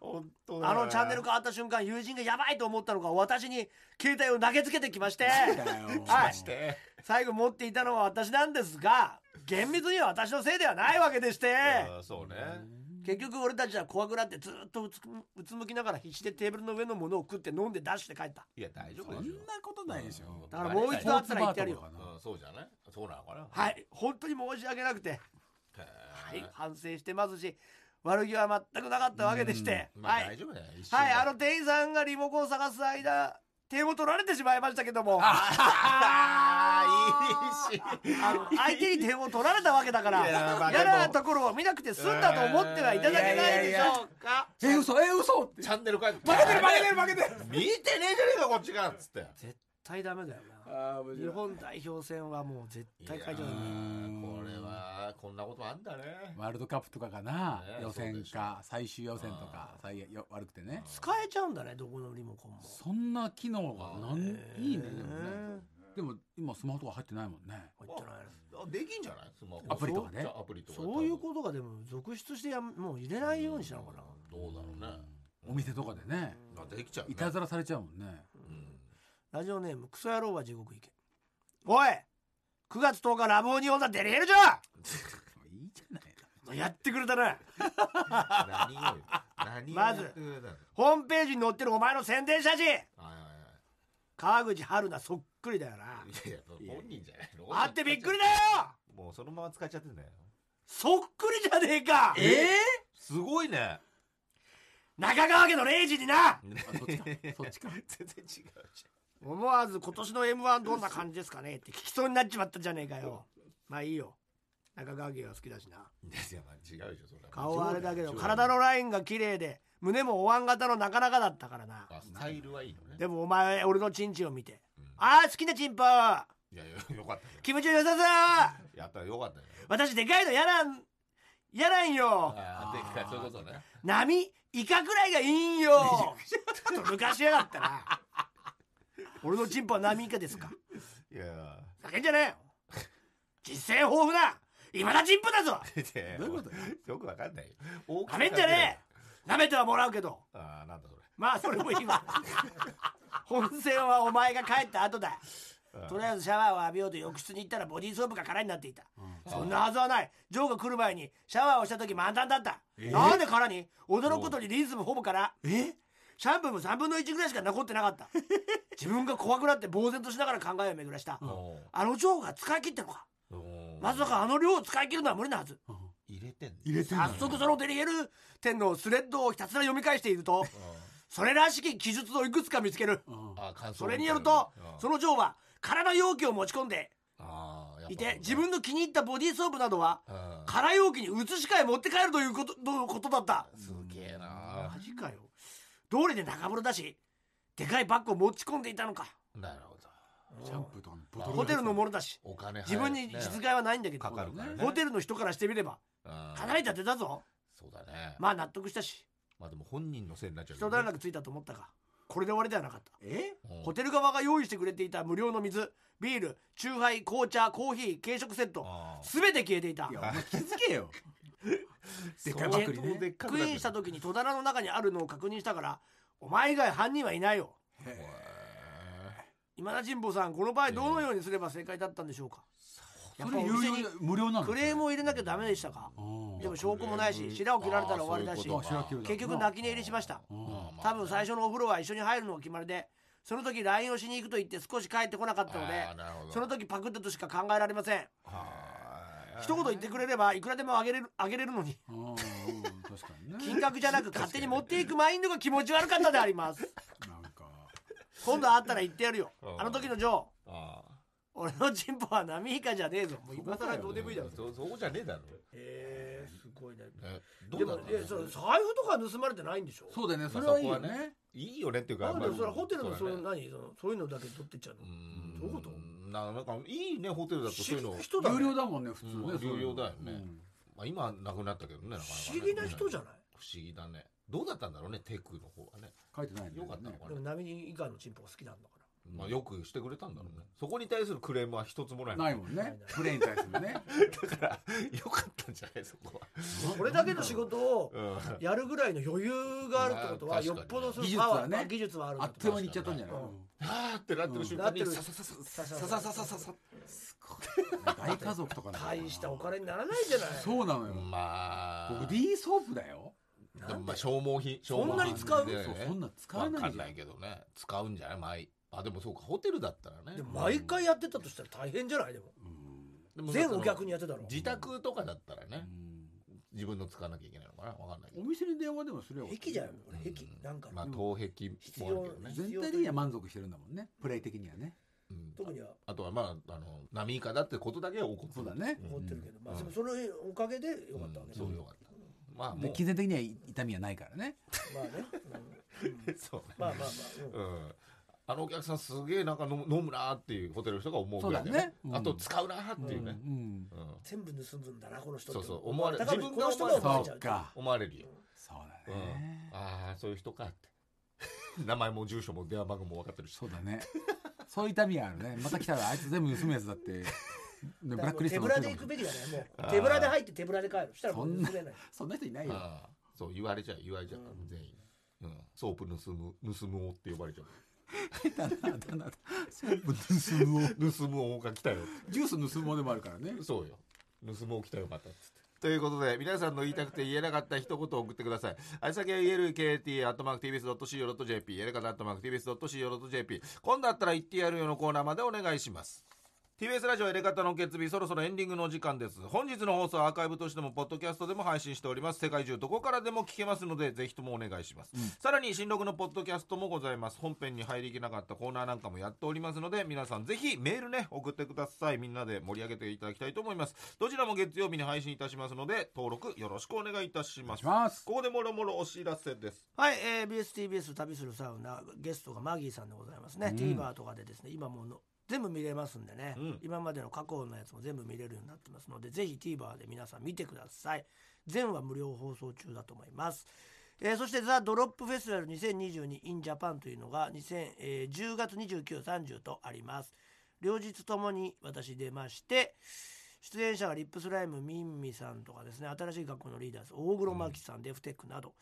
[SPEAKER 2] 本当だよ
[SPEAKER 1] あのチャンネル変わった瞬間友人がやばいと思ったのか私に携帯を投げつけてきまして
[SPEAKER 3] だよ
[SPEAKER 1] はい
[SPEAKER 2] して
[SPEAKER 1] 最後持っていたのは私なんですが厳密には私のせいではないわけでして
[SPEAKER 2] うんそうね
[SPEAKER 1] 結局俺たちは怖くなってずっとうつむうつむきながら必死でテーブルの上のものを食って飲んで出して帰った
[SPEAKER 2] いや大丈
[SPEAKER 3] そ
[SPEAKER 2] 夫
[SPEAKER 3] ん
[SPEAKER 2] で
[SPEAKER 3] な
[SPEAKER 2] し
[SPEAKER 3] ことないでしょ
[SPEAKER 1] だからもう一度会ったら言ってやるよ
[SPEAKER 2] ょうんそうじゃないそうなのかな
[SPEAKER 1] はい本当に申し訳なくて、
[SPEAKER 2] へ
[SPEAKER 1] は
[SPEAKER 2] ー
[SPEAKER 1] い、反省してますし悪気は全くなかったわけでして、
[SPEAKER 2] ま
[SPEAKER 1] は
[SPEAKER 2] あ
[SPEAKER 1] い
[SPEAKER 2] 大丈夫だよ一緒
[SPEAKER 1] はい、
[SPEAKER 2] だ
[SPEAKER 1] あの店員さんがリモコンを探す間点を取られてしまいましたけども
[SPEAKER 2] あーいいし
[SPEAKER 1] あの 相手に点を取られたわけだか
[SPEAKER 2] いや
[SPEAKER 1] ら
[SPEAKER 2] まあでも
[SPEAKER 1] 嫌なところを見なくて済んだと思ってはいただけないでしょうか
[SPEAKER 3] え嘘え嘘って
[SPEAKER 2] チャンネル変えて
[SPEAKER 3] 負けてる負けてる負けてる
[SPEAKER 2] 見てねえじゃねえかこっちがっつって
[SPEAKER 1] 絶対ダメだよな
[SPEAKER 3] ああ面
[SPEAKER 1] 日本代表戦はもう絶対会場だ
[SPEAKER 2] いや
[SPEAKER 1] ね
[SPEAKER 2] ーこれはこんなことあんだね
[SPEAKER 3] ワールドカップとかかな、
[SPEAKER 2] ね
[SPEAKER 3] 予
[SPEAKER 2] そう
[SPEAKER 3] 選
[SPEAKER 2] でしょ
[SPEAKER 3] か最終予選とか最悪よ悪くてね
[SPEAKER 1] 使えちゃうんだねどこのリモコンも
[SPEAKER 3] そんな機能がなんいいねでも
[SPEAKER 1] へ
[SPEAKER 3] ねでも今スマホとか入ってないもんね
[SPEAKER 1] 入ってないね
[SPEAKER 2] あできんじゃないスマホ
[SPEAKER 3] アプリとかね
[SPEAKER 2] じゃあアプリとか
[SPEAKER 1] そういうことがでも続出してやんもう入れないようにしたのかな
[SPEAKER 2] どうだろうね
[SPEAKER 3] お店とかでね
[SPEAKER 2] まあできちゃうね
[SPEAKER 3] いたずらされちゃうもんね
[SPEAKER 2] うん
[SPEAKER 1] ラジオネームクソ野郎は地獄行けおい9月10日ラブオニオンだデリヘルじゃ
[SPEAKER 3] いいじゃない
[SPEAKER 1] んやってくれたな
[SPEAKER 2] 何をよ何を
[SPEAKER 1] まず
[SPEAKER 2] やってくれたの
[SPEAKER 1] ホームページに載ってるお前の宣伝写真
[SPEAKER 2] はいはいは
[SPEAKER 1] 川口春奈そっくりだよない
[SPEAKER 2] いやいや本人じゃないの
[SPEAKER 1] あってびっくりだよ
[SPEAKER 2] もうそのまま使っちゃってんだよ
[SPEAKER 1] そっくりじゃねえか
[SPEAKER 2] えすごいね
[SPEAKER 1] 中川家のレイジにな
[SPEAKER 3] あそっちかそっちか
[SPEAKER 2] 全然違うじ
[SPEAKER 1] 思わず今年の m 1どんな感じですかねって聞きそうになっちまったじゃねえかよまあいいよ中川家が好きだしな
[SPEAKER 2] ゃんいやまあ違うでしょそれは
[SPEAKER 1] 顔はあれだけど体のラインが綺麗で胸もお椀型のなかなかだったからな
[SPEAKER 2] あスタイルはいいのね
[SPEAKER 1] でもお前俺のチンチンを見て
[SPEAKER 2] うん
[SPEAKER 1] 「ああ好きなチンポ
[SPEAKER 2] いやいやよかったね
[SPEAKER 1] 気持ちよさそう
[SPEAKER 2] やったらよかったね
[SPEAKER 1] 私でかいの嫌なん嫌なんよ
[SPEAKER 2] あーでっかいそういうことね
[SPEAKER 1] 波イカくらいがいいんよ」ちょっと抜かしやがったな俺のチンポは波イカですか
[SPEAKER 2] いや
[SPEAKER 1] ふざけんじゃねえよ実践豊富な今だチンポだぞ
[SPEAKER 2] ー
[SPEAKER 3] どういうことよ
[SPEAKER 2] よくわかんないよ大き
[SPEAKER 1] な
[SPEAKER 2] さ
[SPEAKER 1] めんじゃねえ舐めてはもらうけど
[SPEAKER 2] えああなんだそれ
[SPEAKER 1] まあそれもいいわ本戦はお前が帰った後だ
[SPEAKER 2] うん
[SPEAKER 1] とりあえずシャワーを浴びようと浴室に行ったらボディーソープが空になっていた、そんなはずはないジョーが来る前にシャワーをした時満タンだった、なんで空に驚くことにリンスもほぼ空えシャンプーも3分の1ぐらいしか残ってなかった自分が怖くなって呆然としながら考えを巡らした、
[SPEAKER 2] お
[SPEAKER 1] あのジョーが使い切ったのか
[SPEAKER 2] ーおー
[SPEAKER 1] まさかあの量を使い切るのは無理なはず
[SPEAKER 2] 入れてんの
[SPEAKER 3] 入れてんだ
[SPEAKER 1] 早速そのデリヘル店のスレッドをひたすら読み返しているとそれらしき記述をいくつか見つける
[SPEAKER 3] うん
[SPEAKER 2] あー感想
[SPEAKER 1] それによると
[SPEAKER 2] うん
[SPEAKER 1] そのジョーは空容器を持ち込んで
[SPEAKER 2] あーやっぱ
[SPEAKER 1] いて自分の気に入ったボディーソープなどは
[SPEAKER 2] うん
[SPEAKER 1] 空容器に移し替え持って帰るということのことだった
[SPEAKER 2] すげえな
[SPEAKER 1] マジかよ道理で中風呂だしでかいバッグを持ち込んでいたのか
[SPEAKER 2] なるほど
[SPEAKER 3] シャンプーとかのボトル
[SPEAKER 1] ホテルのものだし
[SPEAKER 2] お金入る
[SPEAKER 1] 自分に実害はないんだけど、
[SPEAKER 2] かかるからね
[SPEAKER 1] ホテルの人からしてみれば
[SPEAKER 2] うん
[SPEAKER 1] かなり立てたぞ
[SPEAKER 2] そうだねま
[SPEAKER 1] まあ納得したし
[SPEAKER 2] あでも本人のせいになっちゃう
[SPEAKER 1] 人だらなくついたと思ったがこれで終わりではなかった
[SPEAKER 3] え
[SPEAKER 2] うん
[SPEAKER 1] ホテル側が用意してくれていた無料の水ビールチューハイ紅茶コーヒー軽食セット
[SPEAKER 2] ああ
[SPEAKER 1] 全て消えていた
[SPEAKER 3] いやお前気づけよ
[SPEAKER 1] クイ
[SPEAKER 2] 相当でっかくなってる
[SPEAKER 3] でっかいばっくりね
[SPEAKER 1] ーンした時に戸棚の中にあるのを確認したからお前以外犯人はいないよ
[SPEAKER 2] へえ
[SPEAKER 1] 今田神保さんこの場合どのようにすれば正解だったんでしょうか、
[SPEAKER 3] そ
[SPEAKER 1] やっぱ
[SPEAKER 3] れ
[SPEAKER 1] お
[SPEAKER 3] 有
[SPEAKER 1] 店
[SPEAKER 3] 料
[SPEAKER 1] に
[SPEAKER 3] 無料なの
[SPEAKER 1] クレームを入れなきゃダメでしたか
[SPEAKER 3] うん
[SPEAKER 1] でも証拠もないし
[SPEAKER 2] うん
[SPEAKER 1] 白を切られたら終わりだし
[SPEAKER 2] あーそういうこと
[SPEAKER 1] 結局泣き寝入りしました
[SPEAKER 3] うん
[SPEAKER 1] 多分最初のお風呂は一緒に入るのが決まりでその時 LINE をしに行くと言って少し帰ってこなかったので
[SPEAKER 2] あーなるほど
[SPEAKER 1] その時パクったとしか考えられません
[SPEAKER 2] は
[SPEAKER 1] 一言言ってくれればいくらでもあげれるあげれるのに
[SPEAKER 3] うんうん確かにね
[SPEAKER 1] 金額じゃなく勝手に持っていくマインドが気持ち悪かったであります
[SPEAKER 3] なんか
[SPEAKER 1] 今度会ったら言ってやるよ
[SPEAKER 2] うん
[SPEAKER 1] あの時のジョー
[SPEAKER 2] ああ
[SPEAKER 1] 俺のチンポは波以下じゃねえぞもう今更どうでもいいだろ
[SPEAKER 2] そそこじゃねえだろ
[SPEAKER 1] えー、すごいね
[SPEAKER 2] ねど
[SPEAKER 1] で
[SPEAKER 2] うだ
[SPEAKER 1] も
[SPEAKER 2] ろう
[SPEAKER 1] え
[SPEAKER 2] ね
[SPEAKER 1] それ財布とか盗まれてないんでしょ
[SPEAKER 3] そうだよね
[SPEAKER 2] ま
[SPEAKER 3] そ
[SPEAKER 2] あ
[SPEAKER 3] れはいいよ
[SPEAKER 2] そこは
[SPEAKER 3] ね
[SPEAKER 2] いいよねっていうか
[SPEAKER 1] なんでそれホテルの
[SPEAKER 2] そ
[SPEAKER 1] そうう
[SPEAKER 2] だ
[SPEAKER 1] い
[SPEAKER 2] ね
[SPEAKER 1] う何そのそういうのだけ取ってっちゃうの
[SPEAKER 2] うん
[SPEAKER 1] どういうこと
[SPEAKER 2] ななんかいいねホテルだとそういうの
[SPEAKER 1] 不思議な人だね
[SPEAKER 3] 有料だもんね普通
[SPEAKER 2] うん
[SPEAKER 3] ねそういうの
[SPEAKER 2] 有料だよね
[SPEAKER 3] うん
[SPEAKER 2] まあ、今はなくなったけどねなかなかね
[SPEAKER 1] 不思議な人じゃ
[SPEAKER 2] うん
[SPEAKER 1] な
[SPEAKER 2] 不思議だねどうだったんだろうねテクの方はね
[SPEAKER 3] 書いてないんだ
[SPEAKER 2] よ
[SPEAKER 3] よ
[SPEAKER 2] かったの
[SPEAKER 3] ね
[SPEAKER 2] か
[SPEAKER 1] いで
[SPEAKER 2] な
[SPEAKER 1] も波以下のチンポが好きなんだか
[SPEAKER 2] まあ、よくしてくれたんだろうね、そこに対するクレームは一つもない
[SPEAKER 3] ないもん
[SPEAKER 1] ない
[SPEAKER 3] ね
[SPEAKER 1] ない
[SPEAKER 3] プレーに対する ね
[SPEAKER 2] だからよかったんじゃないそこは、
[SPEAKER 1] らこれだけの仕事を
[SPEAKER 2] うん、
[SPEAKER 1] やるぐらいの余裕があるってこと
[SPEAKER 2] まあ
[SPEAKER 1] はよ
[SPEAKER 2] 確かに
[SPEAKER 1] っぽどその
[SPEAKER 3] 技術
[SPEAKER 1] パワ
[SPEAKER 3] は
[SPEAKER 1] ー、
[SPEAKER 3] ね
[SPEAKER 1] 技術はあるん
[SPEAKER 3] あ
[SPEAKER 1] だ
[SPEAKER 3] っ
[SPEAKER 1] と
[SPEAKER 3] という
[SPEAKER 1] 思
[SPEAKER 3] 間にいっちゃったんじゃない
[SPEAKER 1] うん
[SPEAKER 3] うん
[SPEAKER 2] あーってなってる瞬
[SPEAKER 1] な
[SPEAKER 2] 間
[SPEAKER 1] って
[SPEAKER 2] に
[SPEAKER 1] る
[SPEAKER 2] さささささささささささ
[SPEAKER 3] 大家族とかなのかな
[SPEAKER 1] 大したお金にならないじゃない
[SPEAKER 3] そうなのよ
[SPEAKER 2] まあ
[SPEAKER 3] 僕 D ソープだよ
[SPEAKER 2] でもまあ消耗品消
[SPEAKER 1] そんなに使う
[SPEAKER 2] 耗品だよ
[SPEAKER 3] そう
[SPEAKER 2] ね
[SPEAKER 3] そんな使え
[SPEAKER 2] わ
[SPEAKER 3] な
[SPEAKER 2] か
[SPEAKER 3] い
[SPEAKER 2] ん
[SPEAKER 3] じゃ
[SPEAKER 2] なんいけどね使うんじゃない毎あでもそうかホテルだったらね
[SPEAKER 1] でも毎回やってたとしたら大変じゃないでも
[SPEAKER 2] でも
[SPEAKER 1] 全お客
[SPEAKER 2] に
[SPEAKER 1] にやってたろ
[SPEAKER 2] 自宅とかだったらね
[SPEAKER 3] うん
[SPEAKER 2] 自分の使わなきゃいけないのかなわかんないけ
[SPEAKER 3] お
[SPEAKER 2] ど
[SPEAKER 3] 店に電話でもすれば
[SPEAKER 1] 壁じゃんこれ
[SPEAKER 2] うん
[SPEAKER 1] 壁なんか
[SPEAKER 2] まあ頭壁もあるけどね
[SPEAKER 1] 必要
[SPEAKER 3] 全体的には満足してるんだもんねプレイ的にはね
[SPEAKER 2] うん
[SPEAKER 1] 特には
[SPEAKER 2] あとはまああの波以下だってことだけは起こって
[SPEAKER 3] そう
[SPEAKER 2] る
[SPEAKER 3] だね
[SPEAKER 1] 思ってるけどまあ
[SPEAKER 2] うん
[SPEAKER 1] でもそのおかげでよかったわけ
[SPEAKER 2] うん
[SPEAKER 1] だ
[SPEAKER 2] そうよかったまあ
[SPEAKER 3] で
[SPEAKER 2] もう
[SPEAKER 3] 金銭的には痛みはないからね
[SPEAKER 1] まあねうん
[SPEAKER 2] そうね
[SPEAKER 1] まあまあまあうん
[SPEAKER 2] うんあのお客さんすげえなんか飲む飲むなーっていうホテルの人が思うぐらいだよ
[SPEAKER 3] そうだ
[SPEAKER 2] ね
[SPEAKER 3] ねうん
[SPEAKER 2] あと使うなーっていうね
[SPEAKER 3] うんうん
[SPEAKER 2] うん
[SPEAKER 1] 全部盗むんだなこの人って
[SPEAKER 2] そうそう思われ
[SPEAKER 1] だから
[SPEAKER 2] 自分
[SPEAKER 1] こ
[SPEAKER 2] が
[SPEAKER 1] の人
[SPEAKER 2] 思わ
[SPEAKER 1] が思わ
[SPEAKER 2] れる
[SPEAKER 1] れちゃ
[SPEAKER 3] そううか
[SPEAKER 2] 思われるよ
[SPEAKER 3] そう
[SPEAKER 2] う
[SPEAKER 3] だ
[SPEAKER 2] ん
[SPEAKER 3] ね
[SPEAKER 2] ああそういう人かって 名前も住所も電話番号も分かってるし
[SPEAKER 3] そうだねそういう痛みはあるねまた来たらあいつ全部盗むやつだってねブラックリス
[SPEAKER 1] 手
[SPEAKER 3] ト
[SPEAKER 1] ぶ
[SPEAKER 3] もつ
[SPEAKER 1] ら
[SPEAKER 3] いて
[SPEAKER 1] で行く
[SPEAKER 3] るかもし
[SPEAKER 1] べき
[SPEAKER 3] れない
[SPEAKER 1] だねも
[SPEAKER 2] あー
[SPEAKER 1] う手ぶらで入って手ぶらで帰るしたらもう
[SPEAKER 3] そんな
[SPEAKER 1] 盗れない
[SPEAKER 3] そんな人いない よ
[SPEAKER 2] ああそう言われちゃう言われちゃう、全員、うん、ソープ盗む盗む王って呼ばれちゃう
[SPEAKER 3] だなだなソープ盗む を
[SPEAKER 2] 盗む王が来たよっ
[SPEAKER 3] ジュース盗むもでもあるからね
[SPEAKER 2] てそうよ盗む王来たよまたっつってということで皆さんの言いたくて言えなかった一言を送ってくださいあ先は elkt.tbs.co.jp やり方 .tbs.co.jp 今度あったら言ってやるよのコーナーまでお願いします TBS ラジオエレガタの決日そろそろエンディングのお時間です本日の放送はアーカイブとしてもポッドキャストでも配信しております世界中どこからでも聞けますのでぜひともお願いします、さらに新録のポッドキャストもございます本編に入りきなかったコーナーなんかもやっておりますので皆さんぜひメールね送ってくださいみんなで盛り上げていただきたいと思いますどちらも月曜日に配信いたしますので登録よろしくお願いいたし
[SPEAKER 3] お願
[SPEAKER 2] ま
[SPEAKER 3] い
[SPEAKER 2] す
[SPEAKER 3] します
[SPEAKER 2] ここでもろもろお知らせです
[SPEAKER 1] はい、えー、BSTBS 旅するサウナゲストがマギーさんでございますね、
[SPEAKER 3] うん
[SPEAKER 1] TVer とかでですね今もうの全部見れますんでね、
[SPEAKER 2] うん
[SPEAKER 1] 今までの過去のやつも全部見れるようになってますのでぜひ TVer で皆さん見てください全話無料放送中だと思います、えーそして「ザ・ドロップフェスティバル 2022inJapan」というのが2000、えー10月2930とあります両日ともに私出まして出演者はリップスライムミンミさんとかですね新しい学校のリーダーズ大黒摩季さん、デフテックなど、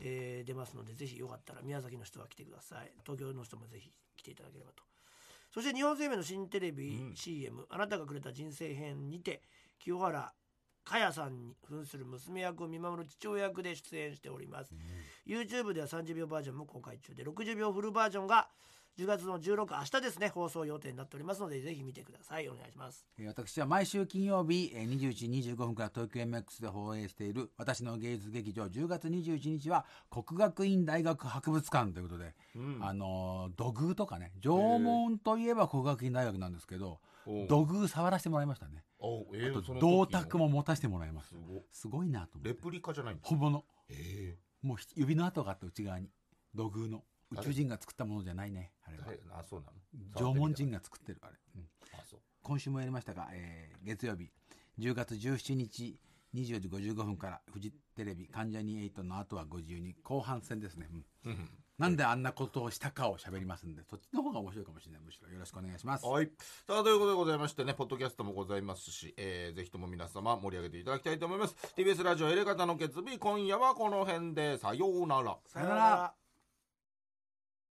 [SPEAKER 1] えー出ますのでぜひよかったら宮崎の人は来てください東京の人もぜひ来ていただければとそして日本生命の新テレビ、
[SPEAKER 2] うん
[SPEAKER 1] CM「あなたがくれた人生編」にて清原かやさんに扮する娘役を見守る父親役で出演しております、YouTube では30秒バージョンも公開中で60秒フルバージョンが10月の16明日ですね放送予定になっておりますのでぜひ見てくださいお願いします
[SPEAKER 3] えー私は毎週金曜日えー21時25分から東京 MX で放映している私の芸術劇場10月21日は国学院大学博物館ということで、あのー土偶とかね縄文といえば国学院大学なんですけど
[SPEAKER 2] おう
[SPEAKER 3] 土偶触らせてもらいましたね
[SPEAKER 2] おうえ
[SPEAKER 3] あ
[SPEAKER 2] ー
[SPEAKER 3] と
[SPEAKER 2] その時
[SPEAKER 3] 銅鐸も持たせてもらいます
[SPEAKER 2] すごい
[SPEAKER 3] すごいなと思
[SPEAKER 2] レ
[SPEAKER 3] って
[SPEAKER 2] プリカじゃないんだ
[SPEAKER 3] 本物
[SPEAKER 2] え
[SPEAKER 3] もうひ指の跡があった内側に土偶の宇宙人が作ったものじゃないねあれは
[SPEAKER 2] 誰あそうなの
[SPEAKER 3] 縄文人が作ってるあれ、うん
[SPEAKER 2] あそう
[SPEAKER 3] 今週もやりましたが、えー月曜日10月17日24時55分からフジテレビ「関ジャニ8の後は52」後半戦ですね、うんなんであんなことをしたかを喋りますんでそっちの方が面白いかもしれないむしろよろしくお願いします
[SPEAKER 2] はい。さあ、ということでございましてね、ポッドキャストもございますし、えー、ぜひとも皆様盛り上げていただきたいと思います。TBS ラジオエレガタの決日、今夜はこの辺で、さようなら。
[SPEAKER 1] さよなら